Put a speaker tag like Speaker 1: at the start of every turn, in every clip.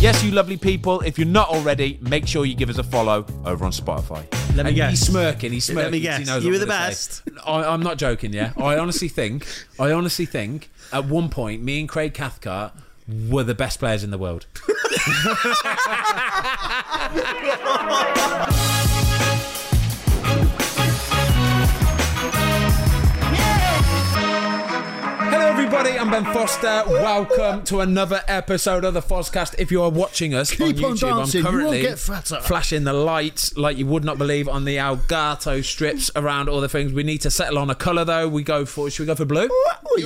Speaker 1: Yes, you lovely people, if you're not already, make sure you give us a follow over on Spotify.
Speaker 2: Let me
Speaker 1: and
Speaker 2: guess.
Speaker 1: He's smirking. He's smirking.
Speaker 2: Let me
Speaker 1: 'cause he
Speaker 2: guess.
Speaker 1: knows
Speaker 2: You
Speaker 1: what
Speaker 2: were the
Speaker 1: I'm gonna
Speaker 2: best.
Speaker 1: say. I, I'm not joking. Yeah, I honestly think. I honestly think at one point, me and Craig Cathcart were the best players in the world. Hello, everybody. I'm Ben Foster. Welcome to another episode of the Fozcast. If you are watching us
Speaker 3: Keep
Speaker 1: on
Speaker 3: on
Speaker 1: YouTube,
Speaker 3: dancing,
Speaker 1: I'm
Speaker 3: you won't
Speaker 1: currently
Speaker 3: get fatter.
Speaker 1: flashing the lights like you would not believe on the Elgato strips around all the things. We need to settle on a colour, though. We go for should we go for blue?
Speaker 2: You were right- you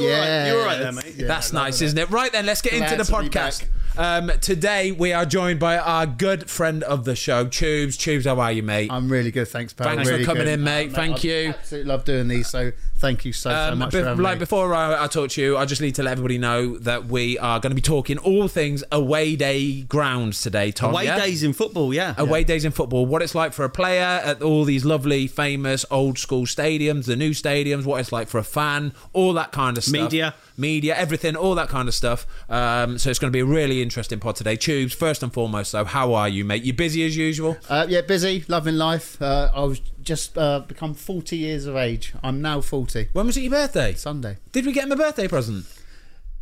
Speaker 2: were right there,
Speaker 3: Yes.
Speaker 2: mate.
Speaker 3: Yeah,
Speaker 1: That's
Speaker 3: I love
Speaker 1: nice,
Speaker 3: it.
Speaker 1: is isn't it? Right then, let's get
Speaker 3: Glad
Speaker 1: into the
Speaker 3: to be
Speaker 1: podcast. Um, today we are joined by our good friend of the show, Tubes. Tubes, how are you, mate?
Speaker 3: I'm really good. Thanks, pal.
Speaker 1: Thanks for
Speaker 3: Really
Speaker 1: coming
Speaker 3: good.
Speaker 1: in, mate. Thank
Speaker 3: I
Speaker 1: you.
Speaker 3: Absolutely love doing these. So thank you so so
Speaker 1: Um,
Speaker 3: much
Speaker 1: bef-
Speaker 3: for having
Speaker 1: like
Speaker 3: me.
Speaker 1: before I, I talk to you, I just need to let everybody know that we are going to be talking all things away day grounds today, Tom.
Speaker 2: Away
Speaker 1: Oh, yeah? Oh,
Speaker 2: days in football, yeah.
Speaker 1: away days in football, what it's like for a player at all these lovely, famous, old school stadiums, the new stadiums, what it's like for a fan, all that kind of stuff.
Speaker 2: Media.
Speaker 1: Media, everything, all that kind of stuff. Um, so it's going to be a really interesting pod today. Tubes, first and foremost, though, how are you, mate? You busy as usual?
Speaker 3: Uh, yeah, busy, loving life. Uh, I was just uh, become 40 years of age. I'm now 40.
Speaker 1: When was it your birthday?
Speaker 3: Sunday. uh,
Speaker 1: Did we get him a birthday present?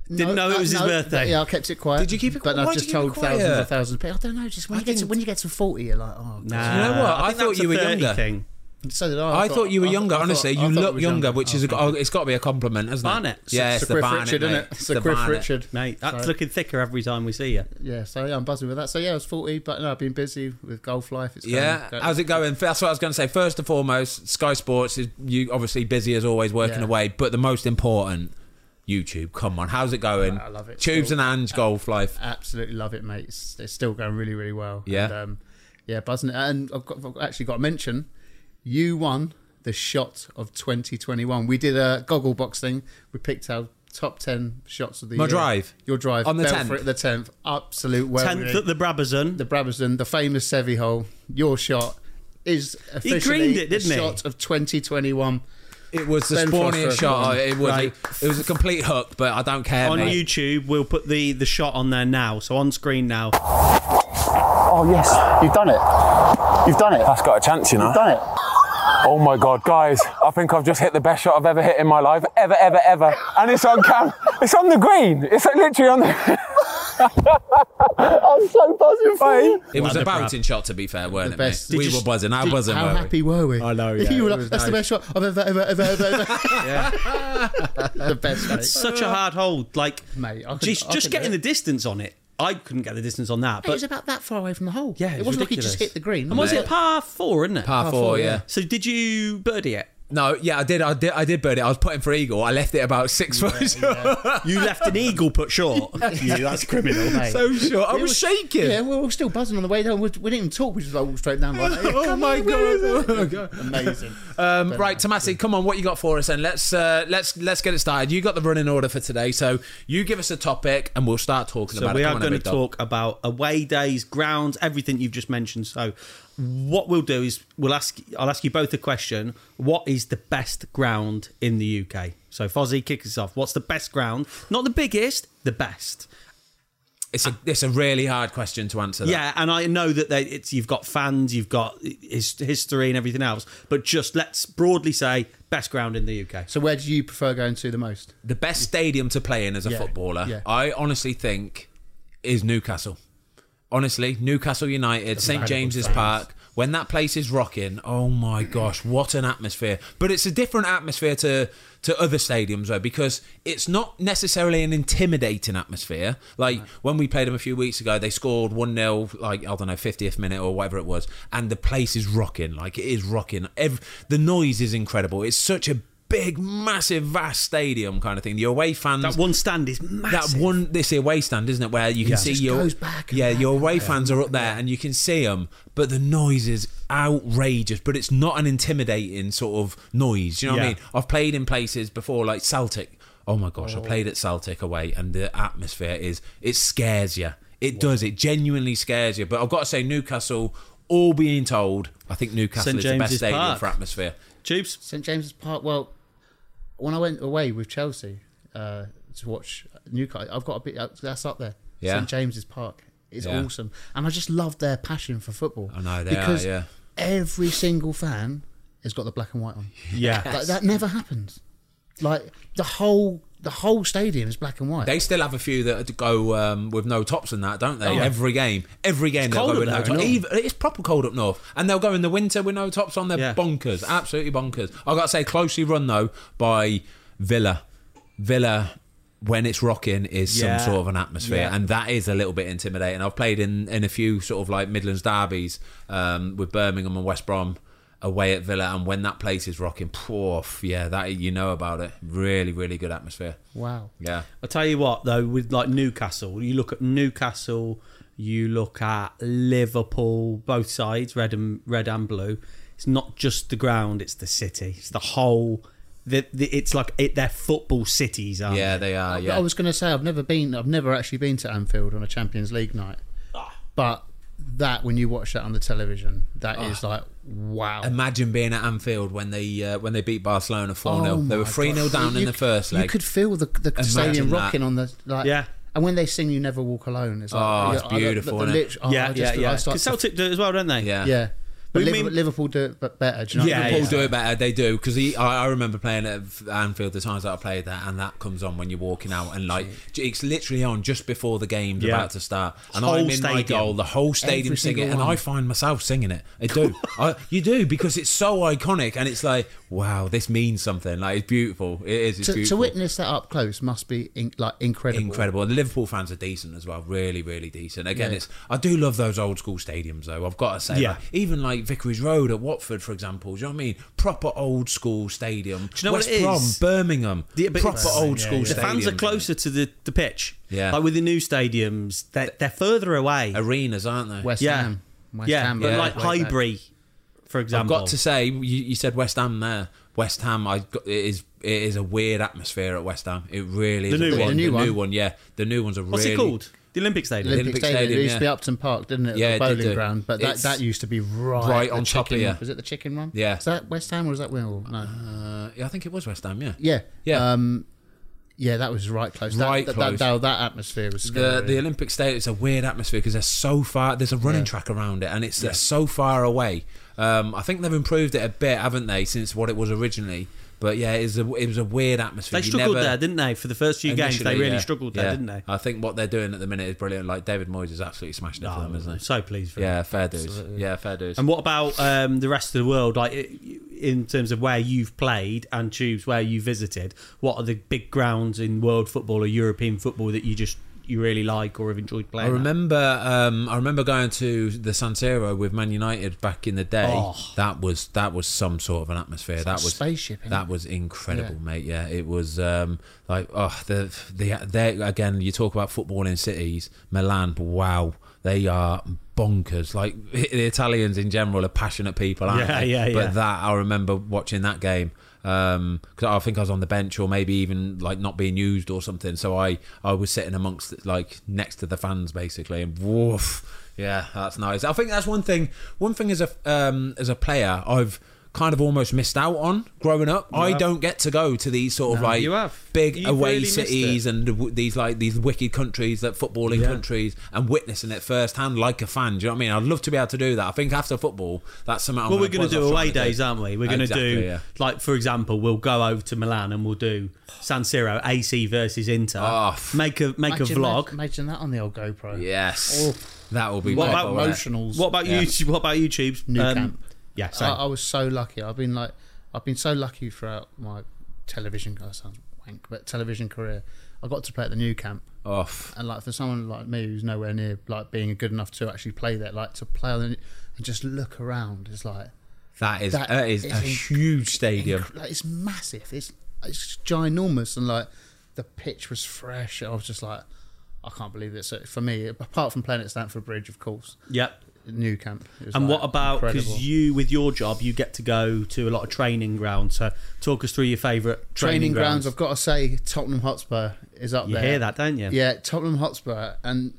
Speaker 2: Didn't know it was his birthday.
Speaker 3: Yeah, I kept it quiet.
Speaker 1: Did you keep it
Speaker 3: But
Speaker 1: qui- why
Speaker 3: I've
Speaker 1: did
Speaker 3: just
Speaker 1: you keep it
Speaker 3: told thousands
Speaker 1: quiet?
Speaker 3: and thousands of people. I don't know. Just when,
Speaker 1: I
Speaker 3: you, get to,
Speaker 1: didn't-
Speaker 3: when you get to 40, you're like, oh. God.
Speaker 2: Nah,
Speaker 1: You know what? I
Speaker 2: think
Speaker 1: thought
Speaker 2: that's
Speaker 1: you
Speaker 2: a
Speaker 1: were
Speaker 2: 30
Speaker 1: younger.
Speaker 2: Thing.
Speaker 3: So did I.
Speaker 1: I, thought, you were younger. honestly, you look younger, which is a, oh, it's got to be a compliment, hasn't
Speaker 2: Barnet.
Speaker 1: it? Yeah, it's,
Speaker 3: It's a
Speaker 1: the
Speaker 3: Griff
Speaker 1: Barnet,
Speaker 3: Richard,
Speaker 1: mate.
Speaker 3: isn't it? It's
Speaker 1: the
Speaker 3: a Griff
Speaker 1: Barnet.
Speaker 3: Richard.
Speaker 2: Mate, that's
Speaker 3: Sorry.
Speaker 2: looking thicker every time we see you.
Speaker 3: Yeah, so yeah, I'm buzzing with that. So yeah, I was 40, but no, I've been busy with golf life. It's
Speaker 1: Yeah,
Speaker 3: going-
Speaker 1: Um, how's it going? That's what I was going to say. First and foremost, Sky Sports is you obviously busy as always, working
Speaker 3: Yeah.
Speaker 1: away. But the most important, YouTube. Come on, how's it going?
Speaker 3: I love it.
Speaker 1: Tubes
Speaker 3: Still-
Speaker 1: and Ange golf life.
Speaker 3: absolutely love it, mate. It's, it's still going really, really well.
Speaker 1: Yeah.
Speaker 3: and, um, yeah, buzzing. it. And I've, got, I've actually got to mention, you won the shot of 2021. We did a goggle box thing. We picked our top 10 shots of the
Speaker 1: My
Speaker 3: year.
Speaker 1: drive?
Speaker 3: your drive
Speaker 1: On the
Speaker 3: Belfry
Speaker 1: 10th?
Speaker 3: at the 10th, absolute well.
Speaker 2: 10th at the Brabazon.
Speaker 3: the Brabazon, the famous Sevi hole. Your shot is officially
Speaker 2: greened it, didn't
Speaker 3: the
Speaker 2: he?
Speaker 3: shot of 2021.
Speaker 1: It was the
Speaker 3: Ben
Speaker 1: spawniest
Speaker 3: Foster,
Speaker 1: shot.
Speaker 3: come on.
Speaker 1: It was.
Speaker 2: Right.
Speaker 1: It was a complete hook, but I don't care.
Speaker 2: on
Speaker 1: mate.
Speaker 2: YouTube, we'll put the, the shot on there now. So on screen now.
Speaker 4: Oh yes,
Speaker 3: You've done it. You've done it.
Speaker 4: that's got a chance, you know.
Speaker 3: You've done it.
Speaker 4: Oh my god, guys, I think I've just hit the best shot I've ever hit in my life, ever, ever, ever, and it's on cam. It's on the green. It's literally on the.
Speaker 3: I'm so buzzing for you.
Speaker 1: It was
Speaker 2: Well,
Speaker 1: a
Speaker 2: the Brab-
Speaker 1: bouncing shot, to be fair, weren't it?
Speaker 3: best.
Speaker 1: Mate?
Speaker 3: Did
Speaker 1: We
Speaker 3: you-
Speaker 1: were buzzing. How
Speaker 3: Did-
Speaker 1: buzzing
Speaker 3: How
Speaker 1: were we?
Speaker 3: happy were we?
Speaker 1: I know,
Speaker 3: If
Speaker 1: yeah,
Speaker 3: you were
Speaker 1: it
Speaker 3: like,
Speaker 1: was
Speaker 3: That's the
Speaker 1: nice.
Speaker 3: best shot I've ever, ever, ever, ever, ever. the best, mate.
Speaker 2: Such a hard hold. Like,
Speaker 3: Mate, I could-
Speaker 2: just,
Speaker 3: I
Speaker 2: just
Speaker 3: could do
Speaker 2: getting
Speaker 3: it.
Speaker 2: the distance on it. I couldn't get the distance on that.
Speaker 3: It
Speaker 2: But
Speaker 3: was about that far away from the hole.
Speaker 2: yeah,
Speaker 3: it wasn't like he
Speaker 2: ridiculous.
Speaker 3: just hit the green.
Speaker 2: And was it a par four, isn't it?
Speaker 1: Par four,
Speaker 3: four,
Speaker 1: yeah.
Speaker 3: yeah.
Speaker 2: So did you birdie it?
Speaker 1: No, yeah, I did. I did. I did bird it. I was putting for eagle. I left it about six foot.
Speaker 2: You left an eagle put short. yeah, that's criminal.
Speaker 3: Mate.
Speaker 1: so short. I
Speaker 3: It
Speaker 1: was, shaking.
Speaker 3: Yeah, we were all still buzzing on the way down. We, we didn't even talk. We just like walked straight down. Like,
Speaker 1: Oh
Speaker 3: "Come
Speaker 1: my
Speaker 3: on, where
Speaker 1: God.
Speaker 3: is it?"
Speaker 1: Oh my God.
Speaker 3: Amazing.
Speaker 1: Um, right, Tomasi, come on, what you got for us? And let's uh, let's let's get it started. You got the running order for today, so you give us a topic, and we'll start talking
Speaker 2: So
Speaker 1: about
Speaker 2: we
Speaker 1: it. Come
Speaker 2: are
Speaker 1: on,
Speaker 2: going to
Speaker 1: big dog.
Speaker 2: talk about away days, grounds, everything you've just mentioned. So what we'll do is we'll ask I'll ask you both a question. What is the best ground in the UK? So Fozzie, kick us off. What's the best ground? Not the biggest, the best.
Speaker 1: It's a it's a really hard question to answer. That.
Speaker 2: Yeah, and I know that they, it's you've got fans, you've got his, history and everything else, but just let's broadly say best ground in the UK.
Speaker 3: So where do you prefer going to the most?
Speaker 1: the best stadium to play in as a
Speaker 3: Yeah,
Speaker 1: footballer,
Speaker 3: yeah.
Speaker 1: I honestly think, is Newcastle. Honestly, Newcastle United, St James's Park. When that place is rocking, oh my gosh, what an atmosphere! But it's a different atmosphere to to other stadiums though, because it's not necessarily an intimidating atmosphere. Like when we played them a few weeks ago, they scored one 0 like I don't know, fiftieth minute or whatever it was, and the place is rocking. Like it is rocking. Ev- the noise is incredible. It's such a big, massive, vast stadium kind of thing. The away fans
Speaker 2: That one stand is
Speaker 1: that
Speaker 2: massive.
Speaker 1: one this away stand isn't it where you can see
Speaker 3: Just
Speaker 1: your
Speaker 3: goes back and
Speaker 1: yeah
Speaker 3: back
Speaker 1: your
Speaker 3: and
Speaker 1: away
Speaker 3: back.
Speaker 1: fans are up there and you can see them but the noise is outrageous but it's not an intimidating sort of noise Do you know what I
Speaker 2: Yeah.
Speaker 1: mean I've played in places before like Celtic oh my gosh I played at Celtic away and the atmosphere is it scares you it does it genuinely scares you but I've got to say Newcastle all being told I think Newcastle
Speaker 2: St.
Speaker 1: is the best
Speaker 2: James's
Speaker 1: stadium
Speaker 2: Park.
Speaker 1: for atmosphere
Speaker 2: Tubes.
Speaker 3: St James's Park. Well, when I went away with Chelsea uh, to watch Newcastle, I've got a bit that's up there.
Speaker 1: Yeah.
Speaker 3: St James's Park is
Speaker 1: Yeah.
Speaker 3: awesome. And I just love their passion for football.
Speaker 1: I know, they are,
Speaker 3: because
Speaker 1: yeah.
Speaker 3: every single fan has got the black and white on.
Speaker 2: Yeah.
Speaker 3: Like, that never happens. Like the whole the whole stadium is black and white.
Speaker 1: They still have a few that go um, with no tops and that, don't
Speaker 2: Oh,
Speaker 1: they? Every game, every game they'll go
Speaker 2: cold up
Speaker 1: with no
Speaker 2: there,
Speaker 1: tops.
Speaker 2: isn't it?
Speaker 1: Even- It's proper cold up north, and they'll go in the winter with no tops on. They're
Speaker 2: Yeah.
Speaker 1: bonkers, absolutely bonkers. I got to say, closely run though by Villa. Villa, when it's rocking, is
Speaker 2: Yeah.
Speaker 1: some sort of an atmosphere,
Speaker 2: Yeah.
Speaker 1: and that is a little bit intimidating. I've played in in a few sort of like Midlands derbies um, with Birmingham and West Brom. Away at Villa, and when that place is rocking, poof, yeah, that you know about it. Really, really good atmosphere.
Speaker 3: wow.
Speaker 1: Yeah,
Speaker 2: I tell you what, though, with like Newcastle, you look at Newcastle, you look at Liverpool, both sides, red and red and blue. It's not just the ground; it's the city. It's the whole. The, the, it's like it, they're football cities, aren't
Speaker 1: yeah, they are. Uh, Yeah,
Speaker 3: I was going to say I've never been. I've never actually been to Anfield on a Champions League night. But that when you watch that on the television, that
Speaker 1: Ah.
Speaker 3: is like wow.
Speaker 1: Imagine being at Anfield when they uh, when they beat Barcelona four 0
Speaker 3: Oh
Speaker 1: They were
Speaker 3: my
Speaker 1: three 0
Speaker 3: God.
Speaker 1: down
Speaker 3: You-
Speaker 1: in the first
Speaker 3: You
Speaker 1: leg.
Speaker 3: could feel the the stadium
Speaker 1: that.
Speaker 3: rocking on the like.
Speaker 2: Yeah.
Speaker 3: And when they sing "You Never Walk Alone," it's like
Speaker 1: Oh, it's
Speaker 3: I- I- the-
Speaker 1: beautiful,
Speaker 3: The,
Speaker 1: innit?
Speaker 3: lit- oh,
Speaker 2: they? Yeah,
Speaker 3: I
Speaker 2: yeah,
Speaker 3: just, I
Speaker 2: yeah.
Speaker 3: start
Speaker 2: 'Cause
Speaker 3: to-
Speaker 2: Celtic do it as well, don't they?
Speaker 1: yeah.
Speaker 3: yeah. But
Speaker 2: We
Speaker 3: Liverpool,
Speaker 2: mean-
Speaker 3: Liverpool do it but better. Do you know
Speaker 2: Yeah,
Speaker 3: what I mean?
Speaker 1: Liverpool do it better. They do because I, I remember playing at Anfield the times that I played there, and that comes on when you're walking out, and like it's literally on just before the game's
Speaker 2: Yeah.
Speaker 1: about to start, and
Speaker 2: Whole
Speaker 1: I'm in my
Speaker 2: stadium.
Speaker 1: goal, the whole stadium
Speaker 3: Every
Speaker 1: singing, it,
Speaker 3: single
Speaker 1: and I
Speaker 3: one.
Speaker 1: find myself singing it. I do, I, you do because it's so iconic, and it's like wow, this means something. Like it's beautiful. It is. It's
Speaker 3: To, to
Speaker 1: beautiful.
Speaker 3: witness that up close must be in, like incredible.
Speaker 1: incredible. And the Liverpool fans are decent as well, really, really decent. Again,
Speaker 3: Yeah.
Speaker 1: it's I do love those old school stadiums though. I've got to say,
Speaker 2: Yeah.
Speaker 1: like, even like Vicarage Road at Watford, for example. Do you know what I mean? Proper old school stadium.
Speaker 2: Do you know what
Speaker 1: West
Speaker 2: it
Speaker 1: Brom,
Speaker 2: is?
Speaker 1: Birmingham,
Speaker 2: The- but
Speaker 1: proper
Speaker 2: it's-
Speaker 1: old school.
Speaker 2: The fans are
Speaker 1: stadiums.
Speaker 2: closer to the, the pitch.
Speaker 1: Yeah.
Speaker 2: Like with the new stadiums, they're, they're further away.
Speaker 1: arenas, aren't they?
Speaker 3: West
Speaker 2: Yeah.
Speaker 3: Ham. West
Speaker 2: yeah,
Speaker 3: Ham.
Speaker 2: but
Speaker 1: yeah.
Speaker 2: like
Speaker 3: way back.
Speaker 2: Highbury, for
Speaker 1: I've
Speaker 2: example.
Speaker 1: got to say, you, you said West Ham there. West Ham, I got, it is it is a weird atmosphere at West Ham. It really is.
Speaker 2: The
Speaker 1: a
Speaker 2: new
Speaker 1: weird-
Speaker 2: one.
Speaker 1: the
Speaker 3: The new
Speaker 1: new
Speaker 3: one.
Speaker 1: one, yeah. The new one's a
Speaker 2: What's
Speaker 1: really
Speaker 2: it called? The Olympic Stadium.
Speaker 3: Olympic,
Speaker 1: Olympic
Speaker 3: Stadium.
Speaker 1: Stadium,
Speaker 3: It used to be
Speaker 1: yeah.
Speaker 3: Upton Park, didn't it?
Speaker 1: Yeah,
Speaker 3: Yeah,
Speaker 1: it
Speaker 3: the
Speaker 1: did
Speaker 3: bowling
Speaker 1: do.
Speaker 3: ground. But that,
Speaker 1: It's
Speaker 3: that used to be right,
Speaker 1: right
Speaker 3: the
Speaker 1: on top of
Speaker 3: chicken-
Speaker 1: you.
Speaker 3: Was it the chicken run?
Speaker 1: Yeah.
Speaker 3: Is that West Ham or is that Will? No.
Speaker 1: Uh, yeah, I think it was West Ham. Yeah.
Speaker 3: yeah.
Speaker 1: Yeah.
Speaker 3: Um, yeah, that was right close. That,
Speaker 1: Right
Speaker 3: that,
Speaker 1: close.
Speaker 3: That, that, that atmosphere was
Speaker 1: the
Speaker 3: scary.
Speaker 1: the Olympic Stadium is a weird atmosphere because they're so far. There's a running
Speaker 3: Yeah.
Speaker 1: track around it, and it's they're so far away. Um, I think they've improved it a bit, haven't they, since what it was originally? But yeah, it was a, it was a weird atmosphere.
Speaker 2: They
Speaker 1: You
Speaker 2: struggled
Speaker 1: never-
Speaker 2: there, didn't they? For the first few games, they
Speaker 1: initially,
Speaker 2: really
Speaker 1: yeah,
Speaker 2: struggled there,
Speaker 1: yeah.
Speaker 2: didn't they?
Speaker 1: I think what they're doing at the minute is brilliant. Like David Moyes is absolutely smashing it for them, isn't
Speaker 2: I'm
Speaker 1: he?
Speaker 2: so pleased for him.
Speaker 1: Yeah, fair dues. Yeah, fair dues.
Speaker 2: And what about um, the rest of the world? Like i- in terms of where you've played and tubes where you visited, what are the big grounds in world football or European football that you just you really like or have enjoyed playing?
Speaker 1: I
Speaker 2: at?
Speaker 1: remember, um, I remember going to the San Siro with Man United back in the day.
Speaker 2: Oh.
Speaker 1: That was that was some sort of an atmosphere. that
Speaker 3: like
Speaker 1: was
Speaker 3: spaceship, innit?
Speaker 1: That was incredible, mate. Yeah, it was um, like oh the the they again. You talk about football in cities, Milan. Wow, they are bonkers. Like the Italians in general are passionate people, aren't
Speaker 2: Yeah,
Speaker 1: they?
Speaker 2: yeah,
Speaker 1: But
Speaker 2: yeah.
Speaker 1: that I remember watching that game because I think I was on the bench or maybe even like not being used or something. So I I was sitting amongst like next to the fans basically, and woof, yeah, that's nice. I think that's one thing. One thing as a um, as a player, I've kind of almost missed out on growing up. I don't get to go to these sort of like
Speaker 2: you have.
Speaker 1: big
Speaker 2: You've
Speaker 1: away
Speaker 2: really missed it.
Speaker 1: cities and w- these like these wicked countries that footballing
Speaker 2: Yeah.
Speaker 1: countries and witnessing it firsthand like a fan. Do you know what I mean? I'd love to be able to do that. I think after football, that's something. I'm
Speaker 2: Well, we're
Speaker 1: gonna
Speaker 2: going to
Speaker 1: buzz
Speaker 2: do
Speaker 1: off
Speaker 2: away
Speaker 1: trying to
Speaker 2: days, aren't we? We're going to
Speaker 1: Exactly,
Speaker 2: do,
Speaker 1: yeah.
Speaker 2: like, for example, we'll go over to Milan and we'll do San Siro AC versus Inter.
Speaker 1: Oh, f-
Speaker 2: make a make
Speaker 3: imagine
Speaker 2: a vlog.
Speaker 3: That, imagine that on the old GoPro.
Speaker 1: Yes,
Speaker 3: Oh.
Speaker 1: that will be
Speaker 2: What
Speaker 1: great,
Speaker 2: about
Speaker 1: won't it?
Speaker 3: Emotionals.
Speaker 2: What about you? What about you, Tubes? Um,
Speaker 3: New
Speaker 1: Um,
Speaker 3: camp. Uh,
Speaker 2: Yeah,
Speaker 3: I,
Speaker 2: same.
Speaker 3: I was so lucky. I've been like, I've been so lucky throughout my television. That sounds wank, but television career. I got to play at the new camp,
Speaker 1: Off.
Speaker 3: and like for someone like me who's nowhere near like being good enough to actually play that, like to play on the, and just look around is like,
Speaker 1: That is
Speaker 3: That
Speaker 1: that is,
Speaker 3: is
Speaker 1: a
Speaker 3: inc-
Speaker 1: huge stadium.
Speaker 3: inc- like it's massive. It's it's ginormous, and like the pitch was fresh. I was just like, I can't believe it. So for me, apart from playing at Stamford Bridge, of course,
Speaker 2: yep.
Speaker 3: new camp. It was,
Speaker 2: And
Speaker 3: like,
Speaker 2: what about
Speaker 3: incredible.
Speaker 2: because you, with your job, you get to go to a lot of training grounds. So, talk us through your favourite training,
Speaker 3: training
Speaker 2: grounds.
Speaker 3: grounds. I've got to say, Tottenham Hotspur is up
Speaker 2: you
Speaker 3: there.
Speaker 2: hear that, don't you?
Speaker 3: Yeah, Tottenham Hotspur, and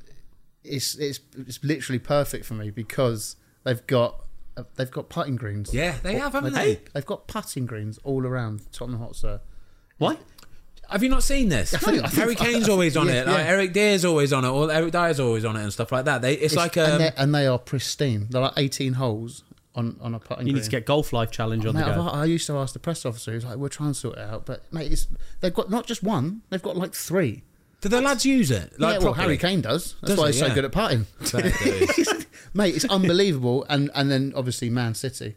Speaker 3: it's it's it's literally perfect for me because they've got uh, they've got putting greens.
Speaker 1: Yeah, they have, haven't
Speaker 3: They've-
Speaker 1: they?
Speaker 3: They've got putting greens all around Tottenham Hotspur.
Speaker 2: Why?
Speaker 1: Have you not seen this?
Speaker 3: think- I think-
Speaker 1: Harry Kane's always on
Speaker 3: Yeah,
Speaker 1: it. Like
Speaker 3: yeah.
Speaker 1: Eric Deer's always on it. All Eric Dyer's always on it and stuff like that. They, it's, like
Speaker 3: and,
Speaker 1: um,
Speaker 3: they're- and they are pristine. They're like 18 holes on on a putting.
Speaker 2: You need
Speaker 3: green.
Speaker 2: to get golf life challenge on
Speaker 3: Mate,
Speaker 2: the
Speaker 3: I've,
Speaker 2: go.
Speaker 3: I used to ask the press officer. He's like, "We're trying to sort it out," but mate, it's, they've got not just one; they've got like three.
Speaker 1: do the lads use it? Like
Speaker 3: yeah, well,
Speaker 1: properly?
Speaker 3: Harry Kane does. That's
Speaker 1: Does
Speaker 3: why
Speaker 1: he?
Speaker 3: he's
Speaker 1: Yeah.
Speaker 3: so good at putting.
Speaker 1: That is-
Speaker 3: mate, it's unbelievable. And and then obviously Man City,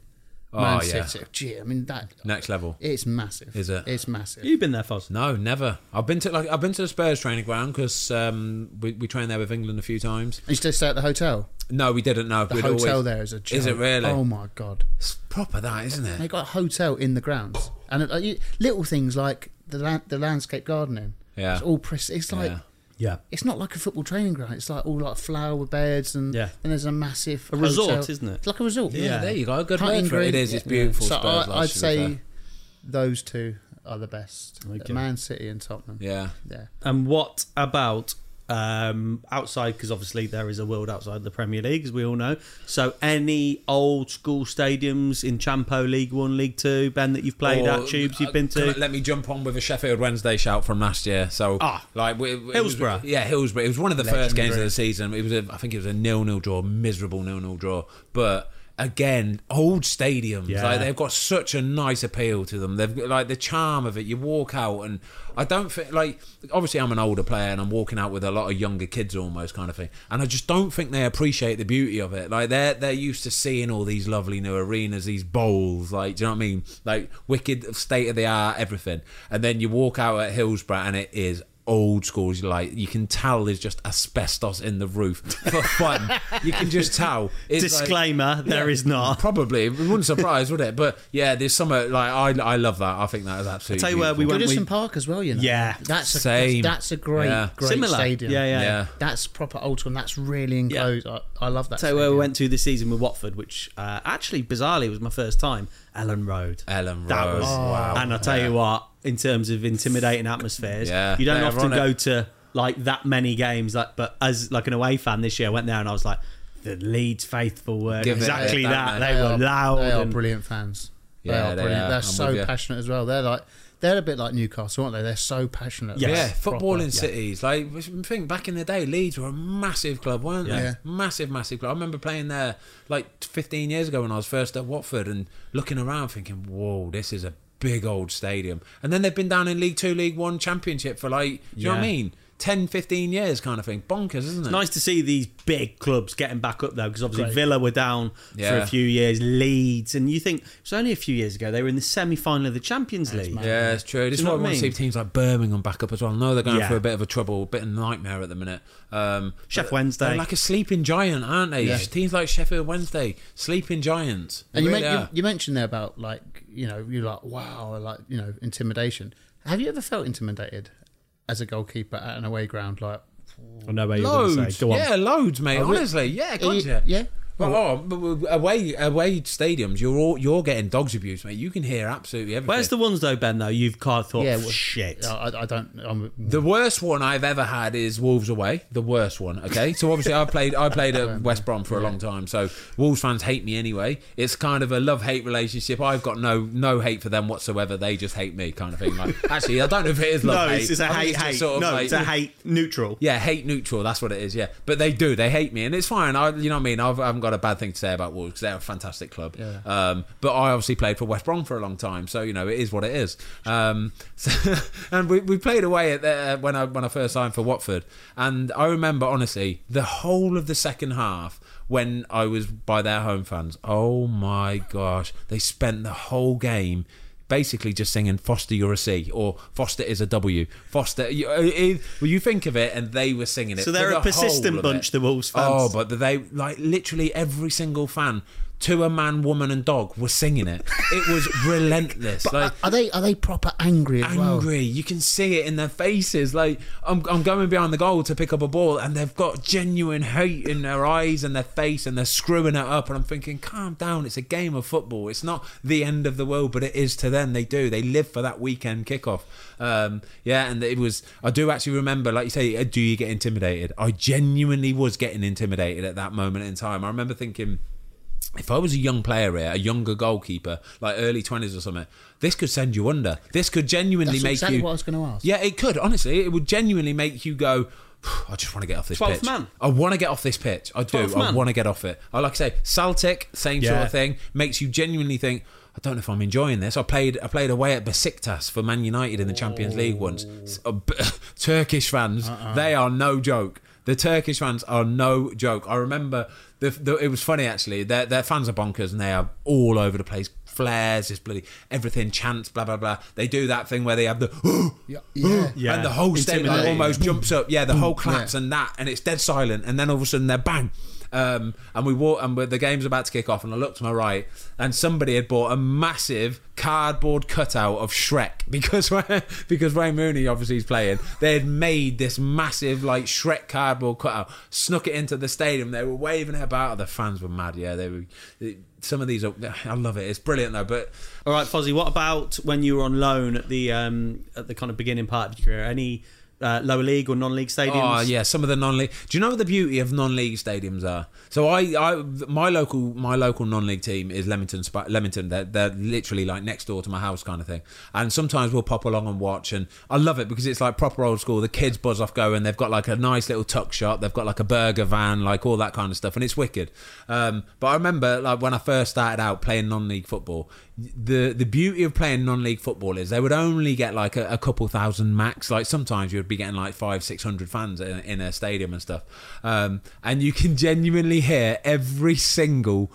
Speaker 3: Man
Speaker 1: Oh, yeah.
Speaker 3: City. Gee, I mean that
Speaker 1: Next level.
Speaker 3: it's massive.
Speaker 1: Is it?
Speaker 3: It's massive.
Speaker 2: You've been there, Foz.
Speaker 1: No, never. I've been to like I've been to the Spurs training ground because um, we we trained there with England a few times.
Speaker 3: I used to stay at the hotel.
Speaker 1: No, we didn't. know.
Speaker 3: The hotel there is a joke.
Speaker 1: Is it really?
Speaker 3: Oh my god!
Speaker 1: It's proper that, isn't
Speaker 3: They
Speaker 1: it?
Speaker 3: got a hotel in the grounds, and uh, you- little things like the land, the landscape gardening.
Speaker 1: Yeah.
Speaker 3: it's all pres- It's like.
Speaker 1: Yeah.
Speaker 2: Yeah.
Speaker 3: it's not like a football training ground. It's like all like flower beds and
Speaker 2: Yeah.
Speaker 3: and there's a massive a
Speaker 2: resort, isn't it?
Speaker 3: It's like a resort.
Speaker 1: Yeah, there you go. Good word for it. It is. It's
Speaker 3: yeah.
Speaker 1: beautiful.
Speaker 3: So
Speaker 1: Spurs
Speaker 3: I,
Speaker 1: life,
Speaker 3: I'd
Speaker 1: to be
Speaker 3: say
Speaker 1: fair.
Speaker 3: those two are the best:
Speaker 2: Okay.
Speaker 3: Man City and Tottenham.
Speaker 1: Yeah.
Speaker 3: yeah.
Speaker 2: And what about um, outside? Because obviously there is a world outside the Premier League, as we all know. So any old school stadiums in Champo League One, League Two, Ben, that you've played
Speaker 1: Or,
Speaker 2: at, Tubes, you've
Speaker 1: uh,
Speaker 2: been
Speaker 1: can I-
Speaker 2: to.
Speaker 1: let me jump on with a Sheffield Wednesday shout from last year. So,
Speaker 2: Ah,
Speaker 1: like we, we-
Speaker 2: Hillsborough.
Speaker 1: it was- yeah, Hillsborough. It was one of the first games of
Speaker 3: Legendary.
Speaker 1: the season. It was, a, I think, it was a nil-nil draw, miserable nil-nil draw. But again, old stadiums,
Speaker 2: Yeah.
Speaker 1: like they've got such a nice appeal to them. They've got, like the charm of it. You walk out, and I don't think like obviously I'm an older player, and I'm walking out with a lot of younger kids, almost kind of thing. And I just don't think they appreciate the beauty of it. Like they're they're used to seeing all these lovely new arenas, these bowls, like do you know what I mean? Like wicked state of the art, everything. And then you walk out at Hillsborough, and it is old schools like you can tell there's just asbestos in the roof for fun you can just tell it's like-
Speaker 2: Disclaimer: There is not.
Speaker 1: Probably. It wouldn't surprise, would it? But yeah, there's some uh, like I I love that. I think that is absolutely.
Speaker 2: tell you where we
Speaker 1: beautiful.
Speaker 2: went-
Speaker 3: Goodison Park as well, you know.
Speaker 2: Yeah.
Speaker 3: that's a,
Speaker 1: Same.
Speaker 3: That's, that's a great,
Speaker 1: Yeah.
Speaker 3: great
Speaker 2: Similar.
Speaker 3: stadium.
Speaker 2: Yeah, yeah.
Speaker 1: Yeah.
Speaker 3: That's proper old school. and That's really enclosed. I, I love that.
Speaker 2: So uh, where we went to this season with Watford, which uh, actually bizarrely was my first time, Ellen Road.
Speaker 1: Ellen
Speaker 2: That
Speaker 1: Road. Oh,
Speaker 2: was,
Speaker 1: Wow.
Speaker 2: and I tell you what, in terms of intimidating atmospheres,
Speaker 1: Yeah.
Speaker 2: you don't
Speaker 1: They're
Speaker 2: often
Speaker 1: on it.
Speaker 2: go to like that many games. Like, but as like an away fan this year, I went there and I was like, the Leeds faithful were
Speaker 1: Give it
Speaker 2: exactly
Speaker 1: a-
Speaker 2: that.
Speaker 1: that,
Speaker 2: They,
Speaker 1: mate.
Speaker 2: were
Speaker 3: are,
Speaker 2: loud.
Speaker 3: They are
Speaker 2: and-
Speaker 3: brilliant fans. they
Speaker 1: Yeah,
Speaker 3: are
Speaker 1: they
Speaker 3: brilliant.
Speaker 1: are.
Speaker 3: They're
Speaker 1: I'm with
Speaker 3: so
Speaker 1: you.
Speaker 3: passionate as well. They're like they're a bit like Newcastle, aren't they? They're so passionate.
Speaker 2: Yes.
Speaker 1: Yeah,
Speaker 3: That's
Speaker 1: football
Speaker 3: proper.
Speaker 1: in cities. Like, we should think back in the day, Leeds were a massive club, weren't they?
Speaker 3: Yeah.
Speaker 1: Massive, massive club. I remember playing there like 15 years ago when I was first at Watford and looking around thinking, whoa, this is a big old stadium. And then they've been down in League Two, League One, Championship for like, do you know what I
Speaker 2: Yeah.
Speaker 1: mean? 10, 15 years kind of thing. Bonkers, isn't it?
Speaker 2: Nice to see these big clubs getting back up though, because obviously
Speaker 3: Great.
Speaker 2: Villa were down for
Speaker 1: Yeah.
Speaker 2: a few years, Leeds, and you think it was only a few years ago they were in the semi-final of the Champions League.
Speaker 1: Yeah, it's true. This is
Speaker 2: Do you know
Speaker 1: why I
Speaker 2: what I
Speaker 1: want to see
Speaker 2: mean?
Speaker 1: teams like Birmingham back up as well. I know they're going
Speaker 2: Yeah.
Speaker 1: through a bit of a trouble, a bit of nightmare at the minute. Um,
Speaker 2: Chef
Speaker 1: but
Speaker 2: Wednesday.
Speaker 1: they're like a sleeping giant, aren't they?
Speaker 3: Yeah.
Speaker 1: Teams like Sheffield Wednesday, sleeping giants. They
Speaker 3: And you,
Speaker 1: really
Speaker 3: men- you,
Speaker 1: are.
Speaker 3: you mentioned there about like you know you're like wow like you know intimidation. Have you ever felt intimidated as a goalkeeper at an away ground? Like
Speaker 2: I know where you're going to
Speaker 1: loads,
Speaker 2: say. Go on.
Speaker 1: yeah, loads, mate.
Speaker 3: Oh, really?
Speaker 1: Honestly, yeah, God,
Speaker 3: Yeah.
Speaker 1: yeah.
Speaker 3: Yeah.
Speaker 1: Well, oh, but- but away away stadiums, you're all, you're getting dogs abuse, mate. You can hear absolutely everything.
Speaker 2: Where's the ones though, Ben? Though you've kind of thought,
Speaker 3: Yeah, well,
Speaker 2: Oh, shit.
Speaker 3: I, I don't. I'm,
Speaker 1: The worst one I've ever had is Wolves away. The worst one. Okay, so obviously I played I played at West Brom for a long time, so Wolves fans hate me anyway. It's kind of a love hate relationship. I've got no no hate for them whatsoever. They just hate me, kind of thing. Like actually, I don't know if it is love.
Speaker 2: no, it's, it's a
Speaker 1: I think
Speaker 2: hate,
Speaker 1: just
Speaker 2: hate.
Speaker 1: sort of
Speaker 2: no,
Speaker 1: like-
Speaker 2: it's a hate neutral.
Speaker 1: yeah, hate neutral. That's what it is. Yeah, but they do. They hate me, and it's fine. I, you know what I mean. I've, I haven't got a bad thing to say about Wolves because they're a fantastic club.
Speaker 3: Yeah.
Speaker 1: Um, but I obviously played for West Brom for a long time, so you know it is what it is. Um, so- and we, we played away at the, uh, when I when I first signed for Watford, and I remember honestly the whole of the second half when I was by their home fans. Oh my gosh, they spent the whole game basically just singing Foster You're a C or Foster is a W. Foster, you, uh, it, well, you think of it and they were singing it.
Speaker 2: So they're
Speaker 1: for
Speaker 2: a
Speaker 1: the
Speaker 2: persistent
Speaker 1: whole of
Speaker 2: bunch,
Speaker 1: it.
Speaker 2: the Wolves fans.
Speaker 1: Oh, but they, like, literally every single fan, to a man, woman, and dog, was singing it. It was relentless. like,
Speaker 3: are they are they proper angry as well?
Speaker 1: angry. You can see it in their faces. Like I'm, I'm going behind the goal to pick up a ball, and they've got genuine hate in their eyes and their face, and they're screwing it up. And I'm thinking, calm down. It's a game of football. It's not the end of the world, but it is to them. They do. They live for that weekend kickoff. Um, yeah, and it was. I do actually remember, like you say, uh, do you get intimidated? I genuinely was getting intimidated at that moment in time. I remember thinking if I was a young player here, a younger goalkeeper, like early 20s or something, this could send you under. This could genuinely
Speaker 3: That's
Speaker 1: make
Speaker 3: exactly
Speaker 1: you.
Speaker 3: what I was going to ask.
Speaker 1: Yeah, it could. Honestly, it would genuinely make you go. "Phew, I just want to get off this
Speaker 2: 12th
Speaker 1: pitch.
Speaker 2: man.
Speaker 1: I want to get off this pitch. I do.
Speaker 2: 12th
Speaker 1: I
Speaker 2: man.
Speaker 1: want to get off it. I like I say, Celtic, same sort
Speaker 2: Yeah.
Speaker 1: of thing. Makes you genuinely think. I don't know if I'm enjoying this. I played. I played away at Besiktas for Man United in the Champions League once. S- uh, b- Turkish fans,
Speaker 2: Uh-uh.
Speaker 1: they are no joke. The Turkish fans are no joke. I remember the, the, it was funny actually. Their their fans are bonkers and they are all over the place. Flares, this bloody everything, chants, blah blah blah. They do that thing where they have the
Speaker 3: Yeah. yeah.
Speaker 2: Yeah.
Speaker 1: and the whole stadium
Speaker 3: Intimidating.
Speaker 1: almost jumps up. Yeah, the whole claps and that, and it's dead silent. And then all of a sudden, they're bang. Um, and we walk, and we're- the game's about to kick off. And I look to my right, and somebody had bought a massive cardboard cutout of Shrek because because Ray Mooney obviously is playing. They had made this massive like Shrek cardboard cutout, snuck it into the stadium. They were waving it about. The fans were mad. Yeah, they were. Some of these, are, I love it. It's brilliant though. But
Speaker 2: All right, Fozzie. What about when you were on loan at the um, at the kind of beginning part of your career? Any uh, lower league or non-league stadiums?
Speaker 1: Oh yeah, some of the non-league. Do you know what the beauty of non-league stadiums are? So I, I my local, my local non-league team is Leamington. Spa- Leamington, they're, they're literally like next door to my house, kind of thing. And sometimes we'll pop along and watch, and I love it because it's like proper old school. The kids buzz off going. They've got like a nice little tuck shop. They've got like a burger van, like all that kind of stuff, and it's wicked. Um, but I remember like when I first started out playing non-league football, the the beauty of playing non-league football is they would only get like a, a couple thousand max. Like sometimes you would be getting like five, six hundred fans in, in a stadium and stuff, um, and you can genuinely hear every single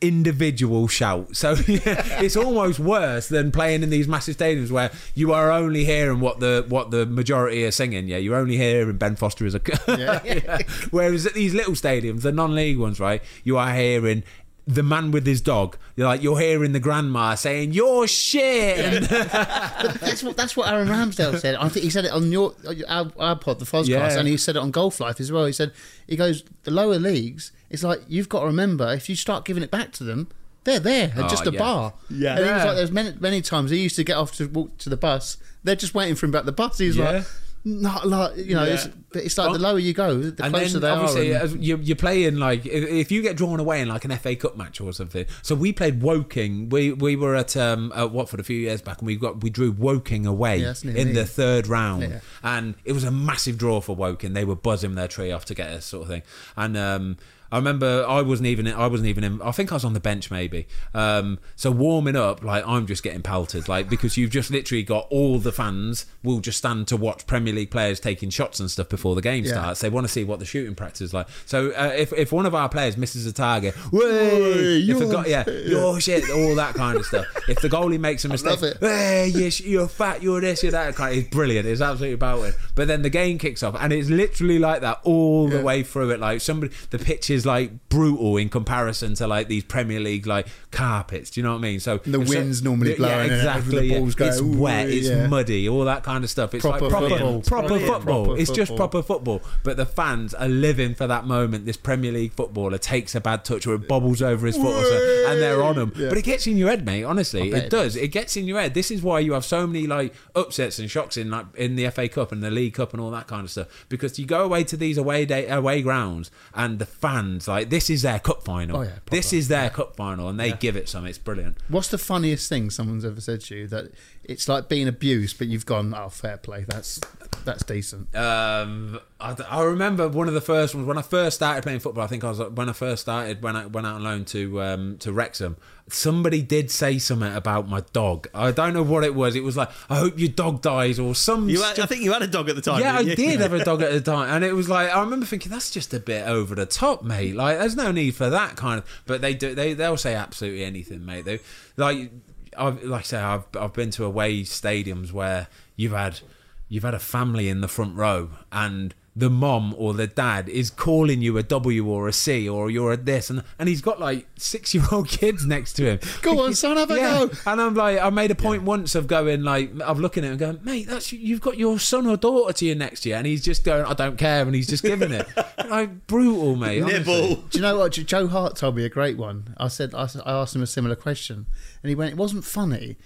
Speaker 1: individual shout. So yeah, it's almost worse than playing in these massive stadiums where you are only hearing what the what the majority are singing. Yeah, you're only hearing Ben Foster is a. Yeah. Whereas at these little stadiums, the non-league ones, right, you are hearing. The man with his dog, you're like you're hearing the grandma saying "You're shit," and
Speaker 3: That's what that's what Aaron Ramsdale said. I think he said it on your our, our pod, the Fozcast,
Speaker 1: Yeah.
Speaker 3: and he said it on Golf Life as well. He said he goes the lower leagues. It's like you've got to remember if you start giving it back to them, they're there and just a
Speaker 1: Ah, yeah.
Speaker 3: bar.
Speaker 2: Yeah.
Speaker 3: and he was
Speaker 1: Yeah.
Speaker 3: like, there's many many times he used to get off to walk to the bus. They're just waiting for him back the bus. He's
Speaker 1: Yeah.
Speaker 3: like, not like you know, it's,
Speaker 2: Yeah.
Speaker 3: but it's like the lower you go, the
Speaker 1: and
Speaker 3: closer
Speaker 1: then
Speaker 3: they are.
Speaker 1: obviously uh,
Speaker 3: and-
Speaker 1: as you, you're playing like if, if you get drawn away in like an FA Cup match or something. So we played Woking. We we were at um at Watford a few years back, and we got we drew Woking away
Speaker 3: Yeah, that's near
Speaker 1: in
Speaker 3: me.
Speaker 1: the third round,
Speaker 3: Yeah.
Speaker 1: and it was a massive draw for Woking. They were buzzing their tree off to get us, sort of thing, and. um I remember I wasn't even I wasn't even in I think I was on the bench maybe. Um, so warming up, like I'm just getting pelted, like because you've just literally got all the fans will just stand to watch Premier League players taking shots and stuff before the game
Speaker 3: Yeah.
Speaker 1: starts. They want to see what the shooting practice is like. So uh, if if one of our players misses a target,
Speaker 3: Whey,
Speaker 1: Whey, if a
Speaker 3: you're
Speaker 1: go- yeah, your shit, all that kind of stuff. If the goalie makes a mistake,
Speaker 3: love it.
Speaker 1: hey, you're, you're fat, you're this, you're that. Kind it's brilliant. It's absolutely bowing. But then the game kicks off, and it's literally like that all the way through it. Like somebody, the pitch is like brutal in comparison to like these Premier League like carpets. Do you know what I mean? So
Speaker 3: And the
Speaker 1: if so-
Speaker 3: wind's normally blowing
Speaker 1: Yeah,
Speaker 3: in it,
Speaker 1: exactly.
Speaker 3: the ball's
Speaker 1: yeah. It's
Speaker 3: going,
Speaker 1: wet. It's
Speaker 3: yeah.
Speaker 1: muddy. All that kind of stuff. It's
Speaker 3: Proper
Speaker 1: like proper
Speaker 3: football.
Speaker 1: proper
Speaker 3: Brilliant.
Speaker 1: football.
Speaker 3: Proper
Speaker 1: it's just
Speaker 3: football.
Speaker 1: proper football. But the fans are living for that moment. This Premier League footballer takes a bad touch or it bobbles over his foot, or something, and they're on him. But it gets in your head, mate. Honestly, it
Speaker 3: bet it
Speaker 1: does. It gets in your head. This is why you have so many like upsets and shocks in like in the FA Cup and the League Cup and all that kind of stuff because you go away to these away day away grounds and the fans like this is their cup final.
Speaker 3: Oh, yeah, proper.
Speaker 1: this is their cup final, and they give it some. It's brilliant.
Speaker 3: What's the funniest thing someone's ever said to you that it's like being abused, but you've gone, oh, fair play, that's that's decent.
Speaker 1: Um, I, I remember one of the first ones when I first started playing football. I think I was when I first started when I went out on loan to um, to Wrexham. Somebody did say something about my dog. I don't know what it was. It was like, I hope your dog dies or some.
Speaker 2: You had, I
Speaker 1: stu-
Speaker 2: think you had a dog at the time.
Speaker 1: yeah, I
Speaker 2: didn't you?
Speaker 1: did have a dog at the time, and it was like I remember thinking that's just a bit over the top, mate. Like, there's no need for that kind of. But they do, they they'll say absolutely anything, mate. They like, I've, like I say, I've I've been to away stadiums where you've had you've had a family in the front row and. The mom or the dad is calling you a W or a C or you're a this and and he's got like six year old kids next to him.
Speaker 3: Go on, son, have a go.
Speaker 1: And I'm like, I made a point once of going like, I'm looking at him going, mate, that's you've got your son or daughter to you next year, and he's just going, I don't care, and he's just giving it. like brutal, mate. honestly.
Speaker 2: Nibble.
Speaker 3: Do you know what? Joe Hart told me a great one. I said, I s- I asked him a similar question, and he went, it wasn't funny.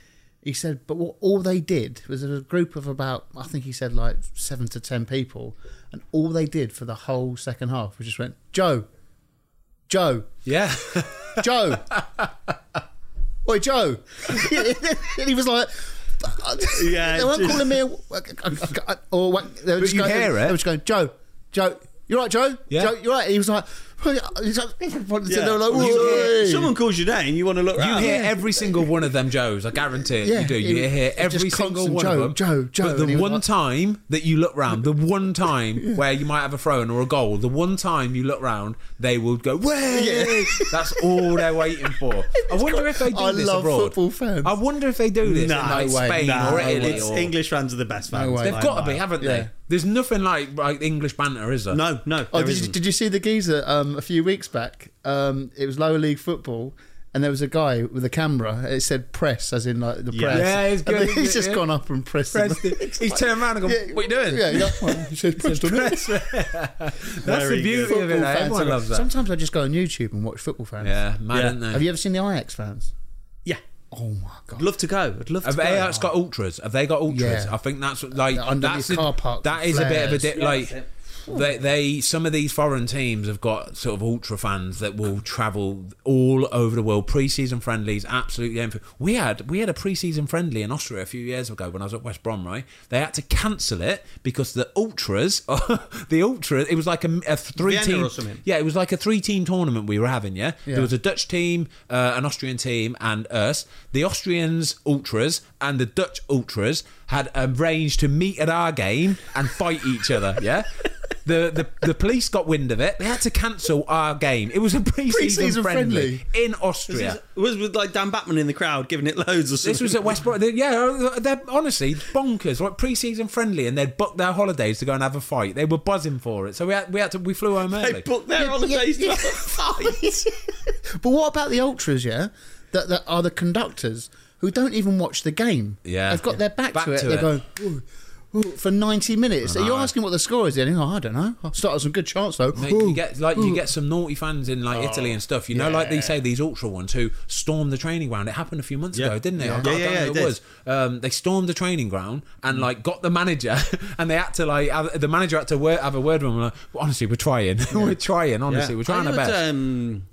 Speaker 3: He said, but what all they did was there was a group of about, I think he said like seven to ten people, and all they did for the whole second half was just went, Joe, Joe,
Speaker 1: Yeah.
Speaker 3: Joe. Oi, Joe. and he was like,
Speaker 2: Yeah,
Speaker 3: they weren't
Speaker 2: just-
Speaker 3: calling me. A, or what- they were just
Speaker 1: you
Speaker 3: going,
Speaker 1: hear it.
Speaker 3: They were just going, Joe, Joe, you're right, Joe.
Speaker 1: Yeah.
Speaker 3: Joe, you're right. He was like, he's like- they were like,
Speaker 2: You-
Speaker 3: "Oi."
Speaker 2: someone calls your name, you want to look
Speaker 1: You
Speaker 2: round.
Speaker 1: hear every single one of them Joes. I guarantee it.
Speaker 3: Ah, Yeah,
Speaker 1: you do. You
Speaker 3: it-
Speaker 1: hear
Speaker 3: it
Speaker 1: every
Speaker 3: just
Speaker 1: single
Speaker 3: constant
Speaker 1: one
Speaker 3: Joe,
Speaker 1: of them.
Speaker 3: Joe, Joe,
Speaker 1: But
Speaker 3: and
Speaker 1: the
Speaker 3: he was
Speaker 1: one
Speaker 3: like-
Speaker 1: time that you look round, the one time where you might have a throw in or a goal, the one time you look round, they will go way. That's all they're waiting for. I wonder if they do
Speaker 3: I
Speaker 1: this
Speaker 3: love
Speaker 1: abroad.
Speaker 3: football fans.
Speaker 1: I wonder if they do this
Speaker 2: No,
Speaker 1: in like
Speaker 3: no way.
Speaker 1: Spain
Speaker 2: Nah,
Speaker 1: or Italy.
Speaker 2: it's
Speaker 1: or-
Speaker 2: English fans are the best fans.
Speaker 3: way.
Speaker 1: They've
Speaker 2: by a
Speaker 1: got to be,
Speaker 2: mile.
Speaker 1: haven't
Speaker 3: Yeah.
Speaker 1: they? There's nothing like, like English banter, is there?
Speaker 2: No, no.
Speaker 3: Oh,
Speaker 2: there
Speaker 3: did you,
Speaker 2: isn't.
Speaker 3: did you see the geezer um, a few weeks back? Um, it was lower league football, and there was a guy with a camera. It said press, as in like the
Speaker 2: Yeah.
Speaker 3: press.
Speaker 1: Yeah, it's
Speaker 3: And
Speaker 1: good,
Speaker 3: then
Speaker 1: isn't
Speaker 3: he's
Speaker 1: it?
Speaker 3: just
Speaker 1: Yeah.
Speaker 3: gone up and pressed. the-
Speaker 1: Pressed it. He's turned around and gone,
Speaker 3: Yeah.
Speaker 1: what are you doing?
Speaker 3: Yeah, yeah. Well, he says press, doesn't it?
Speaker 1: That's the
Speaker 2: Very
Speaker 1: beauty
Speaker 2: good.
Speaker 1: of it.
Speaker 3: Football
Speaker 1: though.
Speaker 3: fans
Speaker 1: Everyone
Speaker 3: are-
Speaker 1: loves that.
Speaker 3: Sometimes I just go on YouTube and watch football fans.
Speaker 1: Yeah, mad,
Speaker 2: Yeah.
Speaker 1: isn't they?
Speaker 3: Have you ever seen the Ajax fans?
Speaker 2: Yeah.
Speaker 3: Oh my god!
Speaker 2: I'd love to go. I'd love to
Speaker 1: Have
Speaker 2: go.
Speaker 1: Ajax got ultras? Have they got ultras?
Speaker 3: Yeah.
Speaker 1: I think that's what- like
Speaker 3: Under
Speaker 1: that's
Speaker 3: the car park
Speaker 1: That is a bit of a
Speaker 3: flares.
Speaker 1: dip. Like they, they, some of these foreign teams have got sort of ultra fans that will travel all over the world. Preseason friendlies, absolutely. anything. We had we had a preseason friendly in Austria a few years ago when I was at West Brom. Right, they had to cancel it because the ultras, the ultras, it was like a, three team.
Speaker 2: or something.
Speaker 1: Yeah, it was like a three-team tournament we were having. Yeah, there was a Dutch team, uh, an Austrian team, and us. The Austrians ultras and the Dutch ultras had arranged to meet at our game and fight each other. Yeah. The, the the police got wind of it. They had to cancel our game. It was a pre-season,
Speaker 3: Pre-season
Speaker 1: friendly,
Speaker 3: friendly.
Speaker 1: in Austria.
Speaker 2: It Was with like Dan Batman in the crowd giving it loads or something.
Speaker 1: This was at West Brom. They- Yeah, uh, they're honestly bonkers. Like pre-season friendly, and they'd booked their holidays to go and have a fight. They were buzzing for it, so we had, we had to we flew home early.
Speaker 2: They booked their holidays to have a fight.
Speaker 3: But what about the ultras? Yeah, that, that are the conductors who don't even watch the game.
Speaker 1: Yeah.
Speaker 3: they've got their back,
Speaker 1: Back
Speaker 3: to it.
Speaker 1: to
Speaker 3: They're
Speaker 1: it. Uh-huh.
Speaker 3: going. "Ooh, ooh," For ninety minutes, are you asking what the score is? Then oh, I don't know. I started some good chance though.
Speaker 1: Mate,
Speaker 3: Ooh.
Speaker 1: you get like you get some naughty fans in like
Speaker 2: Oh,
Speaker 1: Italy and stuff. You know, like they say these ultra ones who stormed the training ground. It happened a few months
Speaker 2: Yeah.
Speaker 1: ago, didn't it? I
Speaker 2: Yeah.
Speaker 1: can't I
Speaker 2: Yeah,
Speaker 1: don't
Speaker 2: yeah,
Speaker 1: know
Speaker 2: yeah,
Speaker 1: who
Speaker 2: it
Speaker 1: it was. Um, they stormed the training ground and like got the manager, and they had to like have, the manager had to wor- have a word with him. Like, honestly, we're trying, we're trying. Honestly, we're trying
Speaker 2: I
Speaker 1: our
Speaker 2: heard,
Speaker 1: best.
Speaker 2: Um,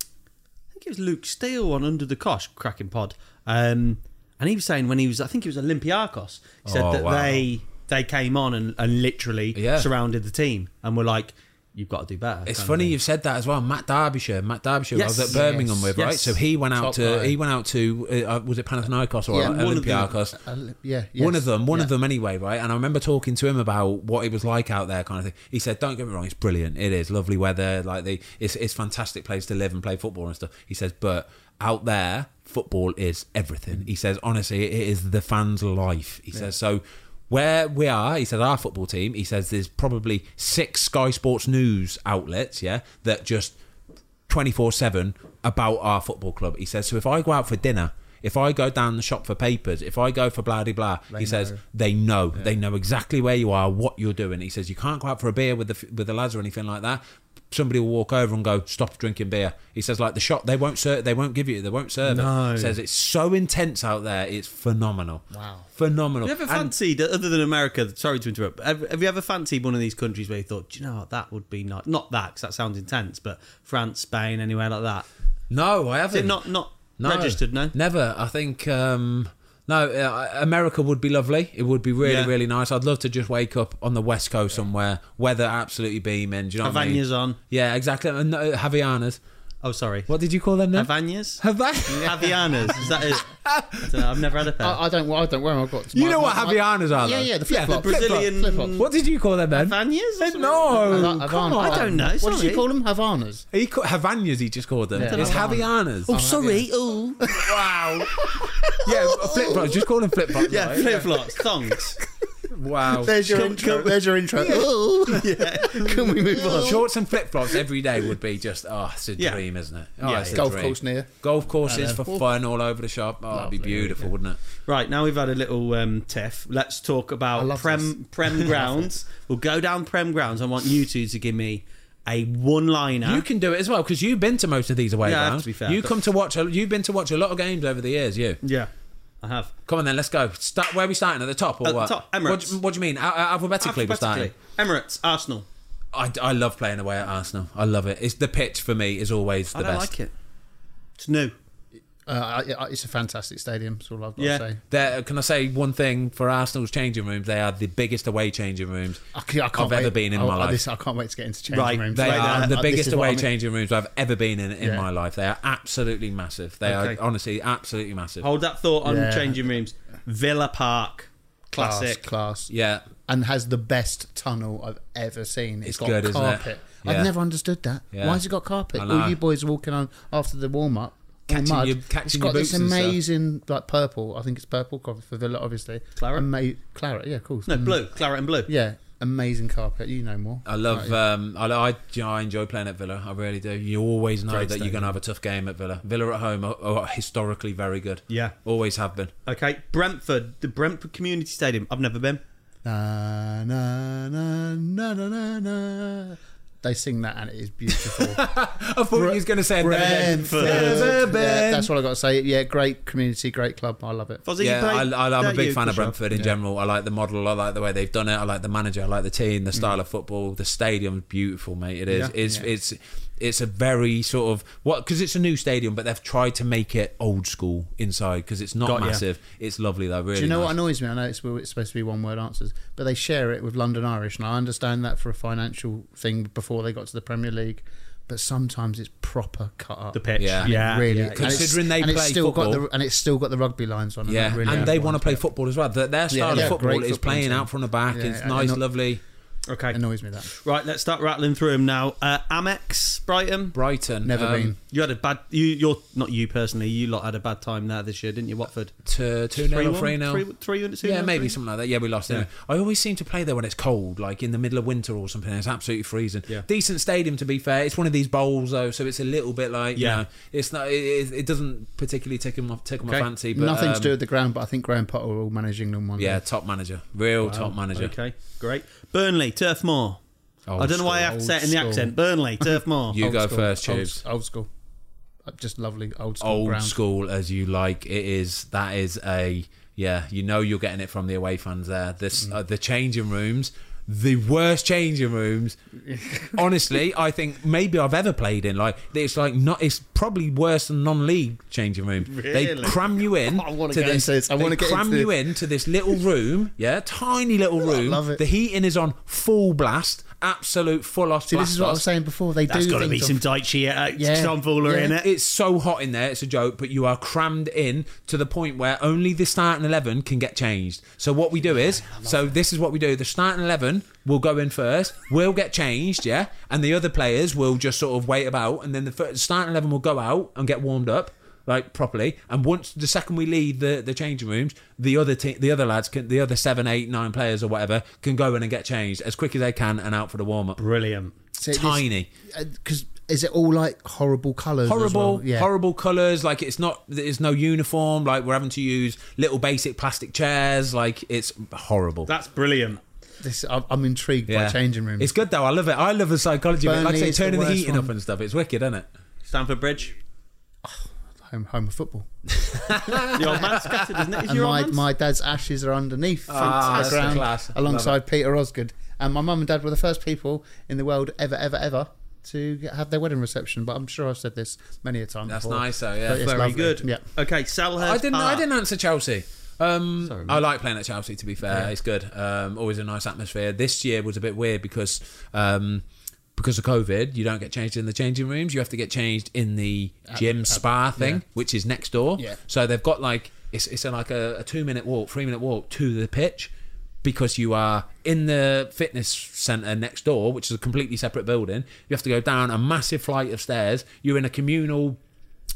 Speaker 2: I think it was Luke Steele on Under the Cosh, cracking pod. Um, and he was saying when he was, I think it was Olympiacos, he said
Speaker 1: Oh,
Speaker 2: that
Speaker 1: wow.
Speaker 2: they they came on and, and literally
Speaker 1: Yeah.
Speaker 2: surrounded the team and were like, "You've got to do better."
Speaker 1: It's
Speaker 2: kind of
Speaker 1: funny
Speaker 2: thing.
Speaker 1: you've said that as well. Matt Derbyshire, Matt Derbyshire, I
Speaker 2: Yes.
Speaker 1: was at Birmingham
Speaker 3: Yes.
Speaker 1: with right.
Speaker 2: Yes.
Speaker 1: So he went out
Speaker 3: Top
Speaker 1: to
Speaker 3: guy.
Speaker 1: he went out to uh, uh, was it Panathinaikos or
Speaker 3: Yeah,
Speaker 2: one of the-
Speaker 1: Olympiacos?
Speaker 3: Uh, yeah, yes.
Speaker 1: One of them, one
Speaker 3: Yeah.
Speaker 1: of them anyway, right? And I remember talking to him about what it was like out there, kind of thing. He said, "Don't get me wrong, it's brilliant. It is lovely weather. Like the, it's it's fantastic place to live and play football and stuff." He says, "But out there, football is everything." He says, "Honestly, it is the fans' life." He says, "So." Where we are, he said, our football team, he says there's probably six Sky Sports news outlets, yeah, that just 24 7 about our football club. He says, So if I go out for dinner, if I go down the shop for papers, if I go for blah de blah, he says they know, they know exactly where you are, what you're doing. He says you can't go out for a beer with the with the lads or anything like that. Somebody will walk over and go, "Stop drinking beer." He says, "Like the shop, they won't serve, they won't give you, they won't serve
Speaker 2: No.
Speaker 1: it." He says it's so intense out there, it's phenomenal.
Speaker 3: Wow.
Speaker 1: phenomenal.
Speaker 2: Have you ever
Speaker 1: And-
Speaker 2: fancied, other than America? Sorry to interrupt. But have, have you ever fancied one of these countries where you thought, do you know what, that would be nice? Not that, because that sounds intense, but France, Spain, anywhere like that.
Speaker 1: no, I haven't.
Speaker 2: They're not not
Speaker 1: No.
Speaker 2: registered. No,
Speaker 1: Never. I think um, no. Uh, America would be lovely. It would be really,
Speaker 2: Yeah.
Speaker 1: really nice. I'd love to just wake up on the west coast somewhere, weather absolutely beaming. Do you know what I mean?
Speaker 2: Havanias on.
Speaker 1: Yeah, exactly. And uh, Havianas.
Speaker 2: Oh, sorry.
Speaker 1: What did you call them? Then?
Speaker 2: Havanias?
Speaker 1: Havana.
Speaker 2: Havianas. Is that it? I don't know. I've never had a pair.
Speaker 3: I, I don't. I don't wear. 'em, I've got.
Speaker 1: You
Speaker 3: my-
Speaker 1: know
Speaker 3: my-
Speaker 1: what
Speaker 3: my-
Speaker 1: Havianas are?
Speaker 3: Yeah,
Speaker 1: though?
Speaker 3: yeah, the flip flop,
Speaker 2: Brazilian-
Speaker 3: flip flop.
Speaker 1: What did you call them then?
Speaker 2: Havanias?
Speaker 1: Uh, No,
Speaker 3: Like
Speaker 1: come
Speaker 3: Havana-
Speaker 1: on.
Speaker 2: I don't know,
Speaker 3: What did you
Speaker 2: sorry.
Speaker 3: call them? Havanas.
Speaker 1: He called, Havanas. He just called them.
Speaker 3: Yeah.
Speaker 1: It's Havianas.
Speaker 2: Oh, sorry. Oh,
Speaker 1: wow. yeah, flip flops. Just call them flip flops.
Speaker 2: yeah.
Speaker 1: right?
Speaker 2: Flip flops, thongs.
Speaker 1: Wow.
Speaker 3: There's your
Speaker 2: Come-
Speaker 3: intro.
Speaker 2: come-
Speaker 3: There's your intro. Ooh. Can we move on?
Speaker 1: Shorts and flip flops every day would be just oh, it's a
Speaker 2: Yeah.
Speaker 1: dream, isn't it? Oh,
Speaker 2: Yeah,
Speaker 1: it's a
Speaker 3: golf
Speaker 1: dream.
Speaker 3: course near.
Speaker 1: Golf courses for fun all over the shop. Oh, it'd be beautiful, wouldn't it?
Speaker 2: Right now we've had a little um, tiff. Let's talk about
Speaker 3: love
Speaker 2: prem prem grounds. we'll go down prem grounds. I want you two to give me a one liner.
Speaker 1: You can do it as well because you've been to most of these away
Speaker 2: Yeah, I have
Speaker 1: grounds.
Speaker 2: to be fair,
Speaker 1: you
Speaker 2: but-
Speaker 1: come to watch. A, you've been to watch a lot of games over the years. You
Speaker 2: Yeah, I have.
Speaker 1: come on then. Let's go. Start where are we starting at the top or
Speaker 2: At the
Speaker 1: what?
Speaker 2: top,
Speaker 1: What,
Speaker 2: Emirates.
Speaker 1: do- what do you mean? Al- al- alphabetically, we're starting.
Speaker 2: Alphabetically. Emirates, Arsenal.
Speaker 1: I, I love playing away at Arsenal. I love it. It's the pitch for me is always the
Speaker 2: I don't
Speaker 1: best.
Speaker 2: like it. It's new.
Speaker 3: Uh, I- I- it's a fantastic stadium. That's all I've got
Speaker 2: Yeah.
Speaker 3: to say.
Speaker 1: There, can I say one thing for Arsenal's changing rooms? They are the biggest away changing rooms
Speaker 3: I, c- I can't
Speaker 1: I've
Speaker 3: wait.
Speaker 1: ever been in
Speaker 3: I,
Speaker 1: my
Speaker 3: I-
Speaker 1: life.
Speaker 3: this- I can't wait to get into changing
Speaker 2: Right.
Speaker 3: rooms.
Speaker 1: They are
Speaker 2: Right
Speaker 3: now.
Speaker 1: the
Speaker 3: Uh, this
Speaker 1: biggest
Speaker 3: is what
Speaker 1: away
Speaker 3: I mean.
Speaker 1: changing rooms I've ever been in in
Speaker 3: Yeah.
Speaker 1: my life. They are absolutely massive. They
Speaker 2: Okay.
Speaker 1: are honestly absolutely massive.
Speaker 2: Hold that thought on
Speaker 3: Yeah.
Speaker 2: changing rooms. Villa Park,
Speaker 3: Class,
Speaker 2: classic.
Speaker 3: class.
Speaker 1: yeah,
Speaker 3: and has the best tunnel I've ever seen.
Speaker 1: It's
Speaker 3: it's got
Speaker 1: good, isn't it?
Speaker 3: carpet.
Speaker 1: Yeah.
Speaker 3: I've never understood that.
Speaker 1: Yeah.
Speaker 3: Why has it got carpet?
Speaker 1: I know.
Speaker 3: All you boys walking on after the warm up.
Speaker 1: Catching
Speaker 3: mud.
Speaker 1: your- catching
Speaker 3: it's
Speaker 1: your
Speaker 3: got
Speaker 1: boots
Speaker 3: this
Speaker 1: and stuff.
Speaker 3: amazing like purple. I think it's purple coffee for Villa, obviously.
Speaker 2: Claret?
Speaker 3: Ama- claret, yeah, cool.
Speaker 1: Mm.
Speaker 2: No, blue, claret and blue.
Speaker 3: Yeah, amazing carpet. You know more.
Speaker 1: I love. Um, I, I, you know, I enjoy playing at Villa. I really do. You always know that you're going to have a tough game at Villa. Villa at home are, are historically very good.
Speaker 2: Yeah.
Speaker 1: always have been.
Speaker 2: Okay, Brentford, the Brentford Community Stadium. I've never been.
Speaker 3: Na, na, na, na, na, na, na. They sing that and it is beautiful.
Speaker 1: I thought you was going to say
Speaker 3: Brentford.
Speaker 1: Never been.
Speaker 3: Yeah, that's what I got to say. Yeah, great community, great club. I love it.
Speaker 2: Fozzie,
Speaker 1: Yeah,
Speaker 2: you
Speaker 1: I,
Speaker 2: played
Speaker 1: I, I'm a
Speaker 2: that
Speaker 1: big
Speaker 2: you,
Speaker 1: fan of
Speaker 2: Kushov?
Speaker 1: Brentford in general. I like the model. I like the way they've done it. I like the manager. I like the team,
Speaker 3: Mm.
Speaker 1: the style of football, the stadium. Beautiful, mate. It is.
Speaker 2: Yeah.
Speaker 1: It's it's it's a very sort of what because it's a new stadium, but they've tried to make it old school inside because it's not
Speaker 2: Got ya.
Speaker 1: massive. It's lovely though. Really,
Speaker 3: Do you know what
Speaker 1: nice.
Speaker 3: annoys me? I know it's, it's supposed to be one word answers, but they share it with London Irish, and I understand that for a financial thing before they got to the Premier League, but sometimes it's proper cut up.
Speaker 2: The pitch.
Speaker 1: Yeah.
Speaker 2: yeah.
Speaker 3: really.
Speaker 2: yeah.
Speaker 3: and it's-
Speaker 1: Considering they
Speaker 3: and it's
Speaker 1: play
Speaker 3: still got
Speaker 1: football.
Speaker 3: the and it's still got the rugby lines on.
Speaker 1: Yeah,
Speaker 3: it really
Speaker 1: and they
Speaker 3: annoys
Speaker 1: want to
Speaker 3: me.
Speaker 1: play football as well. Their, their style
Speaker 3: yeah,
Speaker 1: of football
Speaker 3: great
Speaker 1: is
Speaker 3: football
Speaker 1: playing
Speaker 3: team.
Speaker 1: out from the back.
Speaker 3: Yeah,
Speaker 1: it's
Speaker 3: yeah,
Speaker 1: nice,
Speaker 3: not-
Speaker 1: lovely.
Speaker 2: Okay.
Speaker 3: Annoys me that
Speaker 2: Right, let's start rattling through them now. Uh, Amex, Brighton.
Speaker 1: Brighton
Speaker 3: never
Speaker 1: um,
Speaker 3: been.
Speaker 2: You had a bad. You, you're not you personally. You lot had a bad time there this year, didn't you? Watford.
Speaker 1: to two 0
Speaker 2: 1?
Speaker 1: three 0
Speaker 2: Three, three units.
Speaker 1: Yeah, maybe something like that. Yeah, we lost anyway. I always seem to play there when it's cold, like in the middle of winter or something. It's absolutely freezing.
Speaker 2: Yeah.
Speaker 1: Decent stadium, to be fair. It's one of these bowls though, so it's a little bit like
Speaker 2: Yeah.
Speaker 1: yeah. it's not. It, it, it doesn't particularly tickle my tickle my
Speaker 2: Okay.
Speaker 1: fancy. But
Speaker 3: Nothing to
Speaker 1: um,
Speaker 3: do with the ground, but I think Graham Potter will manage England one
Speaker 1: Yeah,
Speaker 3: day.
Speaker 1: top manager, real top manager.
Speaker 2: Okay, great. Burnley, Turf Moor.
Speaker 1: Old
Speaker 2: I don't know why I have to
Speaker 3: school,
Speaker 2: say it in the
Speaker 3: old
Speaker 2: accent. Burnley, Turf Moor.
Speaker 1: You
Speaker 3: Old
Speaker 1: go
Speaker 3: school,
Speaker 1: first,
Speaker 3: old-
Speaker 1: Tubes.
Speaker 3: Old, school, Uh, just lovely old school
Speaker 1: Old
Speaker 3: ground.
Speaker 1: school as you like. It is that is a yeah. You know you're getting it from the away fans there. This
Speaker 3: Mm.
Speaker 1: uh, the changing rooms. The worst changing rooms, honestly. I think maybe I've ever played in. Like it's like not. It's probably worse than non-league changing rooms. They
Speaker 2: Really?
Speaker 1: cram you in.
Speaker 3: I wanna
Speaker 1: to
Speaker 3: get
Speaker 1: this.
Speaker 3: into this. I
Speaker 1: they
Speaker 3: wanna get
Speaker 1: cram
Speaker 3: into
Speaker 1: you
Speaker 3: this.
Speaker 1: in to this little room. Yeah, tiny little room.
Speaker 3: love it.
Speaker 1: The heating is on full blast, absolute full off.
Speaker 3: See, this is what I was saying before. They
Speaker 2: That's
Speaker 3: do
Speaker 2: got to be
Speaker 3: things
Speaker 2: some
Speaker 3: off-
Speaker 2: dicey uh,
Speaker 3: Yeah.
Speaker 2: tomfoolery
Speaker 3: Yeah.
Speaker 2: in it.
Speaker 1: it's so hot in there, it's a joke, but you are crammed in to the point where only the starting 11 can get changed. So, what we do is, so this is what we do the starting 11 will go in first, will get changed, yeah, and the other players will just sort of wait about, and then the first, starting 11 will go out and get warmed up. Like properly, and once the second we leave the, the changing rooms, the other te- the other lads, can, the other seven, eight, nine players or whatever, can go in and get changed as quick as they can and out for the warm up.
Speaker 2: Brilliant.
Speaker 3: So it is-
Speaker 1: Tiny.
Speaker 3: because uh, is it all like horrible colours? as
Speaker 1: horrible
Speaker 3: well? Yeah.
Speaker 1: horrible colors like it's not there's no uniform like we're having to use little basic plastic chairs like it's horrible
Speaker 2: That's brilliant.
Speaker 3: This, I'm, I'm intrigued by changing rooms.
Speaker 1: it's good though i love it i love the psychology of it. like I
Speaker 3: Burnley
Speaker 1: say
Speaker 3: is the
Speaker 1: turning the,
Speaker 3: worst
Speaker 1: heating up
Speaker 3: one.
Speaker 1: and stuff it's wicked isn't it
Speaker 2: Stamford Bridge.
Speaker 3: home, home of football.
Speaker 2: The old man's scattered, isn't it? Is
Speaker 3: and
Speaker 2: your old
Speaker 3: my,
Speaker 2: man's?
Speaker 3: my dad's ashes are underneath
Speaker 1: Ah,
Speaker 3: the
Speaker 1: that's
Speaker 3: ground
Speaker 1: class. Love
Speaker 3: alongside Peter Osgood. And my mum and dad were the first people in the world ever, ever, ever to get- have their wedding reception. But I'm sure I've said this many a time.
Speaker 1: That's
Speaker 3: before.
Speaker 1: nice though, yeah.
Speaker 3: But it's
Speaker 2: Very
Speaker 3: lovely.
Speaker 2: good.
Speaker 3: Yeah.
Speaker 2: Okay, Selhurst.
Speaker 1: i didn't i
Speaker 2: Park.
Speaker 1: didn't answer chelsea um,
Speaker 2: Sorry, mate.
Speaker 1: I like playing at Chelsea. To be fair, it's good. Um, always a nice atmosphere. This year was a bit weird because um, because of COVID, you don't get changed in the changing rooms. You have to get changed in the gym spa thing, which is next door.
Speaker 3: Yeah.
Speaker 1: So they've got like it's it's like a, a two minute walk, three minute walk to the pitch because you are in the fitness center next door, which is a completely separate building. You have to go down a massive flight of stairs. You're in a communal.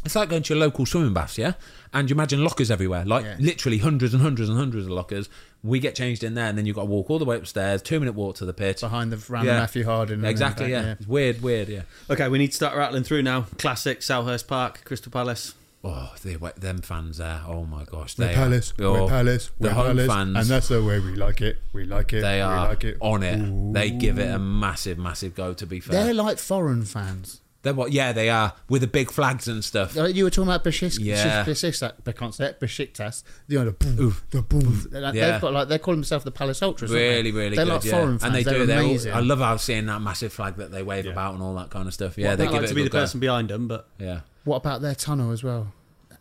Speaker 1: It's like going to your local swimming baths, yeah. And you imagine lockers everywhere, like
Speaker 3: Yeah.
Speaker 1: literally hundreds and hundreds and hundreds of lockers. We get changed in there, and then you've got to walk all the way upstairs, two minute walk to the pitch
Speaker 3: Behind the random Matthew Harden. and
Speaker 1: Exactly,
Speaker 3: everything,
Speaker 1: yeah. It's Weird, weird, yeah.
Speaker 2: Okay, we need to start rattling through now. Classic, Selhurst Park, Crystal Palace.
Speaker 1: Oh, they, them fans there. Oh my gosh, they
Speaker 5: Palace,
Speaker 1: are, oh,
Speaker 5: we're Palace,
Speaker 1: the
Speaker 5: we're
Speaker 1: home
Speaker 5: Palace,
Speaker 1: fans,
Speaker 5: and that's the way we like it. We like it.
Speaker 1: they
Speaker 5: we
Speaker 1: are
Speaker 5: like it.
Speaker 1: on it. They give it a massive, massive go. To be fair,
Speaker 3: They're
Speaker 1: they're,
Speaker 3: like foreign fans.
Speaker 1: what? Yeah, they are with the big flags and stuff.
Speaker 3: Like You were talking about Besiktas.
Speaker 1: Yeah.
Speaker 3: Besiktas. I can't say it. Besiktas. The other boom, the boom. Like,
Speaker 1: Yeah.
Speaker 3: They've got like they call themselves the Palace Ultras. don't
Speaker 1: Really,
Speaker 3: they?
Speaker 1: really
Speaker 3: They're
Speaker 1: good.
Speaker 3: like
Speaker 1: yeah.
Speaker 3: foreign fans.
Speaker 1: and they
Speaker 3: are
Speaker 1: do. they're all-
Speaker 3: amazing.
Speaker 1: I love how seeing that massive flag that they wave about and all that kindd of stuff. Yeah,
Speaker 2: I'd
Speaker 1: they
Speaker 2: like
Speaker 1: give it
Speaker 2: to
Speaker 1: a
Speaker 2: be
Speaker 1: good
Speaker 2: the
Speaker 1: go.
Speaker 2: person behind them, but
Speaker 1: Yeah.
Speaker 3: What about their tunnel as well?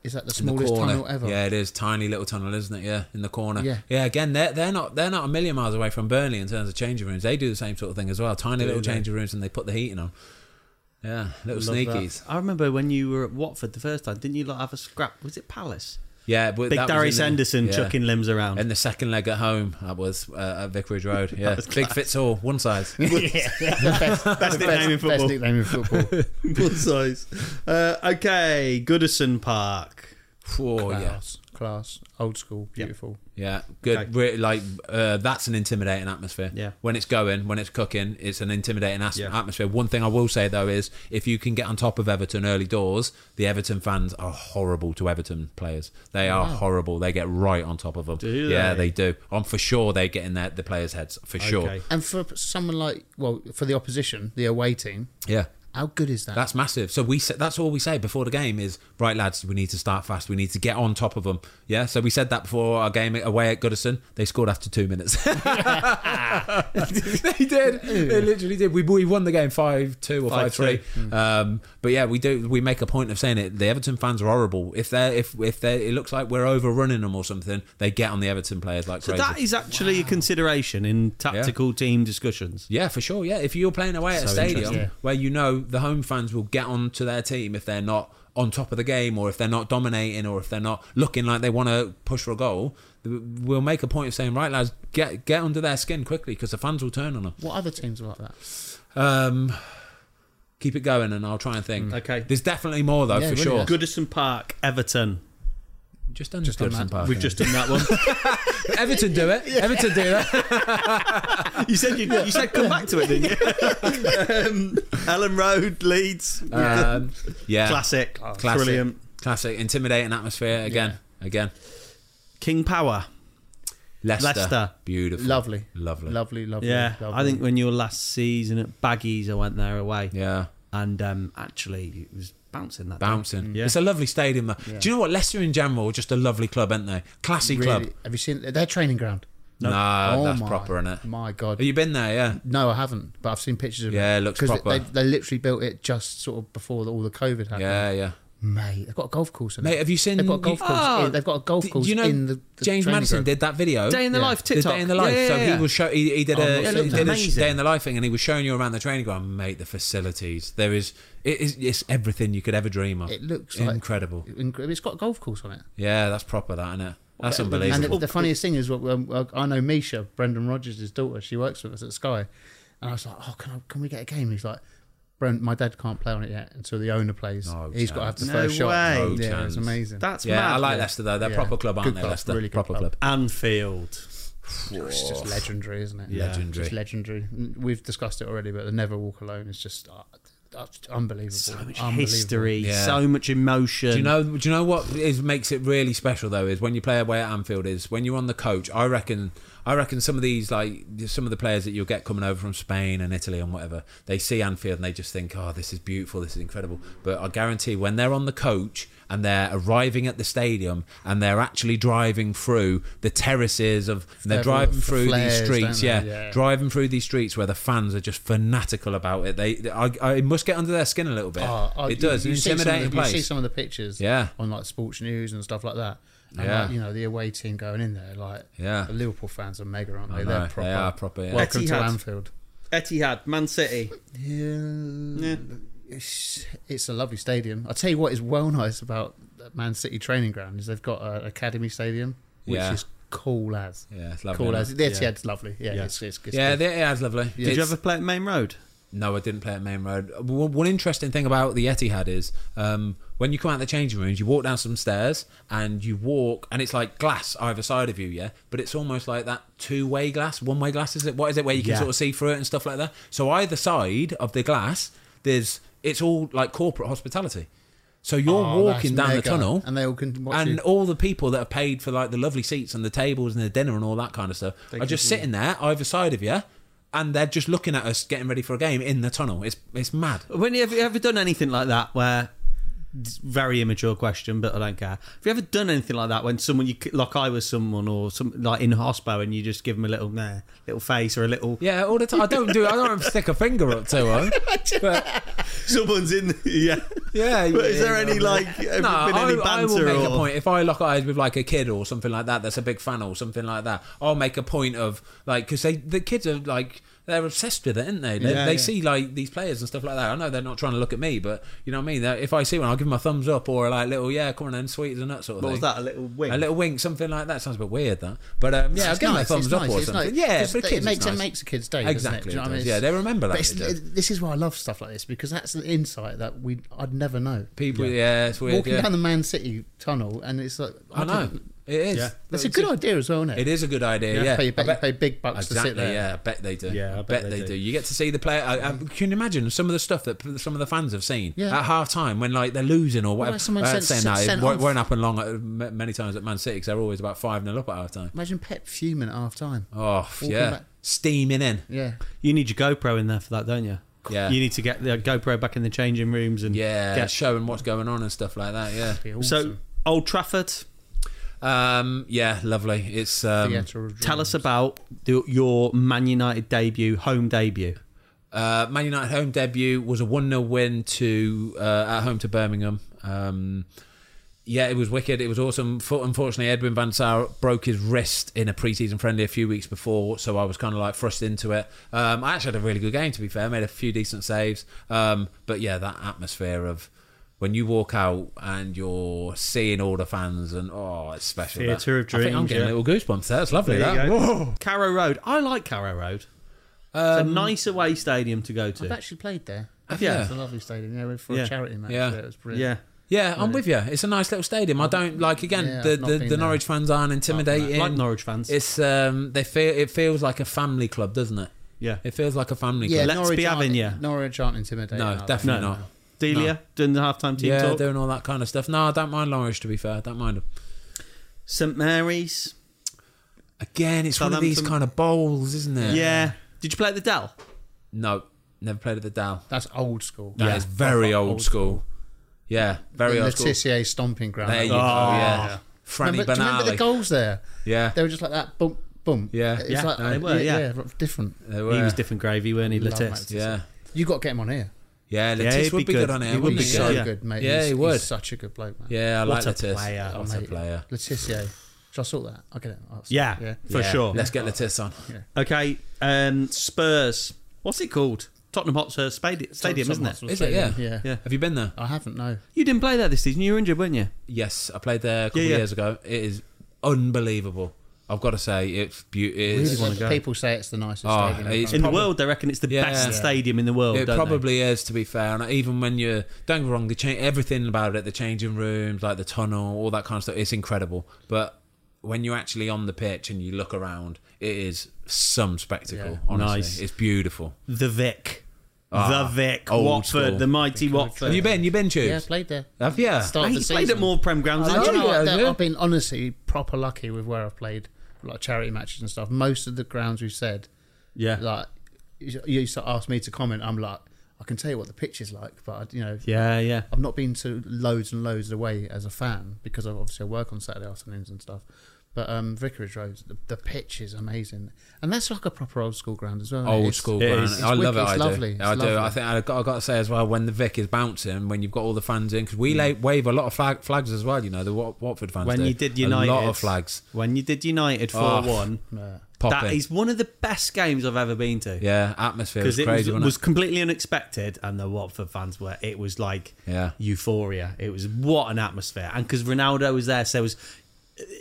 Speaker 3: Is that the
Speaker 1: in the
Speaker 3: smallest
Speaker 1: corner.
Speaker 3: tunnel ever?
Speaker 1: Yeah, it is tiny little tunnel, isn't it? Yeah, in the corner.
Speaker 3: Yeah.
Speaker 1: yeah. Again, they're they're not they're not a million miles away from Burnley in terms of changing rooms. They do the same sort of thing as well. Tiny little changing rooms, and they put the heating on. Yeah, little
Speaker 2: Love
Speaker 1: sneakies.
Speaker 2: that. I remember when you were at Watford the first time, didn't you like have a scrap? Was it Palace?
Speaker 1: Yeah, but
Speaker 2: Big
Speaker 1: that was
Speaker 2: Darius
Speaker 1: in the-
Speaker 2: Henderson
Speaker 1: yeah.
Speaker 2: chucking limbs around.
Speaker 1: And the second leg at home, that was uh, at Vicarage Road. Yeah, big fits all, one size.
Speaker 3: best, best,
Speaker 2: nickname in football.
Speaker 3: Best nickname in football.
Speaker 2: One size. Uh, okay, Goodison Park.
Speaker 1: Oh yeah,
Speaker 3: class, class, old school, beautiful.
Speaker 1: yeah, good.
Speaker 2: Okay.
Speaker 1: Really, like uh, that's an intimidating atmosphere.
Speaker 2: Yeah.
Speaker 1: when it's going, when it's cooking, it's an intimidating as-
Speaker 2: Yeah.
Speaker 1: atmosphere. One thing I will say though is, if you can get on top of Everton early doors, the Everton fans are horrible to Everton players. They are horrible. They get right on top of them.
Speaker 2: Do
Speaker 1: Yeah,
Speaker 2: they?
Speaker 1: they do. I'm for sure they get in their the players' heads for sure.
Speaker 2: Okay.
Speaker 3: And for someone like, well, for the opposition, the away team,
Speaker 1: Yeah.
Speaker 3: how good is that?
Speaker 1: That's massive. So we sa- that's all we say before the game is right, lads. We need to start fast. We need to get on top of them. Yeah. So we said that before our game away at Goodison. They scored after two minutes. they did. They literally did. We, we won the game five two or five three.
Speaker 2: 5-2.
Speaker 1: Um, but yeah, we do. We make a point of saying it. The Everton fans are horrible. If they are if if they it looks like we're overrunning them or something, they get on the Everton players like
Speaker 2: So
Speaker 1: crazy.
Speaker 2: that is actually a consideration in tactical team discussions.
Speaker 1: Yeah, for sure. Yeah, if you're playing away at a
Speaker 2: So
Speaker 1: stadium
Speaker 2: interesting.
Speaker 1: where you know the home fans will get on to their team if they're not on top of the game or if they're not dominating or if they're not looking like they want to push for a goal, th- we'll make a point of saying, right, lads, get get under their skin quickly because the fans will turn on them.
Speaker 3: what other teams are like that?
Speaker 1: Um, keep it going, and I'll try and think.
Speaker 2: Okay.
Speaker 1: there's definitely more though,
Speaker 3: Yeah,
Speaker 1: for
Speaker 3: really,
Speaker 1: sure.
Speaker 3: that's-
Speaker 2: Goodison Park, Everton.
Speaker 1: Just done
Speaker 3: Just done
Speaker 1: Goodison
Speaker 3: that.
Speaker 1: Park.
Speaker 2: We've
Speaker 1: yeah.
Speaker 2: just done that one.
Speaker 1: Everton do it. Everton do it.
Speaker 2: you said you, you said come back to it, didn't you? um, Ellen Road, Leeds.
Speaker 1: Um, yeah,
Speaker 2: Classic. Oh,
Speaker 1: Classic.
Speaker 2: Brilliant.
Speaker 1: classic, intimidating atmosphere again, again.
Speaker 2: King Power.
Speaker 1: Leicester.
Speaker 2: Leicester.
Speaker 1: beautiful,
Speaker 3: Lovely,
Speaker 1: lovely,
Speaker 3: lovely, lovely.
Speaker 2: Yeah,
Speaker 3: lovely.
Speaker 2: I think when you were last season at Baggies, I went there away,
Speaker 1: Yeah,
Speaker 2: and um, actually it was bouncing that.
Speaker 1: bouncing.
Speaker 2: Yeah.
Speaker 1: It's a lovely stadium. Though. Do you know what? Leicester in general, are just a lovely club, aren't they? Classy club.
Speaker 3: Really, have you seen their training ground?
Speaker 1: No,
Speaker 3: oh
Speaker 1: Uh, that's
Speaker 3: my,
Speaker 1: proper, isn't it?
Speaker 3: My God,
Speaker 1: Have you been there? Yeah.
Speaker 3: No, I haven't, but I've seen pictures of it.
Speaker 1: Yeah, it looks
Speaker 3: 'Cause
Speaker 1: proper.
Speaker 3: They, they literally built it just sort of before the, all the COVID happened.
Speaker 1: Yeah, yeah.
Speaker 3: mate, they've got a golf course. In
Speaker 1: Mate,
Speaker 3: it.
Speaker 1: have you seen-
Speaker 3: They've got a golf
Speaker 1: you-
Speaker 3: course.
Speaker 2: Oh,
Speaker 3: in, they've got a golf
Speaker 1: Do
Speaker 3: course
Speaker 1: you know
Speaker 3: in the, the
Speaker 1: James
Speaker 3: training
Speaker 1: Madison
Speaker 3: ground.
Speaker 1: did that video?
Speaker 2: Day in the
Speaker 3: Yeah.
Speaker 2: life
Speaker 1: The
Speaker 2: TikTok.
Speaker 1: day in the life.
Speaker 2: Yeah,
Speaker 1: so
Speaker 2: yeah,
Speaker 1: he
Speaker 2: yeah.
Speaker 1: was show. He, he did
Speaker 2: Oh,
Speaker 1: a,
Speaker 2: yeah, it
Speaker 1: he
Speaker 2: looked
Speaker 1: did a sh-
Speaker 2: amazing.
Speaker 1: day in the life thing, and he was showing you around the training ground. Mate, the facilities. There is it is it's everything you could ever dream of.
Speaker 3: It looks like-
Speaker 1: incredible.
Speaker 3: Incre- It's got a golf course on it.
Speaker 1: yeah, that's proper. That isn't it? That's
Speaker 3: And the,
Speaker 1: unbelievable.
Speaker 3: the funniest thing is, what um, I know Misha, Brendan Rogers' daughter, she works with us at Sky, and I was like, "Oh, can I, can we get a game?" He's like, "Brent, my dad can't play on it yet until the owner plays.
Speaker 1: No
Speaker 3: He's got to have the
Speaker 2: chance. No
Speaker 3: first shot."
Speaker 2: way. No
Speaker 3: yeah,
Speaker 1: chance.
Speaker 3: it's amazing.
Speaker 2: That's
Speaker 1: yeah,
Speaker 2: mad.
Speaker 1: I like Leicester though. They're
Speaker 3: Yeah.
Speaker 1: proper club, aren't
Speaker 3: Good
Speaker 1: they?
Speaker 3: club,
Speaker 1: Leicester,
Speaker 3: really good
Speaker 1: proper club.
Speaker 3: club.
Speaker 2: Anfield.
Speaker 3: it's just legendary, isn't it?
Speaker 2: Yeah.
Speaker 1: Legendary.
Speaker 3: Just legendary. We've discussed it already, but the Never Walk Alone is just uh, that's unbelievable.
Speaker 2: So much
Speaker 3: Unbelievable.
Speaker 2: history.
Speaker 1: Yeah.
Speaker 2: So much emotion.
Speaker 1: Do you know? Do you know what is makes it really special though? Is when you play away at Anfield. Is when you're on the coach. I reckon. I reckon some of these like some of the players that you'll get coming over from Spain and Italy and whatever, they see Anfield and they just think, "Oh, this is beautiful. This is incredible." But I guarantee, when they're on the coach and they're arriving at the stadium and they're actually driving through the terraces of, and they're
Speaker 3: They've
Speaker 1: driving
Speaker 3: got
Speaker 1: through
Speaker 3: flares,
Speaker 1: these
Speaker 3: don't
Speaker 1: streets,
Speaker 3: they?
Speaker 1: yeah,
Speaker 3: Yeah.
Speaker 1: driving through these streets where the fans are just fanatical about it. They, I, I it must get under their skin a little bit.
Speaker 3: Oh, I-
Speaker 1: it does.
Speaker 3: You,
Speaker 1: an
Speaker 3: you see some of the-
Speaker 1: intimidating place.
Speaker 3: You see some of the pictures,
Speaker 1: Yeah.
Speaker 3: on like sports news and stuff like that. And
Speaker 1: Yeah.
Speaker 3: like, you know the away team going in there, like
Speaker 1: Yeah.
Speaker 3: the Liverpool fans are mega, aren't they?
Speaker 1: know,
Speaker 3: They're
Speaker 1: they
Speaker 3: proper.
Speaker 1: are proper, yeah.
Speaker 3: Welcome to
Speaker 2: Etihad.
Speaker 3: Anfield.
Speaker 2: Etihad, Man City.
Speaker 3: Yeah, It's, it's a lovely stadium. I tell you what is well nice about Man City training ground is they've got an academy stadium, which
Speaker 1: Yeah.
Speaker 3: is cool as.
Speaker 1: Yeah, it's lovely,
Speaker 3: Cool
Speaker 1: isn't it?
Speaker 3: as. The Etihad's lovely. Yeah, it's, it's, it's
Speaker 1: yeah,
Speaker 3: good.
Speaker 1: the, yeah, it's lovely.
Speaker 2: Did you
Speaker 1: It's-
Speaker 2: ever play at Main Road?
Speaker 1: No, I didn't play at Main Road. One, one interesting thing about the Etihad is um, when you come out the changing rooms, you walk down some stairs and you walk, and it's like glass either side of you, yeah. But it's almost like that two-way glass, one-way glass. Is it? What is it? Where you can
Speaker 2: Yeah.
Speaker 1: sort of see through it and stuff like that. So either side of the glass, there's it's all like corporate hospitality. So you're
Speaker 3: Oh,
Speaker 1: walking
Speaker 3: that's
Speaker 1: down the
Speaker 3: mega.
Speaker 1: tunnel,
Speaker 3: and they all can watch
Speaker 1: and
Speaker 3: you.
Speaker 1: all the people that have paid for like the lovely seats and the tables and the dinner and all that kind of stuff are just sitting there either side of you, and they're just looking at us getting ready for a game in the tunnel. It's it's mad.
Speaker 2: When you have you ever done anything like that where very immature question, but I don't care. Have you ever done anything like that when someone you like I was someone or some like in hospital and you just give them a little nah, little face or a little
Speaker 1: Yeah, all the time. I don't do. I don't even stick a finger up to her. But
Speaker 2: someone's in yeah.
Speaker 1: yeah,
Speaker 2: But is
Speaker 1: yeah,
Speaker 2: there any
Speaker 1: no.
Speaker 2: like have
Speaker 1: No,
Speaker 2: been
Speaker 1: I,
Speaker 2: any
Speaker 1: I will
Speaker 2: banter
Speaker 1: make
Speaker 2: or
Speaker 1: a point if I lock eyes with like a kid or something like that. That's a big fan or something like that. I'll make a point of like because they the kids are like they're obsessed with it, aren't they? They,
Speaker 2: Yeah,
Speaker 1: they
Speaker 2: yeah.
Speaker 1: see like these players and stuff like that. I know they're not trying to look at me, but you know what I mean. They're- If I see one, I'll give them a thumbs up or like little yeah, come on then, sweet as a nut sort of
Speaker 2: what was
Speaker 1: thing.
Speaker 2: that a little wink?
Speaker 1: A little wink, something like that. Sounds a bit weird, that. But um, yeah, I'll
Speaker 3: It's
Speaker 1: give them a
Speaker 3: nice,
Speaker 1: thumbs
Speaker 3: it's
Speaker 1: up
Speaker 3: nice,
Speaker 1: or
Speaker 3: it's
Speaker 1: something.
Speaker 3: nice.
Speaker 1: Yeah,
Speaker 3: Just
Speaker 1: for
Speaker 3: that
Speaker 1: kids,
Speaker 3: it makes
Speaker 1: it's nice.
Speaker 3: it makes a kid's day.
Speaker 1: Exactly,
Speaker 3: doesn't it? Do you
Speaker 1: it
Speaker 3: know what I mean?
Speaker 1: does. Yeah, they remember that,
Speaker 3: But it's-
Speaker 1: they do.
Speaker 3: this is why I love stuff like this because that's an insight that we I'd never know.
Speaker 1: people. Yeah, it's weird.
Speaker 3: Walking
Speaker 1: yeah.
Speaker 3: down the Man City tunnel, and it's like
Speaker 1: I know
Speaker 3: didn't-
Speaker 1: it is.
Speaker 2: Yeah.
Speaker 3: That's a good idea as well, isn't it?
Speaker 1: It is a good idea. Yeah,
Speaker 3: You pay, you bet-
Speaker 1: I
Speaker 3: you pay big bucks
Speaker 1: Exactly.
Speaker 3: to sit there.
Speaker 1: Yeah, I bet they do.
Speaker 2: Yeah,
Speaker 1: I bet, they, do. You get to see the player. I, I, can you imagine some of the stuff that some of the fans have seen
Speaker 3: Yeah.
Speaker 1: at half time when like they're losing or whatever?
Speaker 3: about someone
Speaker 1: Uh,
Speaker 3: sent-
Speaker 1: saying
Speaker 3: sent-
Speaker 1: that it
Speaker 3: sent
Speaker 1: won't,
Speaker 3: off?
Speaker 1: won't happen long uh, ma- many times at Man City 'cause they're always about five 0 up at half time.
Speaker 3: Imagine Pep fuming at half time.
Speaker 1: Oh yeah,
Speaker 3: back.
Speaker 1: steaming in.
Speaker 3: Yeah.
Speaker 2: You need your GoPro in there for that, don't you?
Speaker 1: Yeah.
Speaker 2: You need to get the GoPro back in the changing rooms and
Speaker 1: Yeah,
Speaker 2: get-
Speaker 1: showing what's going on and stuff like that. Yeah,
Speaker 3: Be awesome.
Speaker 2: So Old Trafford,
Speaker 1: um, yeah, lovely. It's um,
Speaker 3: Theatre of
Speaker 2: tell us about the, your Man United debut, home debut.
Speaker 1: Uh, Man United home debut was a 1 0 win to uh, at home to Birmingham. Um, yeah, it was wicked. It was awesome. For, unfortunately, Edwin Van Sar broke his wrist in a preseason friendly a few weeks before, so I was kind of like thrust into it. Um, I actually had a really good game, to be fair. made a few decent saves. Um, but yeah, that atmosphere of when you walk out and you're seeing all the fans, and oh, it's special. that.
Speaker 2: Theatre of
Speaker 1: I think I'm
Speaker 2: dreams,
Speaker 1: getting
Speaker 2: yeah.
Speaker 1: little goosebumps. there. That's lovely.
Speaker 2: There
Speaker 1: that.
Speaker 2: you go.
Speaker 1: Whoa.
Speaker 2: Carrow Road. I like Carrow Road. Um, it's a nice away stadium to go
Speaker 3: I've
Speaker 2: to.
Speaker 3: actually played there.
Speaker 1: Yeah.
Speaker 3: It's a lovely stadium. Yeah, we went for
Speaker 2: Yeah.
Speaker 3: a charity match.
Speaker 1: Yeah.
Speaker 3: Yeah. it was brilliant.
Speaker 2: Yeah.
Speaker 1: Yeah, I'm with you. It's a nice little stadium. I don't like again
Speaker 3: Yeah,
Speaker 1: the
Speaker 3: I've not
Speaker 1: the,
Speaker 3: been
Speaker 1: the
Speaker 3: there.
Speaker 1: Norwich fans aren't intimidating.
Speaker 2: Like Norwich fans.
Speaker 1: It's um they feel it feels like a family club, doesn't it?
Speaker 2: yeah.
Speaker 1: It feels like a family
Speaker 3: Yeah,
Speaker 1: club.
Speaker 2: Let's
Speaker 3: Norwich
Speaker 2: be
Speaker 3: aren't-
Speaker 2: having you.
Speaker 3: Norwich aren't intimidating.
Speaker 1: No,
Speaker 3: are they?
Speaker 1: definitely
Speaker 2: No.
Speaker 1: not.
Speaker 2: Delia doing the halftime team
Speaker 1: Yeah,
Speaker 2: talk.
Speaker 1: doing all that kind of stuff. No, I don't mind Norwich to be fair. I don't mind them.
Speaker 2: St Mary's.
Speaker 1: Again, it's one of these
Speaker 2: Southampton.
Speaker 1: kind of bowls, isn't
Speaker 2: Yeah.
Speaker 1: it?
Speaker 2: Did you play at the Dell?
Speaker 1: No, never played at the Dow.
Speaker 3: That's old school.
Speaker 1: That is very old,
Speaker 3: old
Speaker 1: school. Yeah, very
Speaker 3: The
Speaker 1: old school.
Speaker 3: Letitia stomping ground.
Speaker 1: There you go.
Speaker 2: Oh.
Speaker 1: Yeah, Franny
Speaker 3: remember, do you remember the
Speaker 1: Benali.
Speaker 3: goals there?
Speaker 1: Yeah,
Speaker 3: They were just like that. Bump, bump.
Speaker 1: Yeah.
Speaker 3: It's
Speaker 2: Yeah,
Speaker 3: like,
Speaker 2: they were, yeah.
Speaker 3: different.
Speaker 1: they
Speaker 2: He
Speaker 1: were.
Speaker 2: was different gravy, weren't he?
Speaker 3: Love
Speaker 2: Letest.
Speaker 3: Matt.
Speaker 1: Yeah,
Speaker 3: You got to get him on here.
Speaker 1: yeah.
Speaker 2: Yeah,
Speaker 1: Lettice
Speaker 2: he'd
Speaker 1: would be good on it.
Speaker 2: He would be
Speaker 3: he's
Speaker 2: good.
Speaker 3: so
Speaker 2: Yeah.
Speaker 3: good, mate.
Speaker 1: Yeah,
Speaker 3: he's,
Speaker 1: he would.
Speaker 3: He's such a good bloke, man.
Speaker 1: Yeah, I
Speaker 2: What
Speaker 1: like
Speaker 2: a
Speaker 1: Lettice.
Speaker 2: player.
Speaker 1: What a
Speaker 3: Mate,
Speaker 1: player.
Speaker 3: Letitia. Should I sort that? I'll get it. I'll-
Speaker 2: Yeah, for
Speaker 1: Yeah,
Speaker 2: sure.
Speaker 1: Let's get Lettice on.
Speaker 2: Okay, um, Spurs. What's it called? Tottenham Hotspur Spadi- Stadium,
Speaker 3: Some-
Speaker 2: isn't it?
Speaker 3: some
Speaker 1: Is it?
Speaker 3: stadium,
Speaker 1: Yeah.
Speaker 3: Yeah.
Speaker 1: Have you been there?
Speaker 3: I haven't, no.
Speaker 2: You didn't play there this season. You were injured, weren't you?
Speaker 1: Yes, I played there a couple
Speaker 2: Yeah, yeah.
Speaker 1: of years ago. It is unbelievable. I've got to say, it's beautiful.
Speaker 2: wanna go.
Speaker 3: People say it's the nicest
Speaker 1: Oh,
Speaker 3: stadium.
Speaker 1: it's
Speaker 3: I've
Speaker 2: In
Speaker 3: done.
Speaker 2: the world, they reckon it's the
Speaker 1: Yeah.
Speaker 2: best
Speaker 1: Yeah.
Speaker 2: stadium in the world.
Speaker 1: It
Speaker 2: don't
Speaker 1: probably is, to be fair. And even when you don't get me wrong, the cha- everything about it, the changing rooms, like the tunnel, all that kind of stuff, it's incredible. But when you're actually on the pitch and you look around, it is some spectacle.
Speaker 3: Yeah.
Speaker 1: Honestly,
Speaker 2: Nice.
Speaker 1: it's beautiful.
Speaker 2: they? the Vic,
Speaker 1: Ah,
Speaker 2: the Vic,
Speaker 1: old
Speaker 2: Watford,
Speaker 1: school.
Speaker 2: the mighty Watford.
Speaker 1: Have you been? You been, Tubes?
Speaker 3: Yeah, I played there.
Speaker 1: Have you?
Speaker 3: Start of
Speaker 2: He
Speaker 3: the
Speaker 2: played at
Speaker 3: season.
Speaker 2: more prem grounds.
Speaker 3: I
Speaker 2: than you.
Speaker 3: do you know
Speaker 1: Yeah,
Speaker 3: what, that-
Speaker 1: yeah.
Speaker 3: I've been honestly proper lucky with where I've played like charity matches and stuff. Most of the grounds we've said,
Speaker 2: Yeah,
Speaker 3: like you you used to ask me to comment. I'm like, I can tell you what the pitch is like, but you know,
Speaker 2: yeah, yeah.
Speaker 3: I've not been to loads and loads away as a fan because I obviously I work on Saturday afternoons and stuff. But um, Vicarage Road, the, the pitch is amazing, and that's like a proper old school ground as well. isn't it?
Speaker 1: old
Speaker 3: It's-
Speaker 1: school
Speaker 2: it
Speaker 1: ground.
Speaker 2: is.
Speaker 1: I
Speaker 3: It's
Speaker 1: love it.
Speaker 3: wicked. It's
Speaker 1: I
Speaker 3: lovely.
Speaker 1: do.
Speaker 3: It's
Speaker 1: I do. I
Speaker 3: lovely.
Speaker 1: think I got, I got to say as well when the Vic is bouncing, when you've got all the fans in, because we lay, wave a lot of flag, flags as well. You know the Wat, Watford fans.
Speaker 2: Mm. When
Speaker 1: do.
Speaker 2: you did
Speaker 1: a
Speaker 2: United,
Speaker 1: lot of flags Ah,
Speaker 2: When you did United four one,
Speaker 1: popping.
Speaker 2: that is one of the best games I've ever been to.
Speaker 1: yeah, atmosphere was
Speaker 2: it
Speaker 1: crazy.
Speaker 2: was,
Speaker 1: wasn't
Speaker 2: was
Speaker 1: it?
Speaker 2: completely unexpected, and the Watford fans were. It was like
Speaker 1: Yeah.
Speaker 2: euphoria. It was what an atmosphere, and because Ronaldo was there, so it was.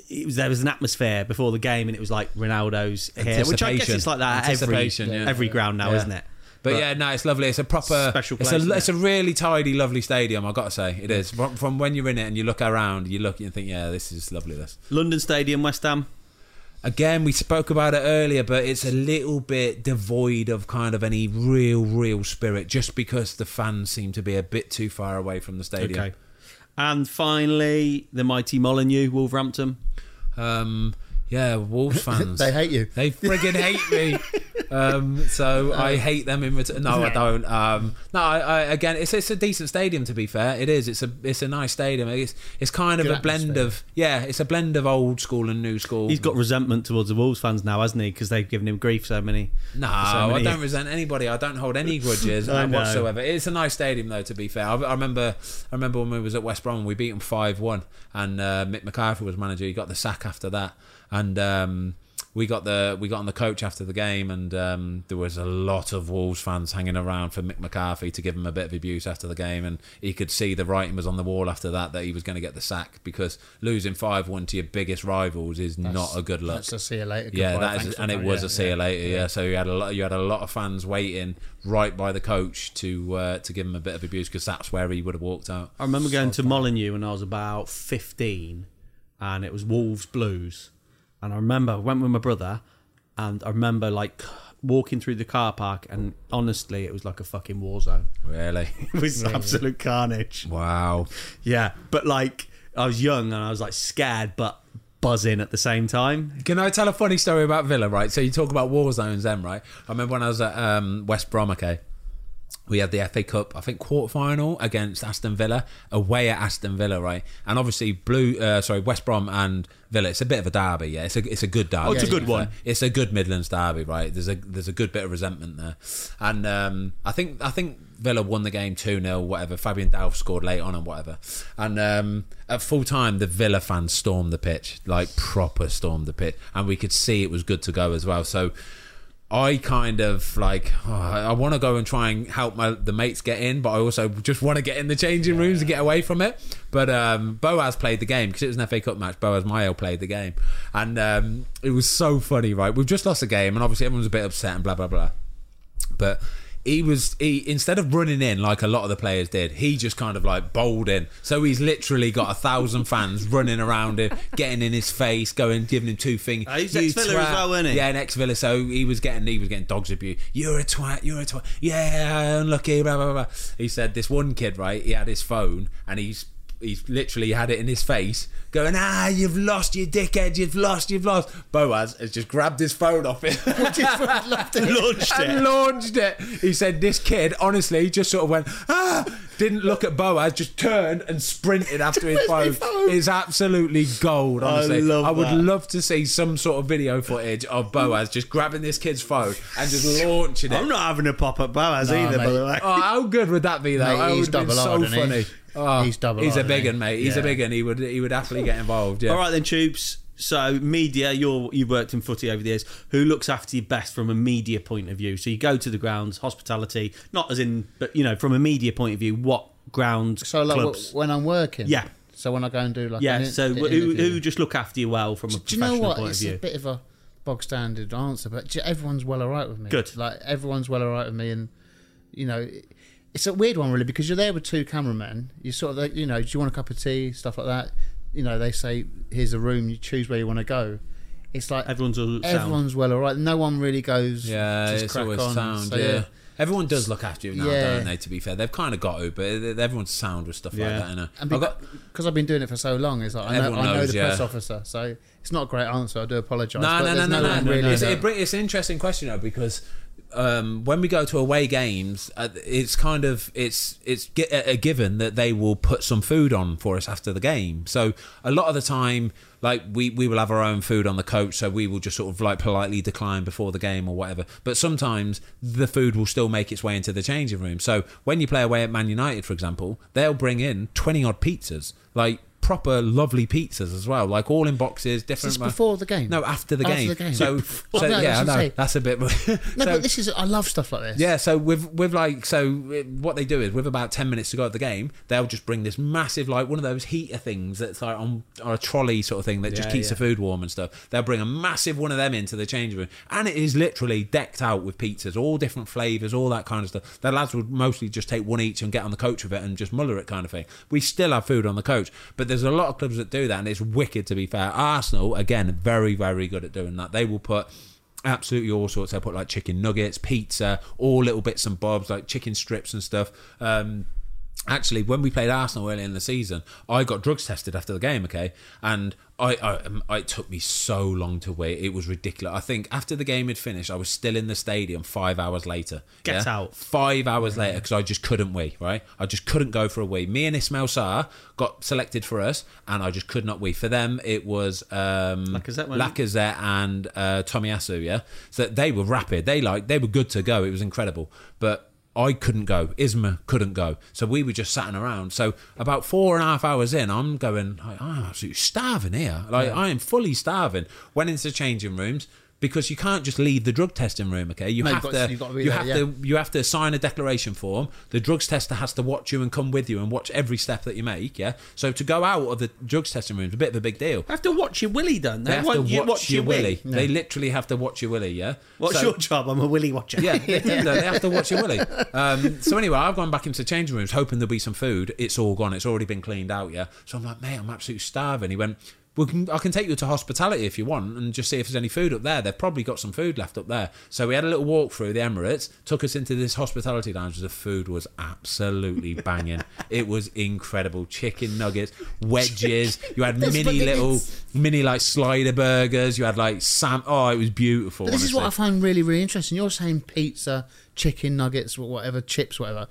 Speaker 2: It was there was an atmosphere before the game, and it was like Ronaldo's here, which I guess
Speaker 1: Anticipation.
Speaker 2: it's like that at every
Speaker 1: Anticipation, yeah.
Speaker 2: every ground now,
Speaker 1: Yeah.
Speaker 2: isn't it?
Speaker 1: But, yeah, no, it's lovely. It's a proper
Speaker 2: Special
Speaker 1: It's
Speaker 2: place, isn't
Speaker 1: a
Speaker 2: it?
Speaker 1: it's a really tidy, lovely stadium. I got to say, it is. From, from when you're in it and you look around, you look and you think, yeah, this is lovely. This
Speaker 2: London Stadium, West Ham.
Speaker 1: again, we spoke about it earlier, but it's a little bit devoid of kind of any real, real spirit, just because the fans seem to be a bit too far away from the stadium.
Speaker 2: Okay, and finally the mighty Molyneux, Wolverhampton.
Speaker 1: Um, yeah, Wolves fans.
Speaker 3: They hate you.
Speaker 1: They friggin' hate me. Um, so I
Speaker 3: Uh,
Speaker 1: hate them in return. No, I
Speaker 3: yeah.
Speaker 1: don't. Um, no, I, I, again, it's it's a decent stadium to be fair. It is. It's a it's a nice stadium. It's it's kind of
Speaker 3: Good
Speaker 1: a blend
Speaker 3: atmosphere.
Speaker 1: of yeah. It's a blend of old school and new school.
Speaker 2: He's got resentment towards the Wolves fans now, hasn't he? Because they've given him grief so many.
Speaker 1: No,
Speaker 2: for so
Speaker 1: I
Speaker 2: many-
Speaker 1: don't resent anybody. I don't hold any grudges
Speaker 2: I
Speaker 1: uh,
Speaker 2: know.
Speaker 1: whatsoever. It's a nice stadium, though. To be fair, I, I remember. I remember when we was at West Brom, we beat them five one, and uh, Mick McCarthy was manager. He got the sack after that, and um, we got the we got on the coach after the game, and um, there was a lot of Wolves fans hanging around for Mick McCarthy to give him a bit of abuse after the game, and he could see the writing was on the wall after that that he was going to get the sack because losing five one to your biggest rivals is not a good look.
Speaker 3: That's a see you later.
Speaker 1: Yeah,
Speaker 3: goodbye,
Speaker 1: that is,
Speaker 3: thanks for
Speaker 1: and it
Speaker 3: coming,
Speaker 1: was
Speaker 3: yeah,
Speaker 1: a see
Speaker 3: yeah.
Speaker 1: you later. Yeah. so you had a lot, you had a lot of fans waiting right by the coach to uh, to give him a bit of abuse because that's where he would have walked out.
Speaker 2: I remember going to Molyneux when I was about 15 and it was Wolves Blues. And I remember I went with my brother and I remember like walking through the car park and honestly it was like a fucking war zone.
Speaker 1: Really?
Speaker 2: It was absolute carnage.
Speaker 1: Wow.
Speaker 2: Yeah, but like I was young and I was like scared but buzzing at the same time.
Speaker 1: Can I tell a funny story about Villa? Right. So you talk about war zones, then, right? I remember when I was at um, West Brom. Okay. we had the FA Cup, I think, quarter final against Aston Villa, away at Aston Villa, right? And obviously, Blue, uh, sorry, West Brom and Villa. It's a bit of a derby, yeah. It's a it's a good derby.
Speaker 2: Oh, it's a
Speaker 1: to
Speaker 2: good
Speaker 1: be fair.
Speaker 2: one.
Speaker 1: It's a good Midlands derby, right? There's a there's a good bit of resentment there, and um, I think I think Villa won the game two 0 whatever. Fabian Delph scored late on and whatever, and um, at full time the Villa fans stormed the pitch, like proper stormed the pitch, and we could see it was good to go as well. So. I kind of like oh, I want to go and try and help my the mates get in, but I also just want to get in the changing rooms and get away from it. But um, Boaz played the game because it was an FA Cup match. Boaz Mayo played the game, and um, it was so funny. Right, we've just lost a game, and obviously everyone's a bit upset and blah blah blah but he was he instead of running in like a lot of the players did he just kind of like bowled in so he's literally got a thousand fans running around him getting in his face going giving him two fingers
Speaker 2: Oh, he's
Speaker 1: "You
Speaker 2: ex-Villa as
Speaker 1: twat."
Speaker 2: well, isn't he?
Speaker 1: yeah an ex-Villa so he was getting he was getting dogs abuse you're a twat you're a twat yeah unlucky blah blah blah he said this one kid right he had his phone and he's he's literally had it in his face going ah you've lost you dickhead you've lost you've lost Boaz has just grabbed his phone off him
Speaker 2: Launched
Speaker 1: and
Speaker 2: it.
Speaker 1: launched it. He said, "This kid, honestly, just sort of went ah." Didn't look at Boaz, just turned and sprinted after his phone. It's absolutely gold, honestly. I,
Speaker 2: love
Speaker 1: would
Speaker 2: that.
Speaker 1: love to see some sort of video footage of Boaz just grabbing this kid's phone and just launching it.
Speaker 2: I'm not having a pop at Boaz either, by
Speaker 3: mate.
Speaker 2: the way.
Speaker 1: Oh, how good would that be, though?
Speaker 3: Mate,
Speaker 1: That
Speaker 3: he's
Speaker 1: would have been
Speaker 3: double R,
Speaker 1: so
Speaker 3: isn't
Speaker 1: funny.
Speaker 3: he?
Speaker 1: Oh,
Speaker 3: He's double
Speaker 1: He's
Speaker 3: R,
Speaker 1: a big
Speaker 3: isn't
Speaker 1: one,
Speaker 3: he?
Speaker 1: mate. He's a
Speaker 3: Yeah.
Speaker 1: big one. He would he would happily get involved. Yeah.
Speaker 2: All right then, Tubes. So media, you're you've worked in footy over the years. Who looks after you best from a media point of view? So you go to the grounds, hospitality, not as in, but you know, from a media point of view, what ground
Speaker 3: So like
Speaker 2: clubs?
Speaker 3: w- when I'm working.
Speaker 2: Yeah.
Speaker 3: So when I go and do like
Speaker 2: yeah.
Speaker 3: an in-
Speaker 2: So
Speaker 3: an
Speaker 2: who,
Speaker 3: interview.
Speaker 2: who just look after you well from a
Speaker 3: do you know
Speaker 2: professional
Speaker 3: what?
Speaker 2: point
Speaker 3: It's
Speaker 2: of
Speaker 3: a
Speaker 2: view?
Speaker 3: bit of a bog standard answer, but j- everyone's well alright with me.
Speaker 2: Good.
Speaker 3: Like everyone's well alright with me, and you know, it- it's a weird one really because you're there with two cameramen. You sort of, like, you know, do you want a cup of tea, stuff like that. You know, they say here's a room, you choose where you want to go. It's like
Speaker 2: Everyone's all sound.
Speaker 3: everyone's well alright. No one really goes.
Speaker 1: Yeah,
Speaker 3: just
Speaker 1: it's
Speaker 3: crack
Speaker 1: always
Speaker 3: on.
Speaker 1: sound.
Speaker 3: So,
Speaker 1: yeah. everyone does look after you now,
Speaker 3: Yeah.
Speaker 1: don't they? To be fair, they've kind of got to, but everyone's sound with stuff
Speaker 2: Yeah.
Speaker 1: like that. You know,
Speaker 3: And
Speaker 1: I've got
Speaker 3: because I've been doing it for so long, it's like I know,
Speaker 1: Everyone
Speaker 3: I know
Speaker 1: knows,
Speaker 3: the press
Speaker 1: yeah.
Speaker 3: officer, so it's not a great answer. I do apologise.
Speaker 1: no, no,
Speaker 3: but
Speaker 1: no,
Speaker 3: there's
Speaker 1: no, no,
Speaker 3: one
Speaker 1: no.
Speaker 3: really
Speaker 1: It's,
Speaker 3: that-
Speaker 1: it, bring- it's an interesting question though because um, when we go to away games, uh, it's kind of it's it's gi- a a given that they will put some food on for us after the game. So a lot of the time, like we we will have our own food on the coach, so we will just sort of like politely decline before the game or whatever. But sometimes the food will still make its way into the changing room. So when you play away at Man United, for example, they'll bring in twenty odd pizzas, like. Proper lovely pizzas as well, like all in boxes, different.
Speaker 3: this before the game?
Speaker 1: No, after the
Speaker 3: After
Speaker 1: game.
Speaker 3: the game.
Speaker 1: So,
Speaker 3: Oh,
Speaker 1: so yeah,
Speaker 3: no,
Speaker 1: I
Speaker 3: that's
Speaker 1: know
Speaker 3: insane.
Speaker 1: that's a bit. no,
Speaker 3: No, but this is I love stuff like this.
Speaker 1: yeah, so with with like so uh, what they do is with about ten minutes to go at the game, they'll just bring this massive like one of those heater things that's like on, on a trolley sort of thing that just
Speaker 2: Yeah,
Speaker 1: keeps the
Speaker 2: yeah.
Speaker 1: food warm and stuff. They'll bring a massive one of them into the changing room, and it is literally decked out with pizzas, all different flavors, all that kind of stuff. The lads would mostly just take one each and get on the coach with it and just muller it kind of thing. We still have food on the coach, but there's a lot of clubs that do that, and it's wicked to be fair. Arsenal again, very very good at doing that. They will put absolutely all sorts. They put like chicken nuggets, pizza, all little bits and bobs, like chicken strips and stuff. Um, actually when we played Arsenal early in the season, I got drugs tested after the game. Okay, and I, I, um, I it took me so long to wait. It was ridiculous. I think after the game had finished, I was still in the stadium five hours later.
Speaker 2: Get out.
Speaker 1: Five hours later because I just couldn't wait. Right, I just couldn't go for a wee. Me and Ismail Sarr got selected for us, and I just could not wait. For them, it was um,
Speaker 2: Lacazette, wasn't it?
Speaker 1: Lacazette and uh, Tommy Asu, yeah. So they were rapid. They like they were good to go. It was incredible. But I couldn't go. Isma couldn't go. So we were just sat around. So about four and a half hours in, I'm going. Like, I'm absolutely starving here. Like I am fully starving. Went into the changing rooms because you can't just leave the drug testing room. Okay, you
Speaker 3: No,
Speaker 1: have
Speaker 3: you've got-
Speaker 1: to.
Speaker 3: you've got to be
Speaker 1: you
Speaker 3: there,
Speaker 1: have
Speaker 3: yeah.
Speaker 1: to you have to sign a declaration form. The drugs tester has to watch you and come with you and watch every step that you make. Yeah. So to go out of the drugs testing room is a bit of a big deal.
Speaker 2: I have to watch your willy, don't they?
Speaker 1: They have
Speaker 2: What-
Speaker 1: to
Speaker 2: you-
Speaker 1: watch,
Speaker 2: watch
Speaker 1: your
Speaker 2: willy.
Speaker 1: willy. They literally have to watch your willy. Yeah.
Speaker 2: What's
Speaker 1: So-
Speaker 2: your job? I'm a willy watcher.
Speaker 1: yeah, they, do, though. They have to watch it, Willie. Um, so anyway, I've gone back into changing rooms hoping there'll be some food. It's all gone. It's already been cleaned out. Yeah. So I'm like, mate, I'm absolutely starving. He went, we can, I can take you to hospitality if you want and just see if there's any food up there. They've probably got some food left up there. So we had a little walk through the Emirates, took us into this hospitality lounge. The food was absolutely banging. it was incredible. Chicken nuggets, wedges. You had
Speaker 3: That's
Speaker 1: mini
Speaker 3: what it
Speaker 1: little,
Speaker 3: is.
Speaker 1: mini like slider burgers. You had like Sam. Oh, it was beautiful.
Speaker 3: But this is what I
Speaker 1: honestly.
Speaker 3: find really, really interesting. You're saying pizza, chicken nuggets, wh- whatever, chips, whatever.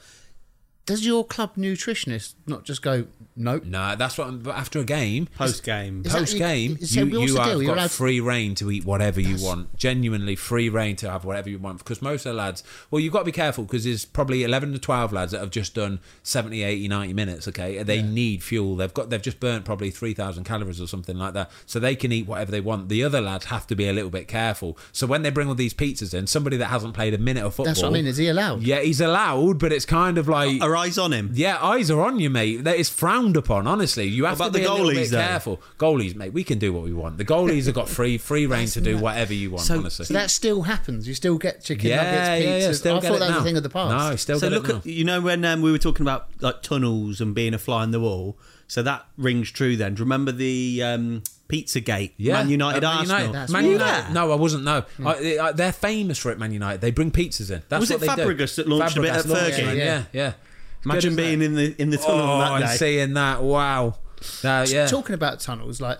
Speaker 3: Does your club nutritionist not just go, nope?
Speaker 1: No, that's what. But after a game,
Speaker 2: Post game.
Speaker 3: Is that-
Speaker 1: post game,
Speaker 3: so
Speaker 1: you,
Speaker 3: what's
Speaker 1: you
Speaker 3: the
Speaker 1: have
Speaker 3: deal? You're
Speaker 1: got
Speaker 3: allowed-
Speaker 1: free reign to eat whatever you want. Genuinely free reign to have whatever you want. Because most of the lads, well, you've got to be careful because there's probably 11 to 12 lads that have just done 70, 80, 90 minutes. Okay, they need fuel. They've got they've just burnt probably 3,000 calories or something like that, so they can eat whatever they want. The other lads have to be a little bit careful. So when they bring all these pizzas in, somebody that hasn't played a minute of football,
Speaker 3: That's what I mean. Is he allowed?
Speaker 1: Yeah, he's allowed, but it's kind of like
Speaker 2: Are eyes on him?
Speaker 1: yeah, eyes are on you, mate. That is frowned upon. Honestly, you have
Speaker 2: What about
Speaker 1: to be
Speaker 2: the
Speaker 1: a little bit
Speaker 2: goalies, though?
Speaker 1: careful. Goalies, mate, we can do what we want. The goalies have got free free reign to do whatever you want.
Speaker 2: So-
Speaker 1: honestly,
Speaker 3: So that still happens. You still get chicken
Speaker 1: yeah,
Speaker 3: nuggets,
Speaker 1: yeah,
Speaker 3: pizza.
Speaker 1: yeah, still
Speaker 3: I
Speaker 1: get
Speaker 3: thought
Speaker 1: it
Speaker 3: that was
Speaker 1: now.
Speaker 3: a thing of the past.
Speaker 1: No, still
Speaker 2: So
Speaker 1: get
Speaker 2: look
Speaker 1: it now.
Speaker 2: at you know when um, we were talking about like tunnels and being a fly in the wall. So that rings true. Then Do you remember the um, Pizza Gate, Man United,
Speaker 1: Uh, Man
Speaker 2: Arsenal.
Speaker 1: United.
Speaker 3: That's
Speaker 1: Man
Speaker 3: right.
Speaker 1: United. No, I wasn't. No, I, I, they're famous for it. Man United. They bring pizzas in. That's
Speaker 2: Was
Speaker 1: what
Speaker 2: it
Speaker 1: they
Speaker 2: Fabregas
Speaker 1: do.
Speaker 2: that launched a bit
Speaker 1: Fabregas
Speaker 2: at
Speaker 1: launched
Speaker 3: Fergie?
Speaker 1: it, Yeah, yeah.
Speaker 3: Yeah.
Speaker 1: It's good,
Speaker 2: Imagine
Speaker 1: isn't
Speaker 2: being
Speaker 1: it?
Speaker 2: in the in the tunnel
Speaker 1: oh,
Speaker 2: on
Speaker 1: and
Speaker 2: that day.
Speaker 1: seeing that. Wow. Uh, yeah.
Speaker 3: Talking about tunnels, like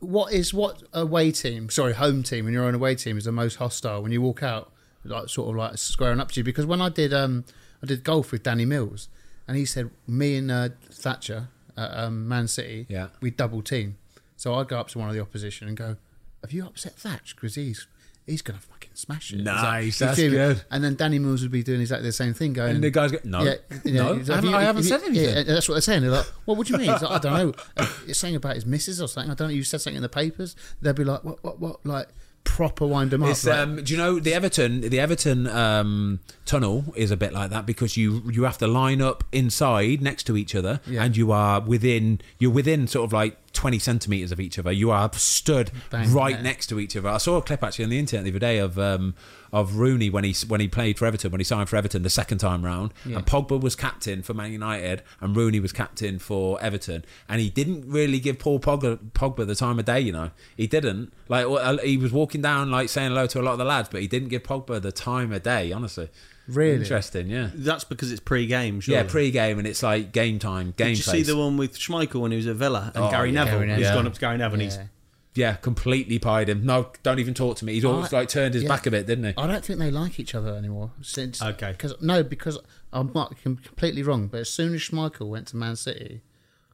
Speaker 3: what is what away team? Sorry, home team. When you're on away team, is the most hostile when you walk out, like sort of like squaring up to you. Because when I did, um, I did golf with Danny Mills, and he said me and uh, Thatcher at um, Man City,
Speaker 1: Yeah.
Speaker 3: we double team. So I go up to one of the opposition and go, "Have you upset Thatch? Because he's he's gonna fucking smash it." It's
Speaker 1: Nice,
Speaker 3: you
Speaker 1: that's
Speaker 3: feel me?
Speaker 1: good.
Speaker 3: And then Danny Mills would be doing exactly the same thing, going,
Speaker 1: And the guys go, "No, no,
Speaker 3: he's
Speaker 1: I haven't-
Speaker 3: "Have
Speaker 1: I haven't
Speaker 3: have
Speaker 1: said anything."
Speaker 3: yeah, and that's what they're saying. They're like, "Well, what do you mean?" It's like, I don't know. It's saying about his missus or something. I don't know. You said something in the papers. They'll be like, "What? What? What?" Like proper wind them up.
Speaker 1: It's,
Speaker 3: like,
Speaker 1: um, do you know the Everton? The Everton um, tunnel is a bit like that because you you have to line up inside next to each other,
Speaker 3: Yeah.
Speaker 1: and you are within you're within sort of like twenty centimeters of each other. You are stood
Speaker 3: Bang,
Speaker 1: right
Speaker 3: yeah.
Speaker 1: next to each other. I saw a clip actually on the internet the other day of um, of Rooney when he when he played for Everton when he signed for Everton the second time round, and Pogba was captain for Man United and Rooney was captain for Everton, and he didn't really give Paul Pogba, Pogba the time of day. You know, he didn't like well, uh, he was walking down like saying hello to a lot of the lads, but he didn't give Pogba the time of day. Honestly,
Speaker 3: Really?
Speaker 1: interesting. Yeah,
Speaker 2: That's because it's pre-game. Surely.
Speaker 1: yeah. Pre-game and it's like game time. Game
Speaker 2: Did you see
Speaker 1: face.
Speaker 2: the one with Schmeichel when he was at Villa and
Speaker 1: Oh,
Speaker 2: Gary
Speaker 1: yeah.
Speaker 2: Neville?
Speaker 3: Gary
Speaker 2: He's
Speaker 3: Neville.
Speaker 2: gone up to Gary Neville. and
Speaker 3: yeah.
Speaker 2: He's
Speaker 1: yeah, completely pied him. No, don't even talk to me.
Speaker 2: Oh,
Speaker 1: He's always
Speaker 3: I-
Speaker 1: like turned his
Speaker 3: yeah.
Speaker 1: back a bit, didn't he?
Speaker 3: I don't think they like each other anymore since.
Speaker 2: Okay.
Speaker 3: Because no, because I'm not I'm completely wrong. But as soon as Schmeichel went to Man City,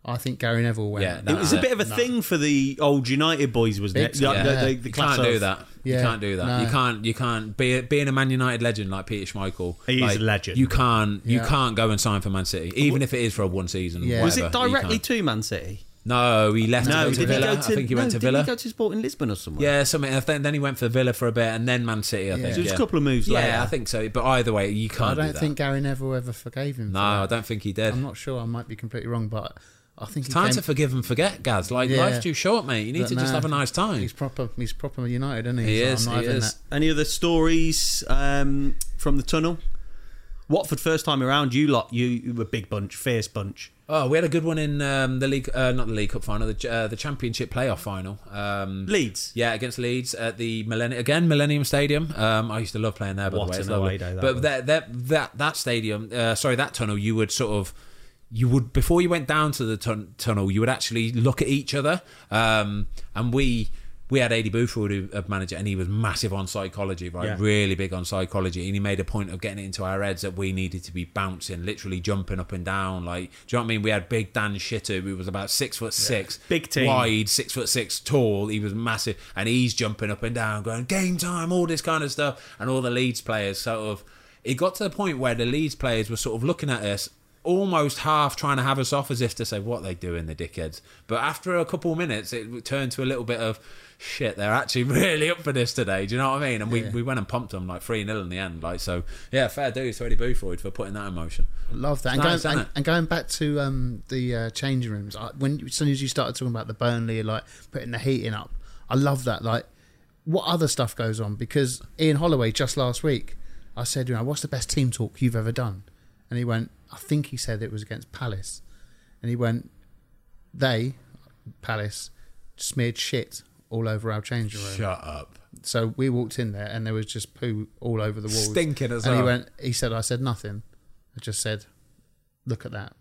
Speaker 3: I think Gary Neville went.
Speaker 1: Yeah, no.
Speaker 2: it was a bit of a thing for the old United boys, wasn't it?
Speaker 3: Big time.
Speaker 2: The,
Speaker 3: Yeah.
Speaker 2: the- the
Speaker 1: you
Speaker 2: class
Speaker 1: can't do
Speaker 2: of-
Speaker 1: that. You
Speaker 3: Yeah,
Speaker 1: can't do that.
Speaker 3: no.
Speaker 1: You can't. You can't be being a Man United legend like Peter Schmeichel.
Speaker 2: He is
Speaker 1: like,
Speaker 2: a legend.
Speaker 1: You can't. You
Speaker 3: Yeah.
Speaker 1: can't go and sign for Man City, even if it is for a one season.
Speaker 3: Yeah.
Speaker 2: Was
Speaker 1: whatever.
Speaker 2: it
Speaker 1: You
Speaker 2: directly
Speaker 1: can't.
Speaker 2: to Man City?
Speaker 1: No, he left. to go
Speaker 2: No, did
Speaker 1: to
Speaker 2: he
Speaker 1: Villa.
Speaker 2: go to?
Speaker 1: I think he went
Speaker 2: no,
Speaker 1: to
Speaker 2: did
Speaker 1: Villa.
Speaker 2: he go to Sporting Lisbon or somewhere?
Speaker 1: yeah, something. I think then he went for Villa for a bit, and then Man City. I think.
Speaker 2: So it was
Speaker 1: yeah.
Speaker 2: a couple of moves
Speaker 1: Yeah,
Speaker 2: later.
Speaker 1: I think so. But either way, you
Speaker 3: I
Speaker 1: can't. do
Speaker 3: don't
Speaker 1: that.
Speaker 3: think Gary Neville ever forgave him. for
Speaker 1: No,
Speaker 3: that.
Speaker 1: I don't think he did.
Speaker 3: I'm not sure. I might be completely wrong, but I think he
Speaker 1: Time
Speaker 3: came,
Speaker 1: to forgive and forget, Gaz. Like
Speaker 3: Yeah.
Speaker 1: life's too short, mate. You need
Speaker 3: but
Speaker 1: to just
Speaker 3: no,
Speaker 1: have a nice time.
Speaker 3: He's proper. He's proper United, isn't he?
Speaker 1: He
Speaker 3: He's
Speaker 1: is,
Speaker 3: like, I'm not
Speaker 1: he
Speaker 3: having
Speaker 1: is.
Speaker 3: that.
Speaker 2: Any other stories um, from the tunnel? Watford first time around, you lot, you, you were big bunch, fierce bunch.
Speaker 1: Oh, we had a good one in um, the league, uh, not the League Cup final, the uh, the Championship playoff final. Um,
Speaker 2: Leeds.
Speaker 1: Yeah, against Leeds at the Millennium again, Millennium Stadium. Um, I used to love playing there. By
Speaker 2: What
Speaker 1: the way,
Speaker 2: an
Speaker 1: It's lovely.
Speaker 2: away day that
Speaker 1: but
Speaker 2: was.
Speaker 1: that that that that stadium, uh, sorry, that tunnel, you would sort of. you would before you went down to the tun- tunnel, you would actually look at each other. Um, and we we had Eddie Buford, who a manager, and he was massive on psychology, right?
Speaker 2: Yeah.
Speaker 1: Really big on psychology, and he made a point of getting it into our heads that we needed to be bouncing, literally jumping up and down. Like, do you know what I mean? We had big Dan Shitter, who was about six foot six,
Speaker 2: Big team.
Speaker 1: wide, six foot six tall. He was massive, and he's jumping up and down, going game time, all this kind of stuff, and all the Leeds players sort of. It got to the point where the Leeds players were sort of looking at us, almost half trying to have us off as if to say what they doing, the dickheads. But after a couple of minutes, it turned to a little bit of shit. They're actually really up for this today. Do you know what I mean? And we, we went and pumped them like three 0 in the end. Like so, yeah, fair dues to Eddie Buford for putting that in motion.
Speaker 3: Love that. And,
Speaker 1: Nice,
Speaker 3: going,
Speaker 1: isn't
Speaker 3: and,
Speaker 1: it?
Speaker 3: and going back to um, the uh, changing rooms, I, when as soon as you started talking about the Burnley, like putting the heating up, I love that. Like, what other stuff goes on? Because Ian Holloway just last week, I said, you know, what's the best team talk you've ever done? And he went, I think he said it was against Palace, and he went, they, Palace, smeared shit all over our changing room.
Speaker 1: Shut up.
Speaker 3: So we walked in there and there was just poo all over the walls.
Speaker 1: Stinking as
Speaker 3: and he
Speaker 1: well.
Speaker 3: went he said, I said nothing. I just said, Look at that.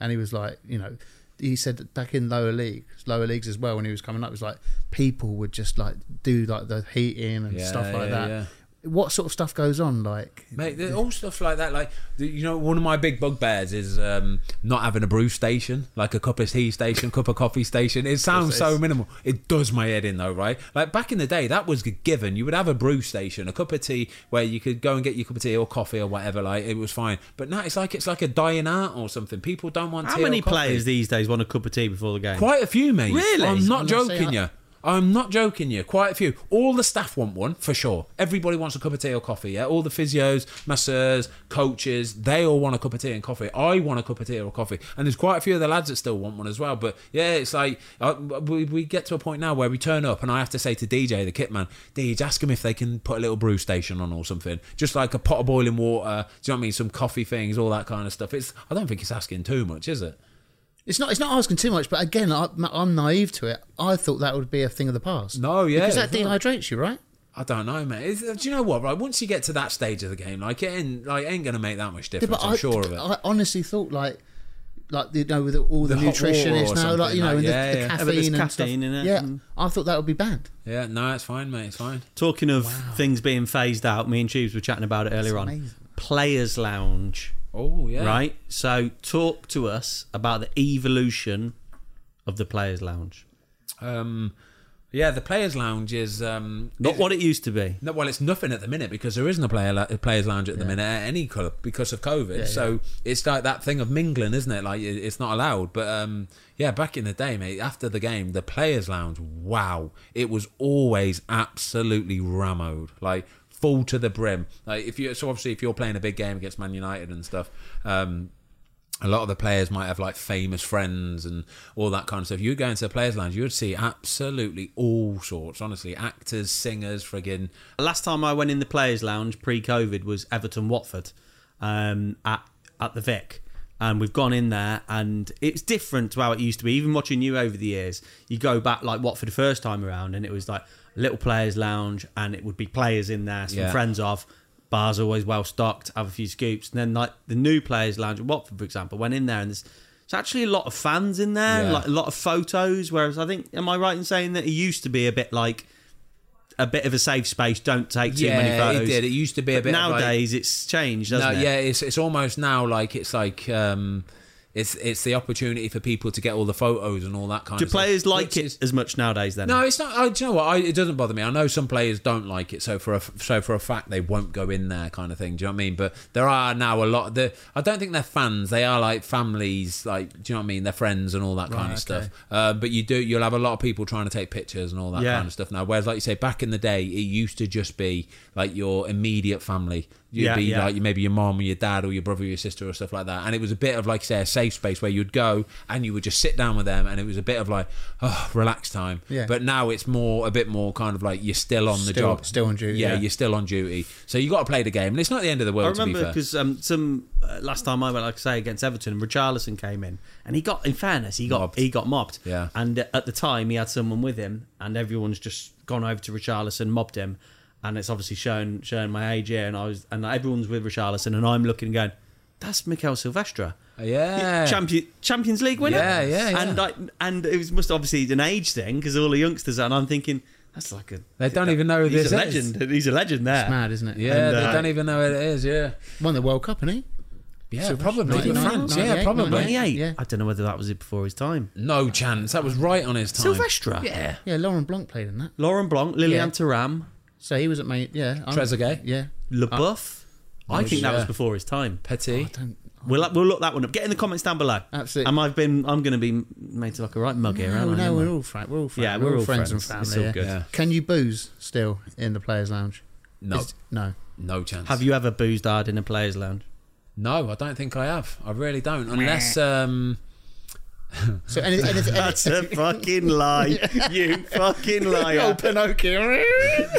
Speaker 3: And he was like, you know, he said that back in lower leagues, lower leagues as well, when he was coming up, it was like people would just like do like the heating and
Speaker 1: Yeah,
Speaker 3: stuff like
Speaker 1: yeah,
Speaker 3: that.
Speaker 1: yeah.
Speaker 3: What sort of stuff goes on? Like,
Speaker 1: Mate, there's all stuff like that. Like, the- you know, one of my big bugbears is um, not having a brew station, like a cup of tea station, cup of coffee station. It sounds so minimal. It does my head in, though, right? Like, back in the day, that was a given. You would have a brew station, a cup of tea, where you could go and get your cup of tea or coffee or whatever. Like, it was fine. But now it's like it's like a dying art or something. People don't want
Speaker 2: How
Speaker 1: tea or
Speaker 2: many
Speaker 1: coffee.
Speaker 2: players these days want a cup of tea before the game?
Speaker 1: Quite a few, mate.
Speaker 2: Really?
Speaker 1: I'm not
Speaker 3: I'm gonna
Speaker 1: joking
Speaker 3: say I-
Speaker 1: you. I'm not joking you. Quite a few. All the staff want one for sure. Everybody wants a cup of tea or coffee. Yeah, all the physios, masseurs, coaches, they all want a cup of tea and coffee. I want a cup of tea or coffee, and there's quite a few of the lads that still want one as well. But yeah, it's like uh, we, we get to a point now where we turn up, and I have to say to DJ the kit man, Deej, ask him if they can put a little brew station on or something, just like a pot of boiling water. Do you know what I mean? Some coffee things, all that kind of stuff. It's I don't think it's asking too much, is it?
Speaker 3: it's not it's not asking too much, but again, I, I'm naive to it. I thought that would be a thing of the past.
Speaker 1: No, yeah,
Speaker 3: because that
Speaker 1: it's not.
Speaker 3: dehydrates you, right?
Speaker 1: I don't know, mate. It's- do you know what? Right, once you get to that stage of the game, like it ain't like it ain't gonna make that much
Speaker 3: Yeah,
Speaker 1: difference.
Speaker 3: but
Speaker 1: I'm
Speaker 3: I,
Speaker 1: sure of it.
Speaker 3: I honestly thought like, like you know, with all the,
Speaker 1: The hot water
Speaker 3: nutritionists
Speaker 1: or
Speaker 3: now, like
Speaker 1: something,
Speaker 3: you know,
Speaker 1: like,
Speaker 3: and the,
Speaker 1: yeah,
Speaker 3: the
Speaker 1: yeah. Yeah,
Speaker 2: but there's
Speaker 3: caffeine and stuff.
Speaker 2: caffeine in it mm.
Speaker 3: yeah,
Speaker 2: and-
Speaker 3: I thought that would be banned.
Speaker 1: yeah, no, it's fine, mate. It's fine.
Speaker 2: Talking of things being phased out, me and Tubes were chatting about it earlier on.
Speaker 3: amazing.
Speaker 2: Players Lounge,
Speaker 1: Oh yeah,
Speaker 2: right? So, talk to us about the evolution of the Players Lounge.
Speaker 1: Um, yeah, the players' lounge is um,
Speaker 2: Not what it used to be.
Speaker 1: No, well, it's nothing at the minute because there isn't a player a players' lounge at the minute at any club because of COVID. So it's like that thing of mingling, isn't it? Like it- it's not allowed. But um, yeah, back in the day, mate, after the game, the players' lounge, wow, it was always absolutely rammed, like full to the brim. Like if you, so obviously, if you're playing a big game against Man United and stuff, um, a lot of the players might have like famous friends and all that kind of stuff. You go into the players' lounge, you would see absolutely all sorts. Honestly, actors, singers, friggin'
Speaker 2: Last time I went in the Players Lounge pre-COVID was Everton Watford um, at at the Vic, and we've gone in there, and it's different to how it used to be. Even watching you over the years, you go back like Watford the first time around, and it was like little Players Lounge, and it would be players in there, some
Speaker 1: Yeah.
Speaker 2: friends of. Bars always well stocked, have a few scoops, and then like the new Players Lounge at Watford, for example, went in there, and there's. It's actually a lot of fans in there,
Speaker 1: Yeah.
Speaker 2: like a lot of photos. Whereas I think, am I right in saying that it used to be a bit like a bit of a safe space. Don't take too many photos.
Speaker 1: It did. It used to be a
Speaker 2: But
Speaker 1: bit of, like-
Speaker 2: nowadays it's changed, doesn't
Speaker 1: no,
Speaker 2: it?
Speaker 1: yeah, it's it's almost now like it's like um, it's it's the opportunity for people to get all the photos and all that kind
Speaker 2: Do
Speaker 1: of stuff.
Speaker 2: players like
Speaker 1: which
Speaker 2: it
Speaker 1: is-
Speaker 2: as much nowadays? Then
Speaker 1: No, it's not. I, do you know what? I, it doesn't bother me. I know some players don't like it, so for a so for a fact they won't go in there, kind of thing. Do you know what I mean? But there are now a lot. The I don't think they're fans. They are like families. Like, do you know what I mean? They're friends and all that kind of stuff. Uh, but you do. You'll have a lot of people trying to take pictures and all that
Speaker 2: Yeah.
Speaker 1: kind of stuff now. Whereas, like you say, back in the day, it used to just be like your immediate family. You'd
Speaker 2: Yeah,
Speaker 1: be
Speaker 2: yeah.
Speaker 1: like maybe your mom or your dad or your brother or your sister or stuff like that. And it was a bit of like say a safe space where you'd go and you would just sit down with them, and it was a bit of like oh, relax time.
Speaker 3: Yeah.
Speaker 1: But now it's more a bit more kind of like you're still on the
Speaker 3: Still-
Speaker 1: job,
Speaker 3: still on duty,
Speaker 1: Yeah,
Speaker 3: yeah.
Speaker 1: you're still on duty, so you got to play the game, and it's not the end of the world.
Speaker 2: I
Speaker 1: to
Speaker 2: remember
Speaker 1: be fair.
Speaker 2: because um, some uh, last time I went, like I say, against Everton, Richarlison came in, and he got, in fairness, he got
Speaker 1: Mobbed.
Speaker 2: he got mobbed.
Speaker 1: Yeah.
Speaker 2: And uh, at the time, he had someone with him, and everyone's just gone over to Richarlison, mobbed him, and it's obviously shown shown my age here, and I was, and everyone's with Richarlison, and I'm looking and going, that's Mikel Silvestre.
Speaker 1: Uh, Yeah.
Speaker 2: Champion, Champions League winner.
Speaker 1: Yeah, yeah, yeah.
Speaker 2: And I, and it was must obviously an age thing because all the youngsters are, and I'm thinking that's like a
Speaker 1: They don't even know who
Speaker 2: he's
Speaker 1: this
Speaker 2: a
Speaker 1: is.
Speaker 2: legend. He's a legend there.
Speaker 3: Mad, isn't it?
Speaker 1: Yeah,
Speaker 2: And,
Speaker 1: they
Speaker 2: uh,
Speaker 1: don't even know what it is. Yeah,
Speaker 3: Won the World Cup, and he.
Speaker 1: yeah,
Speaker 3: So
Speaker 1: probably
Speaker 3: that's
Speaker 1: with
Speaker 3: 99,
Speaker 1: France. Yeah,
Speaker 3: 98,
Speaker 1: probably.
Speaker 3: 98.
Speaker 2: 28.
Speaker 3: Yeah.
Speaker 2: I don't know whether that was it before his time.
Speaker 1: No chance. That was right on his time.
Speaker 2: Silvestre.
Speaker 1: Yeah,
Speaker 3: Yeah, Laurent Blanc played in that.
Speaker 2: Lauren Blanc, Liliane
Speaker 3: Yeah.
Speaker 2: Thuram,
Speaker 3: So he was at my yeah. I'm-
Speaker 1: Trezeguet.
Speaker 3: Yeah.
Speaker 2: LaBeouf.
Speaker 3: Ah.
Speaker 2: I think that was
Speaker 1: yeah.
Speaker 2: before his time.
Speaker 1: Petit.
Speaker 3: Don't-
Speaker 2: We'll we'll look that one up. Get in the comments down below.
Speaker 3: Absolutely.
Speaker 2: And I've been I'm going to be made to like a right mug here,
Speaker 3: No,
Speaker 2: aren't I?
Speaker 3: no,
Speaker 2: am
Speaker 3: we're
Speaker 2: I?
Speaker 3: all friends. We're all friends.
Speaker 2: Yeah,
Speaker 3: we're,
Speaker 2: we're
Speaker 3: all
Speaker 2: all
Speaker 3: friends, and
Speaker 2: friends.
Speaker 3: family.
Speaker 2: It's all
Speaker 3: yeah.
Speaker 2: good.
Speaker 1: Yeah.
Speaker 3: Can you booze still in the players' lounge?
Speaker 1: No,
Speaker 3: Is- no.
Speaker 1: no chance.
Speaker 2: Have you ever boozed hard in a players' lounge?
Speaker 1: No, I don't think I have. I really don't. Unless um,
Speaker 3: So any, any,
Speaker 2: That's a fucking lie. You fucking liar.
Speaker 3: Pinocchio.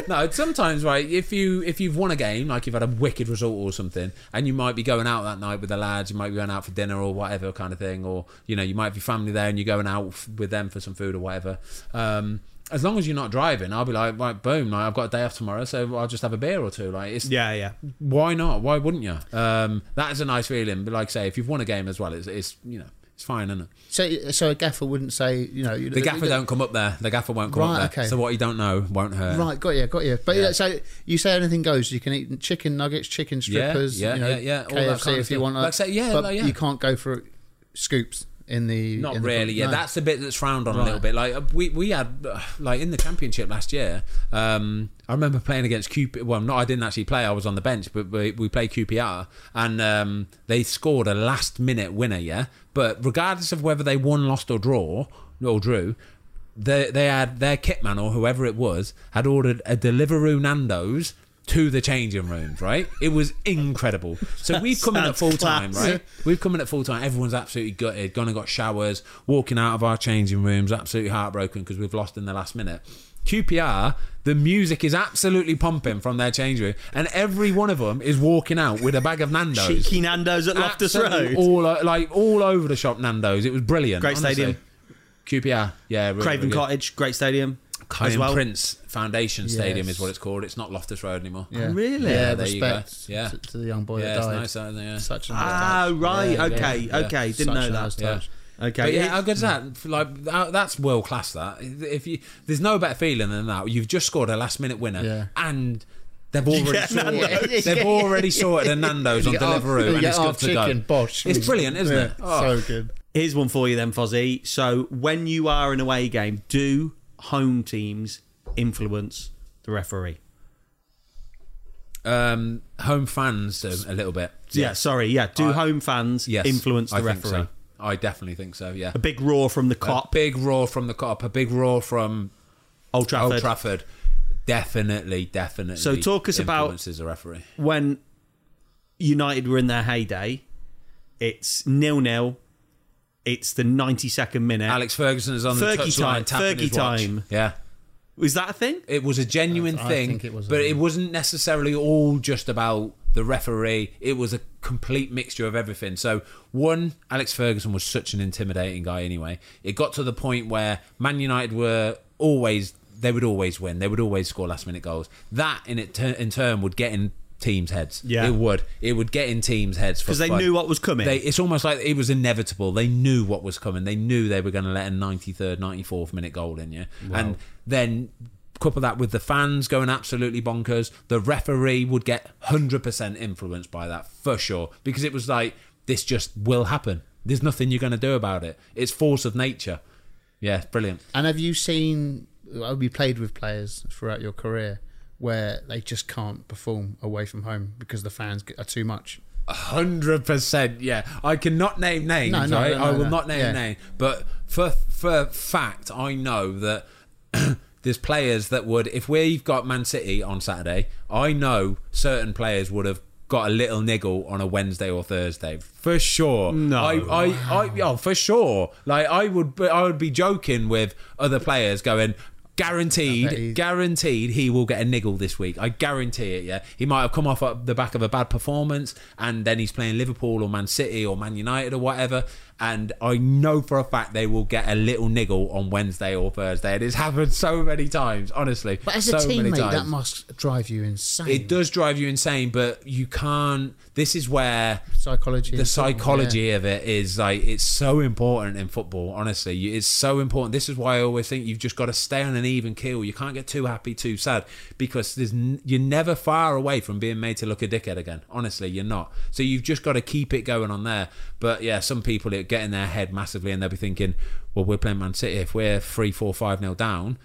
Speaker 1: no, it's sometimes right. If you if you've won a game, like you've had a wicked result or something, and you might be going out that night with the lads, you might be going out for dinner or whatever kind of thing, or you know you might have your family there and you're going out f- with them for some food or whatever. Um, as long as you're not driving, I'll be like, right, boom, like, I've got a day off tomorrow, so I'll just have a beer or two. Like it's
Speaker 2: Yeah, yeah.
Speaker 1: why not? Why wouldn't you? Um, that is a nice feeling. But like I say, if you've won a game as well, it's, it's you know it's fine, isn't it?
Speaker 3: So, so a gaffer wouldn't say, you know,
Speaker 1: The gaffer don't come up there. The gaffer won't come
Speaker 3: Right,
Speaker 1: up there.
Speaker 3: okay.
Speaker 1: So what you don't know won't hurt.
Speaker 3: Right, got you, got you. But yeah. so you say anything goes. You can eat chicken nuggets, chicken
Speaker 1: Yeah,
Speaker 3: strippers,
Speaker 1: yeah,
Speaker 3: you know,
Speaker 1: yeah, yeah, all
Speaker 3: KFC
Speaker 1: that kind of
Speaker 3: if you
Speaker 1: stuff.
Speaker 3: want.
Speaker 1: Like I say, yeah,
Speaker 3: but
Speaker 1: like, yeah.
Speaker 3: you can't go for scoops in the.
Speaker 1: Not
Speaker 3: in the-
Speaker 1: really. Yeah,
Speaker 3: no.
Speaker 1: that's the bit that's frowned on a
Speaker 3: Right.
Speaker 1: little bit. Like uh, we we had uh, like in the championship last year. Um, I remember playing against QP. Well, no, I didn't actually play. I was on the bench, but we, we played QPR, and um, they scored a last minute winner. Yeah, but regardless of whether they won, lost, or draw or drew. They, they had their kitman or whoever it was had ordered a Deliveroo Nando's to the changing rooms. Right, it was incredible. So we've come in at
Speaker 2: sounds
Speaker 1: full time,
Speaker 2: class.
Speaker 1: right? We've come in at full time. Everyone's absolutely gutted. Gone and got showers. Walking out of our changing rooms, absolutely heartbroken because we've lost in the last minute. QPR, the music is absolutely pumping from their change room, and every one of them is walking out with a bag of Nando's.
Speaker 2: Cheeky Nando's at Loftus
Speaker 1: Absolutely
Speaker 2: Road.
Speaker 1: all o- like all over the shop. Nando's, it was brilliant.
Speaker 2: Great
Speaker 1: honestly.
Speaker 2: stadium.
Speaker 1: QPR, yeah, really,
Speaker 2: Craven
Speaker 1: really good.
Speaker 2: Cottage, great stadium. as
Speaker 1: Cayenne
Speaker 2: well.
Speaker 1: Prince Foundation Stadium
Speaker 3: Yes.
Speaker 1: is what it's called. It's not Loftus Road anymore.
Speaker 3: Yeah.
Speaker 2: Really?
Speaker 3: Yeah,
Speaker 1: Yeah, there you go.
Speaker 3: respect
Speaker 1: Yeah.
Speaker 3: To, to the young boy
Speaker 1: Yeah,
Speaker 3: that
Speaker 1: it's
Speaker 3: died.
Speaker 1: nice, that, yeah.
Speaker 3: Such a nice
Speaker 2: Ah,
Speaker 3: touch.
Speaker 2: right.
Speaker 3: Yeah, yeah.
Speaker 2: okay,
Speaker 1: yeah.
Speaker 2: okay.
Speaker 3: Such
Speaker 2: Didn't know
Speaker 3: a
Speaker 2: that.
Speaker 3: nice
Speaker 1: Yeah.
Speaker 3: touch.
Speaker 2: Okay.
Speaker 1: But
Speaker 2: It- Hmm.
Speaker 1: yeah, how good's that? Like that- that's world class. That if you, there's no better feeling than that. You've just scored a last minute winner,
Speaker 3: Yeah.
Speaker 1: and they've already
Speaker 2: Yeah,
Speaker 1: sorted,
Speaker 3: Nando's.
Speaker 1: they've already sorted a Nando's on
Speaker 3: You get half-
Speaker 1: Deliveroo,
Speaker 3: you
Speaker 1: and
Speaker 3: get
Speaker 1: it's good
Speaker 3: half
Speaker 1: to
Speaker 3: chicken,
Speaker 1: go.
Speaker 3: Bosh.
Speaker 1: It's brilliant, isn't it?
Speaker 3: Yeah,
Speaker 1: Oh.
Speaker 3: So good.
Speaker 2: Here's one for you then, Fozzie. So when you are an away game, do home teams influence the referee?
Speaker 1: Um, home fans do a little bit.
Speaker 2: Yeah, sorry. Yeah, do
Speaker 1: I-
Speaker 2: home fans
Speaker 1: Yes,
Speaker 2: influence the
Speaker 1: I think
Speaker 2: referee?
Speaker 1: so. I definitely think so. Yeah,
Speaker 2: A big roar from the
Speaker 1: a
Speaker 2: cop,
Speaker 1: big roar from the cop, a big roar from
Speaker 2: Old Trafford.
Speaker 1: Old Trafford. Definitely, definitely.
Speaker 2: So talk us about-
Speaker 1: influences the referee.
Speaker 2: when United were in their heyday, it's nil nil. It's the 92nd minute.
Speaker 1: Alex Ferguson is on
Speaker 2: Fergie
Speaker 1: the touchline
Speaker 2: time,
Speaker 1: tapping his
Speaker 2: Fergie
Speaker 1: watch.
Speaker 2: time.
Speaker 1: Yeah.
Speaker 2: was that a thing?
Speaker 1: It was a genuine
Speaker 3: I
Speaker 1: thing,
Speaker 3: think it was a-
Speaker 1: but it wasn't necessarily all just about the referee. It was a complete mixture of everything. So, one, Alex Ferguson was such an intimidating guy anyway. It got to the point where Man United were always, they would always win. They would always score last minute goals. That in, it tur in turn would get in teams' heads.
Speaker 2: Yeah.
Speaker 1: It would. It would get in teams' heads.
Speaker 2: Because they knew what was coming.
Speaker 1: They, it's almost like it was inevitable. They knew what was coming. They knew they were going to let a 93rd, 94th minute goal in, yeah? And then couple that with the fans going absolutely bonkers. The referee would get 100% influenced by that, for sure. Because it was like, this just will happen. There's nothing you're going to do about it. It's force of nature. Yeah, it's brilliant.
Speaker 3: And have you seen? Have you played with players throughout your career where they just can't perform away from home because the fans are too much?
Speaker 1: hundred percent. Yeah, I cannot name names.
Speaker 3: No, no,
Speaker 1: right?
Speaker 3: no, no,
Speaker 1: I will
Speaker 3: no.
Speaker 1: not name
Speaker 3: Yeah.
Speaker 1: names. But for for fact, I know that there's players that would. If we've got Man City on Saturday, I know certain players would have got a little niggle on a Wednesday or Thursday for sure. No, I, I, I oh, for sure. Like I would, be- I would be joking with other players going.
Speaker 3: I bet he-
Speaker 1: Guaranteed, guaranteed he will get a niggle this week. I guarantee it. Yeah, he might have come off at the back of a bad performance, and then he's playing Liverpool or Man City or Man United or whatever, And I know for a fact they will get a little niggle on Wednesday or Thursday. And it's happened so many times, honestly.
Speaker 3: But as
Speaker 1: so
Speaker 3: a
Speaker 1: many
Speaker 3: teammate, that
Speaker 1: times.
Speaker 3: must drive you insane.
Speaker 1: it does drive you insane, but you can't. This is where
Speaker 3: Psychology.
Speaker 1: the
Speaker 3: and football,
Speaker 1: psychology
Speaker 3: yeah.
Speaker 1: of it is like it's so important in football honestly You- it's so important this is why i always think you've just got to stay on an even keel you can't get too happy too sad because there's n- you're never far away from being made to look a dickhead again honestly you're not so you've just got to keep it going on there but yeah some people it get in their head massively and they'll be thinking well we're playing man city if we're three four five nil down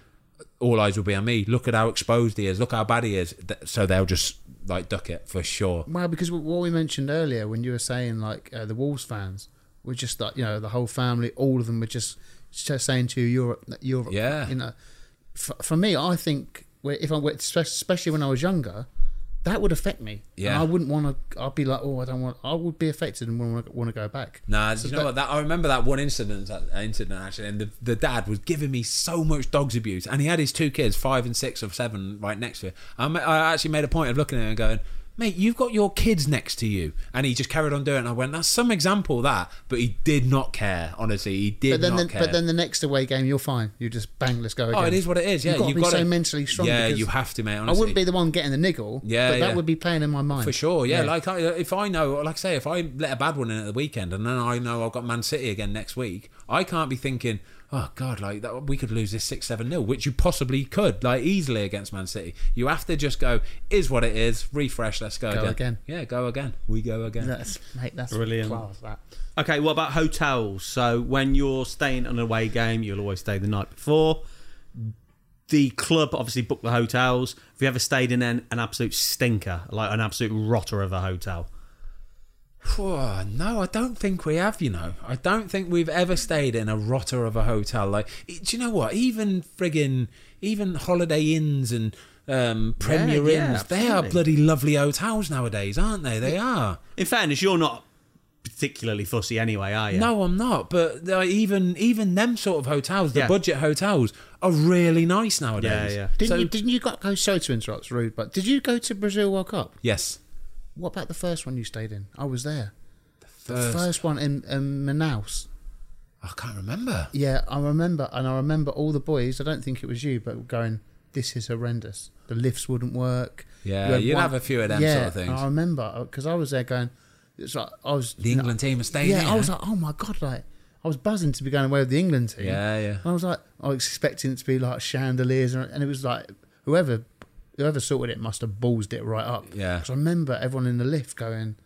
Speaker 1: all eyes will be on me look at how exposed he is look how bad he is Th- so they'll just like duck it for sure
Speaker 3: Well, because wh- what we mentioned earlier when you were saying like uh, the Wolves fans were just like you know the whole family, all of them were just, just saying to you, "Europe, Europe."
Speaker 1: Yeah.
Speaker 3: You know, for, for me, I think where- if I were, spe- especially when I was younger, that would affect me. And
Speaker 1: Yeah.
Speaker 3: I wouldn't want to. I'd be like, oh, I don't want. I would be affected and wouldn't want to go back.
Speaker 1: Nah, do you know
Speaker 3: that-
Speaker 1: what? That I remember that one incident, that incident actually, and the, the dad was giving me so much dogs abuse, and he had his two kids, five and six or seven, right next to him. I, ma- I actually made a point of looking at him and going, "Mate, you've got your kids next to you," and he just carried on doing. it. And I went, "That's some example of that," but he did not care. Honestly, he did
Speaker 3: But then,
Speaker 1: not
Speaker 3: the,
Speaker 1: care.
Speaker 3: but then the next away game, you're fine. You just bang, let's go again.
Speaker 1: oh, it is what it is. Yeah,
Speaker 3: you've got to be
Speaker 1: gotta-
Speaker 3: so mentally strong.
Speaker 1: Yeah,
Speaker 3: because
Speaker 1: you have to, mate.
Speaker 3: I
Speaker 1: Honestly.
Speaker 3: wouldn't be the one getting the niggle.
Speaker 1: Yeah,
Speaker 3: but that
Speaker 1: yeah.
Speaker 3: would be playing in my mind
Speaker 1: For sure, yeah. Like I, if I know, like I say, if I let a bad one in at the weekend, and then I know I've got Man City again next week, I can't be thinking, oh god, like that, we could lose this six seven 0 which you possibly could, like easily against Man City. You have to just go, is what it is. Refresh, let's go,
Speaker 3: Go again.
Speaker 1: Yeah, go again. We go again.
Speaker 3: That's mate, that's
Speaker 2: Brilliant.
Speaker 3: class, that.
Speaker 2: Okay, what about hotels? So when you're staying on an away game, you'll always stay the night before. The club obviously book the hotels. Have you ever stayed in an, an absolute stinker, like an absolute rotter of a hotel?
Speaker 1: Phew, no, I don't think we have. You know, I don't think we've ever stayed in a rotter of a hotel. Like, e- do you know what? Even friggin', even Holiday Inns and um, Premier
Speaker 2: yeah,
Speaker 1: Inns, they are
Speaker 2: absolutely.
Speaker 1: bloody lovely hotels nowadays, aren't they? They are.
Speaker 2: In fairness, you're not particularly fussy anyway, are you?
Speaker 1: No, I'm not. But like, even even them sort of hotels, the
Speaker 2: Yeah.
Speaker 1: budget hotels, are really nice
Speaker 2: Yeah,
Speaker 1: nowadays.
Speaker 2: yeah.
Speaker 3: Didn't
Speaker 1: So-
Speaker 3: you? Didn't you go? go- Sorry to interrupt, it's rude, but did you go to Brazil World Cup?
Speaker 1: Yes.
Speaker 3: What about the first one you stayed in? I was there.
Speaker 1: First-
Speaker 3: First one in, in Manaus.
Speaker 1: I can't remember.
Speaker 3: Yeah, I remember, and I remember all the boys. I don't think it was you, but going, "This is horrendous. The lifts wouldn't work."
Speaker 1: Yeah,
Speaker 3: You had
Speaker 1: you'd
Speaker 3: one-
Speaker 1: have a few of them
Speaker 3: yeah,
Speaker 1: sort of things.
Speaker 3: and I remember because I was there going. It's like I was
Speaker 1: The England team are staying.
Speaker 3: Yeah,
Speaker 1: there.
Speaker 3: I was like, oh my god, like I was buzzing to be going away with the England team.
Speaker 1: Yeah, yeah.
Speaker 3: And I was like, I was expecting it to be like chandeliers, and, and it was like whoever whoever sorted it must have ballsed it right up.
Speaker 1: Yeah.
Speaker 3: because I remember everyone in the lift going,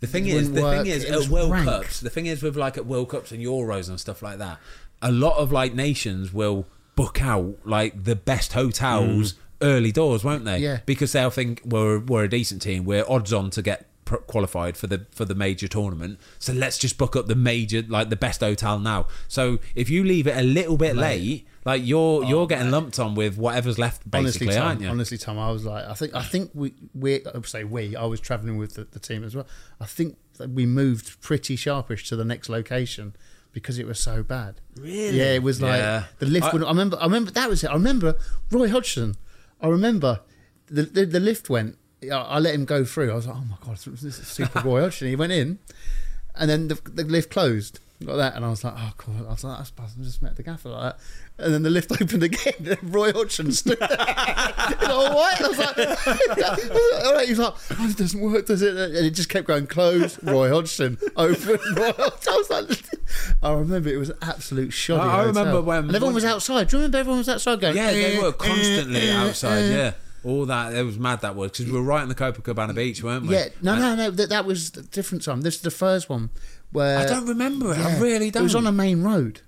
Speaker 1: The thing
Speaker 3: It
Speaker 1: is,
Speaker 3: wouldn't
Speaker 1: the
Speaker 3: work.
Speaker 1: thing is,
Speaker 3: It
Speaker 1: at
Speaker 3: was
Speaker 1: World
Speaker 3: rank.
Speaker 1: Cups, the thing is with like at World Cups and Euros and stuff like that, a lot of like nations will book out like the best hotels early doors, won't they?
Speaker 3: Mm. Yeah.
Speaker 1: Because they'll think we're we're a decent team, we're odds on to get pr- qualified for the for the major tournament, so let's just book up the major like the best hotel now. So if you leave it a little bit late, like you're you're getting lumped on with whatever's left, basically,
Speaker 3: Oh, honestly, Tom,
Speaker 1: aren't you?
Speaker 3: honestly, Tom, I was like, I think, I think we, we, I would say we, I was traveling with the, the team as well. I think that we moved pretty sharpish to the next location because it was so bad. Really? Yeah, it was like
Speaker 1: Yeah.
Speaker 3: the lift.
Speaker 1: I-
Speaker 3: wouldn't, I remember, I remember that was it. I remember Roy Hodgson. I remember the the, the lift went. I, I let him go through. I was like, oh my god, this is super Roy Hodgson. He went in, and then the, the lift closed. Like that, and I was like, "Oh God!" I was like, "That's bad. I just met the gaffer like that." And then the lift opened again. And Roy Hodgson stood there. And I, all right. And I was like, "All right." He was like, oh, "It doesn't work, does it?" And it just kept going closed. Roy Hodgson open. Roy Hodgson. I was like, "I remember it was an absolute shoddy."
Speaker 1: I- I
Speaker 3: hotel.
Speaker 1: remember when-
Speaker 3: and everyone was outside. Oh, Do you remember everyone was outside going?
Speaker 1: Yeah, they
Speaker 3: "Eh,
Speaker 1: were
Speaker 3: eh,
Speaker 1: constantly
Speaker 3: eh,
Speaker 1: outside.
Speaker 3: eh."
Speaker 1: Yeah, all that. It was mad that was because we were right on the Copacabana beach, weren't we?
Speaker 3: Yeah, no, no, no. That, that was a different time. This is the first one where
Speaker 1: I don't remember it. I
Speaker 3: uh, Yeah.
Speaker 1: really don't.
Speaker 3: It was on a main road.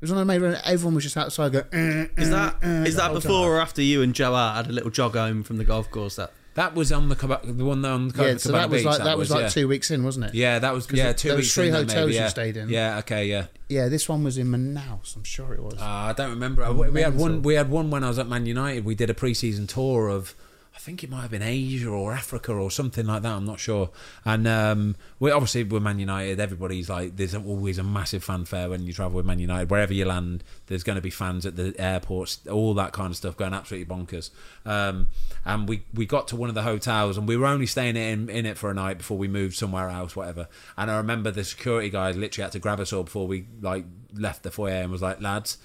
Speaker 3: It was on a main road. Everyone was just outside going. "Eh, eh,
Speaker 2: Is that
Speaker 1: Uh,
Speaker 3: eh,"
Speaker 2: is
Speaker 3: the
Speaker 2: that
Speaker 3: whole
Speaker 2: before or after you and Joe Hart had a little jog home from the golf course? That
Speaker 1: that was on the Copa- the one on the
Speaker 3: time.
Speaker 1: Copacabana
Speaker 3: Yeah, so that was
Speaker 1: beach,
Speaker 3: like that, was, like
Speaker 1: yeah.
Speaker 3: two weeks in, wasn't it?
Speaker 1: Yeah, that was yeah
Speaker 3: there-
Speaker 1: two
Speaker 3: there was
Speaker 1: weeks.
Speaker 3: three
Speaker 1: in there,
Speaker 3: hotels
Speaker 1: maybe,
Speaker 3: you
Speaker 1: yeah.
Speaker 3: stayed in.
Speaker 1: Yeah, okay, yeah.
Speaker 3: Yeah, this one was in Manaus. I'm sure it was.
Speaker 1: Uh, I Ah, don't remember. I- we had
Speaker 3: Mental.
Speaker 1: one. We had one when I was at Man United. We did a pre-season tour of. I think it might have been Asia or Africa or something like that. I'm not sure. And um, we obviously we're Man United. Everybody's like, there's always a massive fanfare when you travel with Man United. Wherever you land, there's going to be fans at the airports, all that kind of stuff, going absolutely bonkers. Um, and we we got to one of the hotels, and we were only staying in in it for a night before we moved somewhere else, whatever. And I remember the security guys literally had to grab us all before we like left the foyer and was like, lads,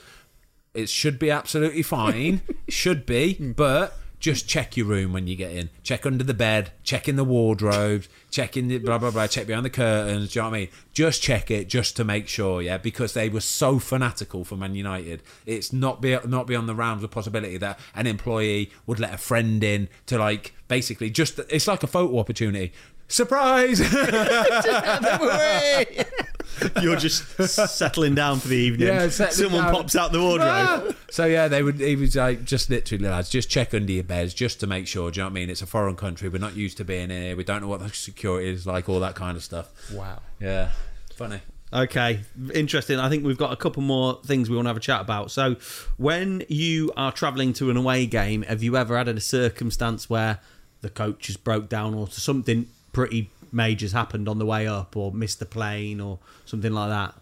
Speaker 1: it should be absolutely fine. It should be, but just check your room when you get in. Check under the bed, check in the wardrobes, check in the blah blah blah, check behind the curtains. Do you know what I mean? Just check it just to make sure, yeah, because they were so fanatical for Man United. It's not be not beyond the realms of possibility that an employee would let a friend in to like basically just it's like a photo opportunity. Surprise!
Speaker 2: Uh, You're just settling down for the evening.
Speaker 1: Yeah, settling
Speaker 2: Someone
Speaker 1: down.
Speaker 2: pops out the wardrobe.
Speaker 1: Ah! So yeah, they would. He was like, just literally, lads, just check under your beds just to make sure. Do you know what I mean? It's a foreign country. We're not used to being here. We don't know what the security is like. All that kind of stuff.
Speaker 3: Wow.
Speaker 1: Yeah, funny.
Speaker 2: Okay, interesting. I think we've got a couple more things we want to have a chat about. So, when you are travelling to an away game, have you ever had a circumstance where the coach has broke down or something pretty major's happened on the way up or missed the plane or something like that?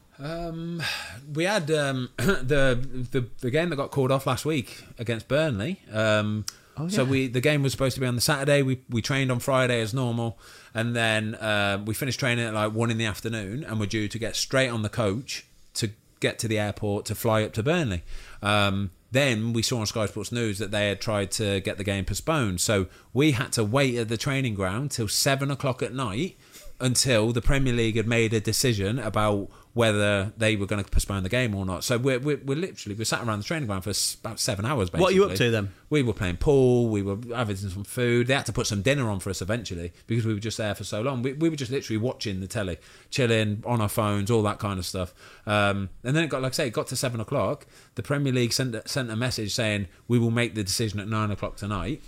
Speaker 1: we had um, the, the the game that got called off last week against Burnley. Um, So we the game was supposed to be on the Saturday. We we trained on Friday as normal, and then uh, we finished training at like one in the afternoon, and we're due to get straight on the coach to get to the airport to fly up to Burnley. Um, then we saw on Sky Sports News that they had tried to get the game postponed, so we had to wait at the training ground till seven o'clock at night until the Premier League had made a decision about whether they were going to postpone the game or not. So we're, we're, we're literally we sat around the training ground for s- about seven hours. Basically,
Speaker 2: What are you up to then?
Speaker 1: We were playing pool. We were having some food. They had to put some dinner on for us eventually because we were just there for so long. We, we were just literally watching the telly, chilling on our phones, all that kind of stuff. Um, and then it got like I say, it got to seven o'clock. The Premier League sent a- sent a message saying we will make the decision at nine o'clock tonight.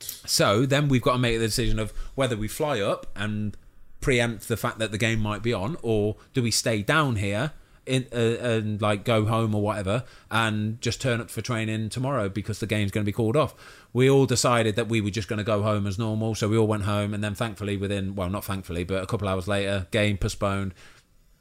Speaker 1: So then we've got to make the decision of whether we fly up and preempt the fact that the game might be on, or do we stay down here in, uh, and like go home or whatever, and just turn up for training tomorrow because the game's going to be called off. We all decided that we were just going to go home as normal, so we all went home, and then thankfully, within well, not thankfully, but a couple hours later, game postponed.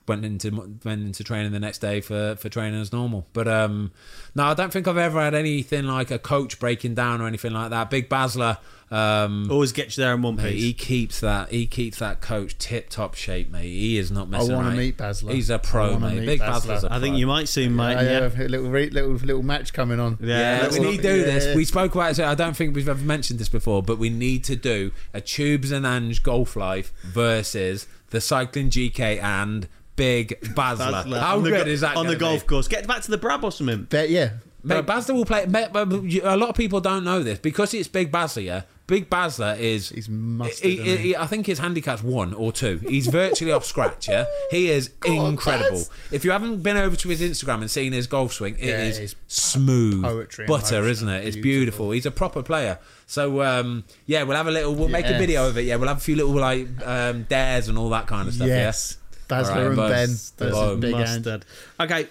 Speaker 1: Went into went into training the next day for, for training as normal, but um, no, I don't think I've ever had anything like a coach breaking down or anything like that. Big Basler, um,
Speaker 2: Always get you there in one
Speaker 1: Mate, he
Speaker 2: piece.
Speaker 1: keeps that. He keeps that coach tip top shape, mate. He is not messing.
Speaker 3: wanna
Speaker 1: around.
Speaker 3: meet Basler.
Speaker 1: He's a
Speaker 3: I
Speaker 1: pro,
Speaker 3: wanna
Speaker 1: mate.
Speaker 3: meet
Speaker 1: Big
Speaker 3: Basler.
Speaker 1: Basler's a pro.
Speaker 2: I think you might soon, mate.
Speaker 3: I
Speaker 2: Yeah.
Speaker 3: have a little, re- little little match coming on.
Speaker 2: Yeah.
Speaker 1: Yeah,
Speaker 2: Little-
Speaker 1: we need to do
Speaker 3: yeah.
Speaker 1: this. We spoke about it. I don't think we've ever mentioned this before, but we need to do a Tubes and Ange Golf Life versus the Cycling GK and Big Basler.
Speaker 2: Basler.
Speaker 1: How
Speaker 2: On the
Speaker 1: good
Speaker 2: go-
Speaker 1: is that
Speaker 2: on the
Speaker 1: gonna
Speaker 2: golf
Speaker 1: be?
Speaker 2: course? Get back to the Brab or something.
Speaker 3: But yeah,
Speaker 1: Mate, Basler will play. mate, but you- A lot of people don't know this because it's Big Basler. Yeah, Big Basler is.
Speaker 3: He's mustard,
Speaker 1: he-
Speaker 3: isn't he?
Speaker 1: he- I think his handicap's one or two. He's virtually off scratch. Yeah, he is incredible.
Speaker 3: Baz.
Speaker 1: If you haven't been over to his Instagram and seen his golf swing, it
Speaker 3: Yeah,
Speaker 1: is
Speaker 3: it's
Speaker 1: smooth
Speaker 3: poetry and
Speaker 1: butter,
Speaker 3: motion.
Speaker 1: isn't it? It's beautiful.
Speaker 3: Beautiful.
Speaker 1: He's a proper player. So um, yeah, we'll have a little. We'll make a
Speaker 3: Yes.
Speaker 1: video of it. Yeah, we'll have a few little like um, dares and all that kind of stuff.
Speaker 3: yes, Basler
Speaker 1: All right,
Speaker 3: and
Speaker 1: boom.
Speaker 3: Ben
Speaker 1: Boom.
Speaker 3: versus Big Ange.
Speaker 2: Mustard. Okay,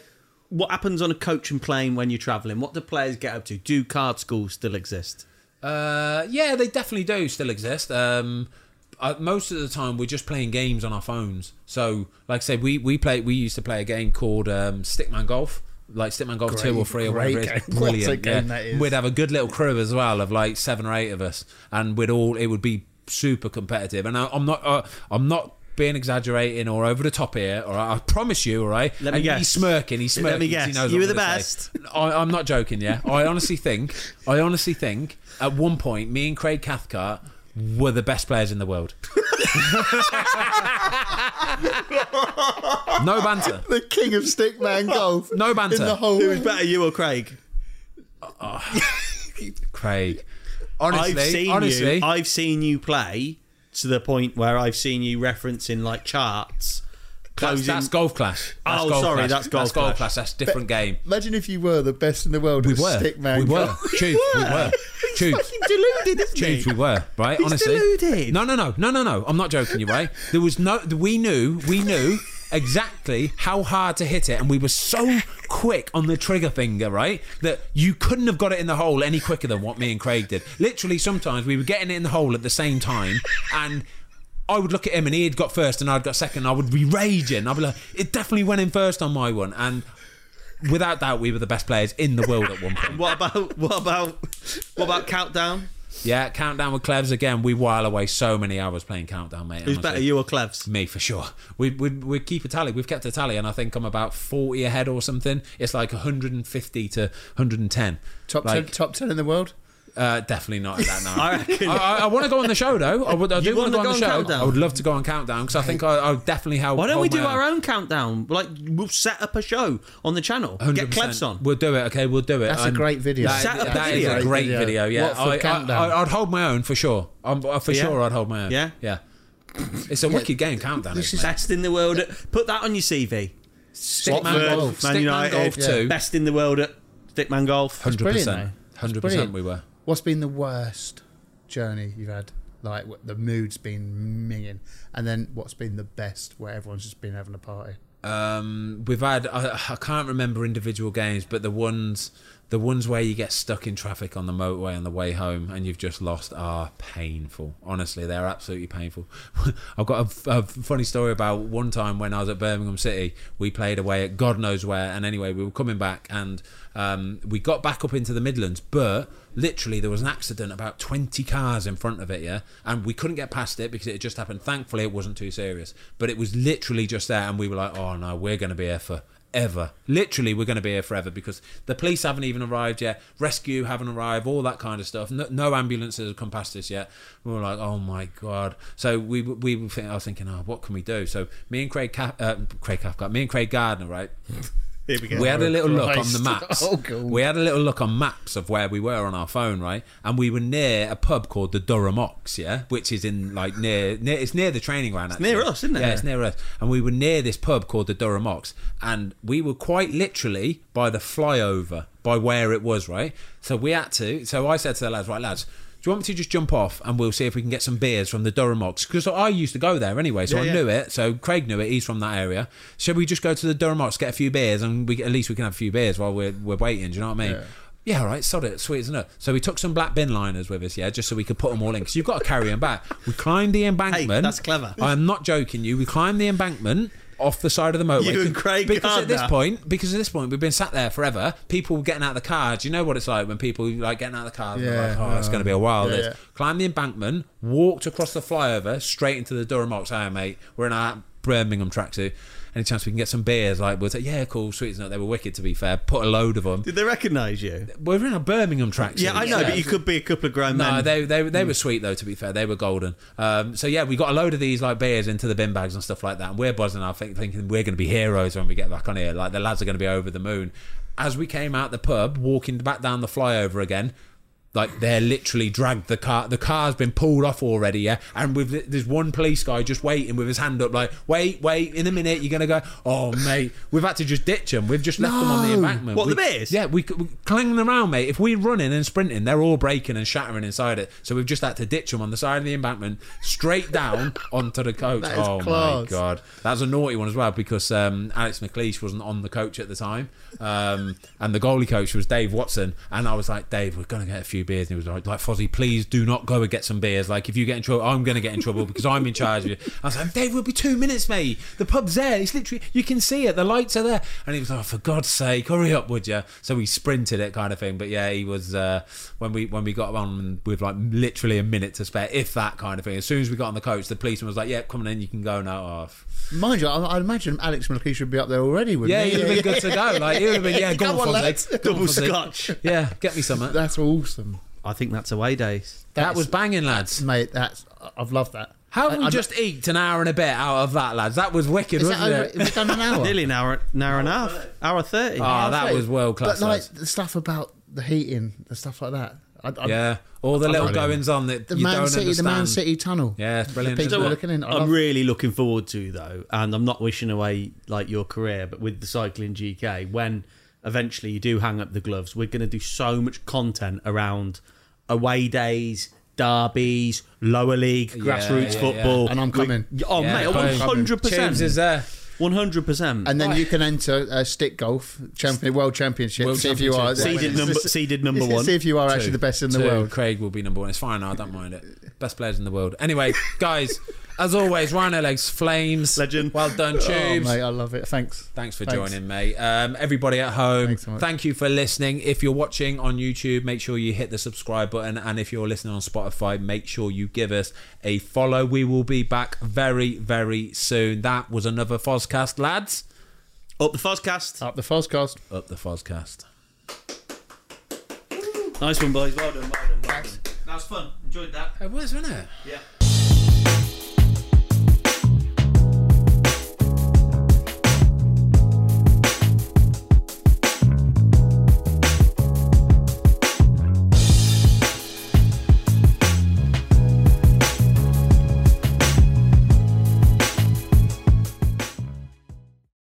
Speaker 2: what happens on a coach and plane when you're travelling? What do players get up to? Do card schools still exist?
Speaker 1: Uh, yeah, they definitely do still exist. Um, uh, most of the time, we're just playing games on our phones. So, like I said, we we play we used to play a game called um, Stickman Golf, like Stickman Golf Two
Speaker 3: Great-
Speaker 1: or Three or
Speaker 3: great
Speaker 1: whatever it is.
Speaker 3: game. What a
Speaker 1: Brilliant.
Speaker 3: game
Speaker 1: yeah.
Speaker 3: that is.
Speaker 1: We'd have a good little crew as well of like seven or eight of us, and we'd all it would be super competitive. And I, I'm not uh, I'm not. Being exaggerating or over the top here, all right. I promise you, all right.
Speaker 2: Let me
Speaker 1: and
Speaker 2: guess.
Speaker 1: He's smirking. He's smirking.
Speaker 2: Let me
Speaker 1: 'cause he
Speaker 2: guess.
Speaker 1: knows
Speaker 2: You
Speaker 1: I'm
Speaker 2: were the
Speaker 1: gonna say.
Speaker 2: best.
Speaker 1: I, I'm not joking. Yeah, I honestly think, I honestly think, at one point, me and Craig Cathcart were the best players in the world. no banter.
Speaker 3: The king of stickman golf.
Speaker 1: No banter.
Speaker 3: in the whole.
Speaker 2: Who's better, you or Craig?
Speaker 1: Craig. Honestly,
Speaker 2: I've seen
Speaker 1: honestly,
Speaker 2: you. I've seen you play to the point where I've seen you referencing like charts.
Speaker 1: that's,
Speaker 2: Closing.
Speaker 1: that's golf clash. That's
Speaker 2: Oh,
Speaker 1: golf
Speaker 2: sorry,
Speaker 1: clash.
Speaker 2: that's golf
Speaker 1: that's golf
Speaker 2: clash.
Speaker 1: clash. That's different game.
Speaker 3: Imagine if you were the best in the world.
Speaker 1: We
Speaker 3: at
Speaker 1: were.
Speaker 3: stickman.
Speaker 1: we were.
Speaker 3: golf.
Speaker 1: Tubes. We were. Tubes.
Speaker 2: Fucking deluded, isn't he?
Speaker 1: Tubes, we were right.
Speaker 2: He's
Speaker 1: honestly,
Speaker 2: deluded.
Speaker 1: no, no, no, no, no, no. I'm not joking. You right? There was no. We knew. We knew. exactly how hard to hit it, and we were so quick on the trigger finger, right, that you couldn't have got it in the hole any quicker than what me and Craig did. Literally, sometimes we were getting it in the hole at the same time, and. I would look at him and he had got first and I'd got second. And I would be raging. I'd be like, it definitely went in first on my one. And without doubt, we were the best players in the world at one point.
Speaker 2: What about what about what about countdown?
Speaker 1: Yeah, Countdown with Clevs again. We while away so many hours playing Countdown, mate.
Speaker 2: Who's
Speaker 1: honestly.
Speaker 2: better, you or Clevs?
Speaker 1: Me for sure. We, we we keep a tally. We've kept a tally, and I think I'm about forty ahead or something. It's like 150 to 110.
Speaker 3: Top
Speaker 1: like,
Speaker 3: ten, top ten in the world.
Speaker 1: Uh, definitely not at that now.
Speaker 2: I reckon.
Speaker 1: I, I, want to go on the show though. I, would, I
Speaker 2: You
Speaker 1: do want to go
Speaker 2: wanna
Speaker 1: on the
Speaker 2: go on
Speaker 1: show.
Speaker 2: Countdown?
Speaker 1: I would love to go on Countdown because I think I, I'll definitely help.
Speaker 2: Why don't we do our own countdown? Like we'll set up a show on the channel. Get Clevs on.
Speaker 1: We'll do it. Okay, we'll do it.
Speaker 3: That's a
Speaker 1: And
Speaker 3: great video.
Speaker 1: That,
Speaker 2: Set up a
Speaker 1: that is
Speaker 2: video.
Speaker 1: a great video. Yeah,
Speaker 3: Watford
Speaker 1: I,
Speaker 3: countdown.
Speaker 1: I, would hold my own for sure. I'm, uh, for
Speaker 2: Yeah.
Speaker 1: sure, I'd hold my own.
Speaker 2: Yeah?
Speaker 1: yeah. It's a wicked game. Countdown.
Speaker 3: This
Speaker 1: isn't it?
Speaker 2: Best in the world. At, put that on your CV.
Speaker 1: Stickman Golf,
Speaker 2: uh, Man
Speaker 1: Stickman Golf
Speaker 2: United.
Speaker 1: too.
Speaker 2: Best in the world at Stickman Golf.
Speaker 1: Hundred percent.
Speaker 3: brilliant,
Speaker 1: Hundred percent.
Speaker 3: brilliant.
Speaker 1: We were.
Speaker 3: What's been the worst journey you've had? Like what, the mood's been minging, and then what's been the best? Where everyone's just been having a party.
Speaker 1: Um, we've had. I, I can't remember individual games, but the ones, the ones where you get stuck in traffic on the motorway on the way home and you've just lost are painful. Honestly, they're absolutely painful. I've got a f- a, funny story about one time when I was at Birmingham City. We played away at God knows where, and anyway, we were coming back and um, we got back up into the Midlands, but literally there was an accident about 20 cars in front of it yeah and we couldn't get past it because it had just happened thankfully it wasn't too serious but it was literally just there and we were like oh no we're going to be here for ever literally we're going to be here forever because the police haven't even arrived yet rescue haven't arrived all that kind of stuff no, no ambulances have come past us yet we were like oh my god so we we were think, I was thinking oh what can we do so me and Craig Ca- uh, Craig Cathcart me and Craig Gardner right
Speaker 2: Here we go.
Speaker 1: we had a little look on
Speaker 3: Christ.
Speaker 1: the maps.
Speaker 3: Oh, God.
Speaker 1: We had a little look on maps of where we were on our phone, right? And we were near a pub called the Durham Ox, yeah, which is in like near, near it's near the training ground. Actually.
Speaker 2: near us, isn't it?
Speaker 1: Yeah, it's near us. And we were near this pub called the Durham Ox, and we were quite literally by the flyover, by where it was, right? So we had to. So I said to the lads, right, lads. Do you want me to just jump off and we'll see if we can get some beers from the Durham Ox? Because I used to go there anyway, so I
Speaker 2: yeah.
Speaker 1: knew it it. So Craig knew it. He's from that area. Should we just go to the Durham Ox, get a few beers, and we at least we can have a few beers while we're we're waiting? Do you know what I mean? Yeah. all right, sod it, sweet as a nut. So we took some black bin liners with us, yeah, just so we could put them all in. Because you've got to carry them back. We climbed the embankment.
Speaker 2: that's clever.
Speaker 1: I'm not joking you. We climbed the embankment off the side of the motorway.
Speaker 2: You and Craig
Speaker 1: Because at
Speaker 2: Gardner.
Speaker 1: this point, because at this point, we've been sat there forever. People getting out of the car. Do you know what it's like when people like getting out of the car? they're like,
Speaker 3: Yeah.
Speaker 1: oh, it's going to be a while.
Speaker 3: Yeah,
Speaker 1: this
Speaker 3: yeah.
Speaker 1: climbed the embankment, walked across the flyover, straight into the Durham Ox Hour, mate. We're in our Birmingham tracksuit. Any chance we can get some beers? Like, we'll say, yeah, cool, sweet as nut. They were wicked, to be fair. Put a load of them.
Speaker 2: Did they recognise you?
Speaker 1: We're in a Birmingham tracksuit.
Speaker 2: Yeah, I know, but you could be a couple of grown
Speaker 1: No,
Speaker 2: men.
Speaker 1: they, they, they
Speaker 2: Hmm.
Speaker 1: were sweet though. To be fair, they were golden. Um, so yeah, we got a load of these like beers into the bin bags and stuff like that, and we're buzzing. I think thinking we're going to be heroes when we get back on here. Like the lads are going to be over the moon. As we came out the pub, walking back down the flyover again, like they're literally dragged the car. The car's been pulled off already, yeah. And with there's one police guy just waiting with his hand up, like wait, wait, in a minute you're going to go. Oh mate, we've had to just ditch them. We've just left them on the
Speaker 3: No.
Speaker 1: embankment.
Speaker 2: What,
Speaker 1: We-
Speaker 2: the beers?
Speaker 1: Yeah, we, we clanging around, mate. If we're running and sprinting, they're all breaking and shattering inside it. So we've just had to ditch them on the side of the embankment, straight down onto the coach.
Speaker 3: That is
Speaker 1: oh my
Speaker 3: class.
Speaker 1: god, that was a naughty one as well because um, Alex McLeish wasn't on the coach at the time, um, and the goalie coach was Dave Watson. And I was like, Dave, we're gonna get a few beers. And he was like, like Fozzie, please do not go and get some beers. Like if you get in trouble, I'm gonna get in trouble because I'm in charge of you. I was like, Dave, we'll be two minutes, mate. The pub's there. It's literally you can see it. The lights are there. And he was like, "Oh, for God's sake, hurry up, would you? So we sprinted it, kind of thing. But yeah, he was uh, when we when we got on with like literally a minute to spare, if that kind of thing. As soon as we got on the coach, the policeman was like, "Yeah, coming in, you can go now." Oh, f-
Speaker 3: Mind you, I, I imagine Alex Malkish would be up there already. Wouldn't
Speaker 1: yeah,
Speaker 3: he?
Speaker 1: he'd have been good to go. Like he'd have been, yeah, go
Speaker 3: Come
Speaker 1: on,
Speaker 3: on,
Speaker 1: Fonzie.
Speaker 3: lads.
Speaker 1: Go on,
Speaker 2: Double
Speaker 1: Fonzie.
Speaker 2: scotch.
Speaker 1: Yeah, get me some. That,
Speaker 3: That's awesome,
Speaker 2: I think that's away days.
Speaker 1: that was banging, lads.
Speaker 3: mate. That's I've loved that.
Speaker 1: How have
Speaker 3: I-
Speaker 1: we
Speaker 3: I'm-
Speaker 1: just eked an hour and a bit out of that, lads? That was wicked,
Speaker 3: Is that
Speaker 1: wasn't
Speaker 3: over,
Speaker 1: it?
Speaker 3: we've done an hour.
Speaker 2: Nearly an hour, an hour and a half, hour thirty.
Speaker 1: Ah, that
Speaker 3: Mate,
Speaker 1: was world class.
Speaker 3: But like
Speaker 1: lads.
Speaker 3: the stuff about the heating, the stuff like that. I, I,
Speaker 1: yeah, all the little
Speaker 5: brilliant.
Speaker 1: goings on that
Speaker 3: the
Speaker 1: you
Speaker 3: Man
Speaker 1: don't
Speaker 3: City,
Speaker 1: understand.
Speaker 3: the Man City tunnel.
Speaker 1: Yeah, it's brilliant,
Speaker 3: The
Speaker 1: isn't
Speaker 3: people
Speaker 1: it?
Speaker 3: looking in. I
Speaker 2: I'm
Speaker 3: love-
Speaker 2: really looking forward to though, and I'm not wishing away like your career, but with the cycling GK, when eventually you do hang up the gloves, we're going to do so much content around away days, derbies, lower league,
Speaker 1: yeah,
Speaker 2: grassroots
Speaker 1: yeah.
Speaker 2: football,
Speaker 3: And I'm coming.
Speaker 2: Oh
Speaker 1: Yeah,
Speaker 2: mate,
Speaker 1: coming.
Speaker 2: one hundred
Speaker 1: Tubes is
Speaker 2: percent.
Speaker 1: there.
Speaker 2: One hundred percent.
Speaker 3: And then you can enter uh, stick golf champion, world championship.
Speaker 1: World
Speaker 3: see if you are
Speaker 1: championship.
Speaker 2: Seeded number- seeded number one.
Speaker 3: See if you are actually the best in the
Speaker 1: Two,
Speaker 3: world.
Speaker 1: Craig will be number one. It's fine. I don't mind it. Best players in the world. Anyway, guys, as always, Rhino Legs, Flames,
Speaker 2: Legend.
Speaker 1: Well done, Tubes.
Speaker 3: Oh, mate, I love it. Thanks.
Speaker 1: Thanks for joining, mate. Um, everybody at home,
Speaker 3: Thanks so much.
Speaker 1: thank you for listening. If you're watching on YouTube, make sure you hit the subscribe button. And if you're listening on Spotify, make sure you give us a follow. We will be back very, very soon. That was another Fozcast, lads.
Speaker 2: Up the Fozcast.
Speaker 3: Up the Fozcast.
Speaker 1: Up the Fozcast.
Speaker 2: Nice one, boys. Well done. Well done. Well done. That was fun. Enjoyed that.
Speaker 1: It was, wasn't it?
Speaker 2: Yeah.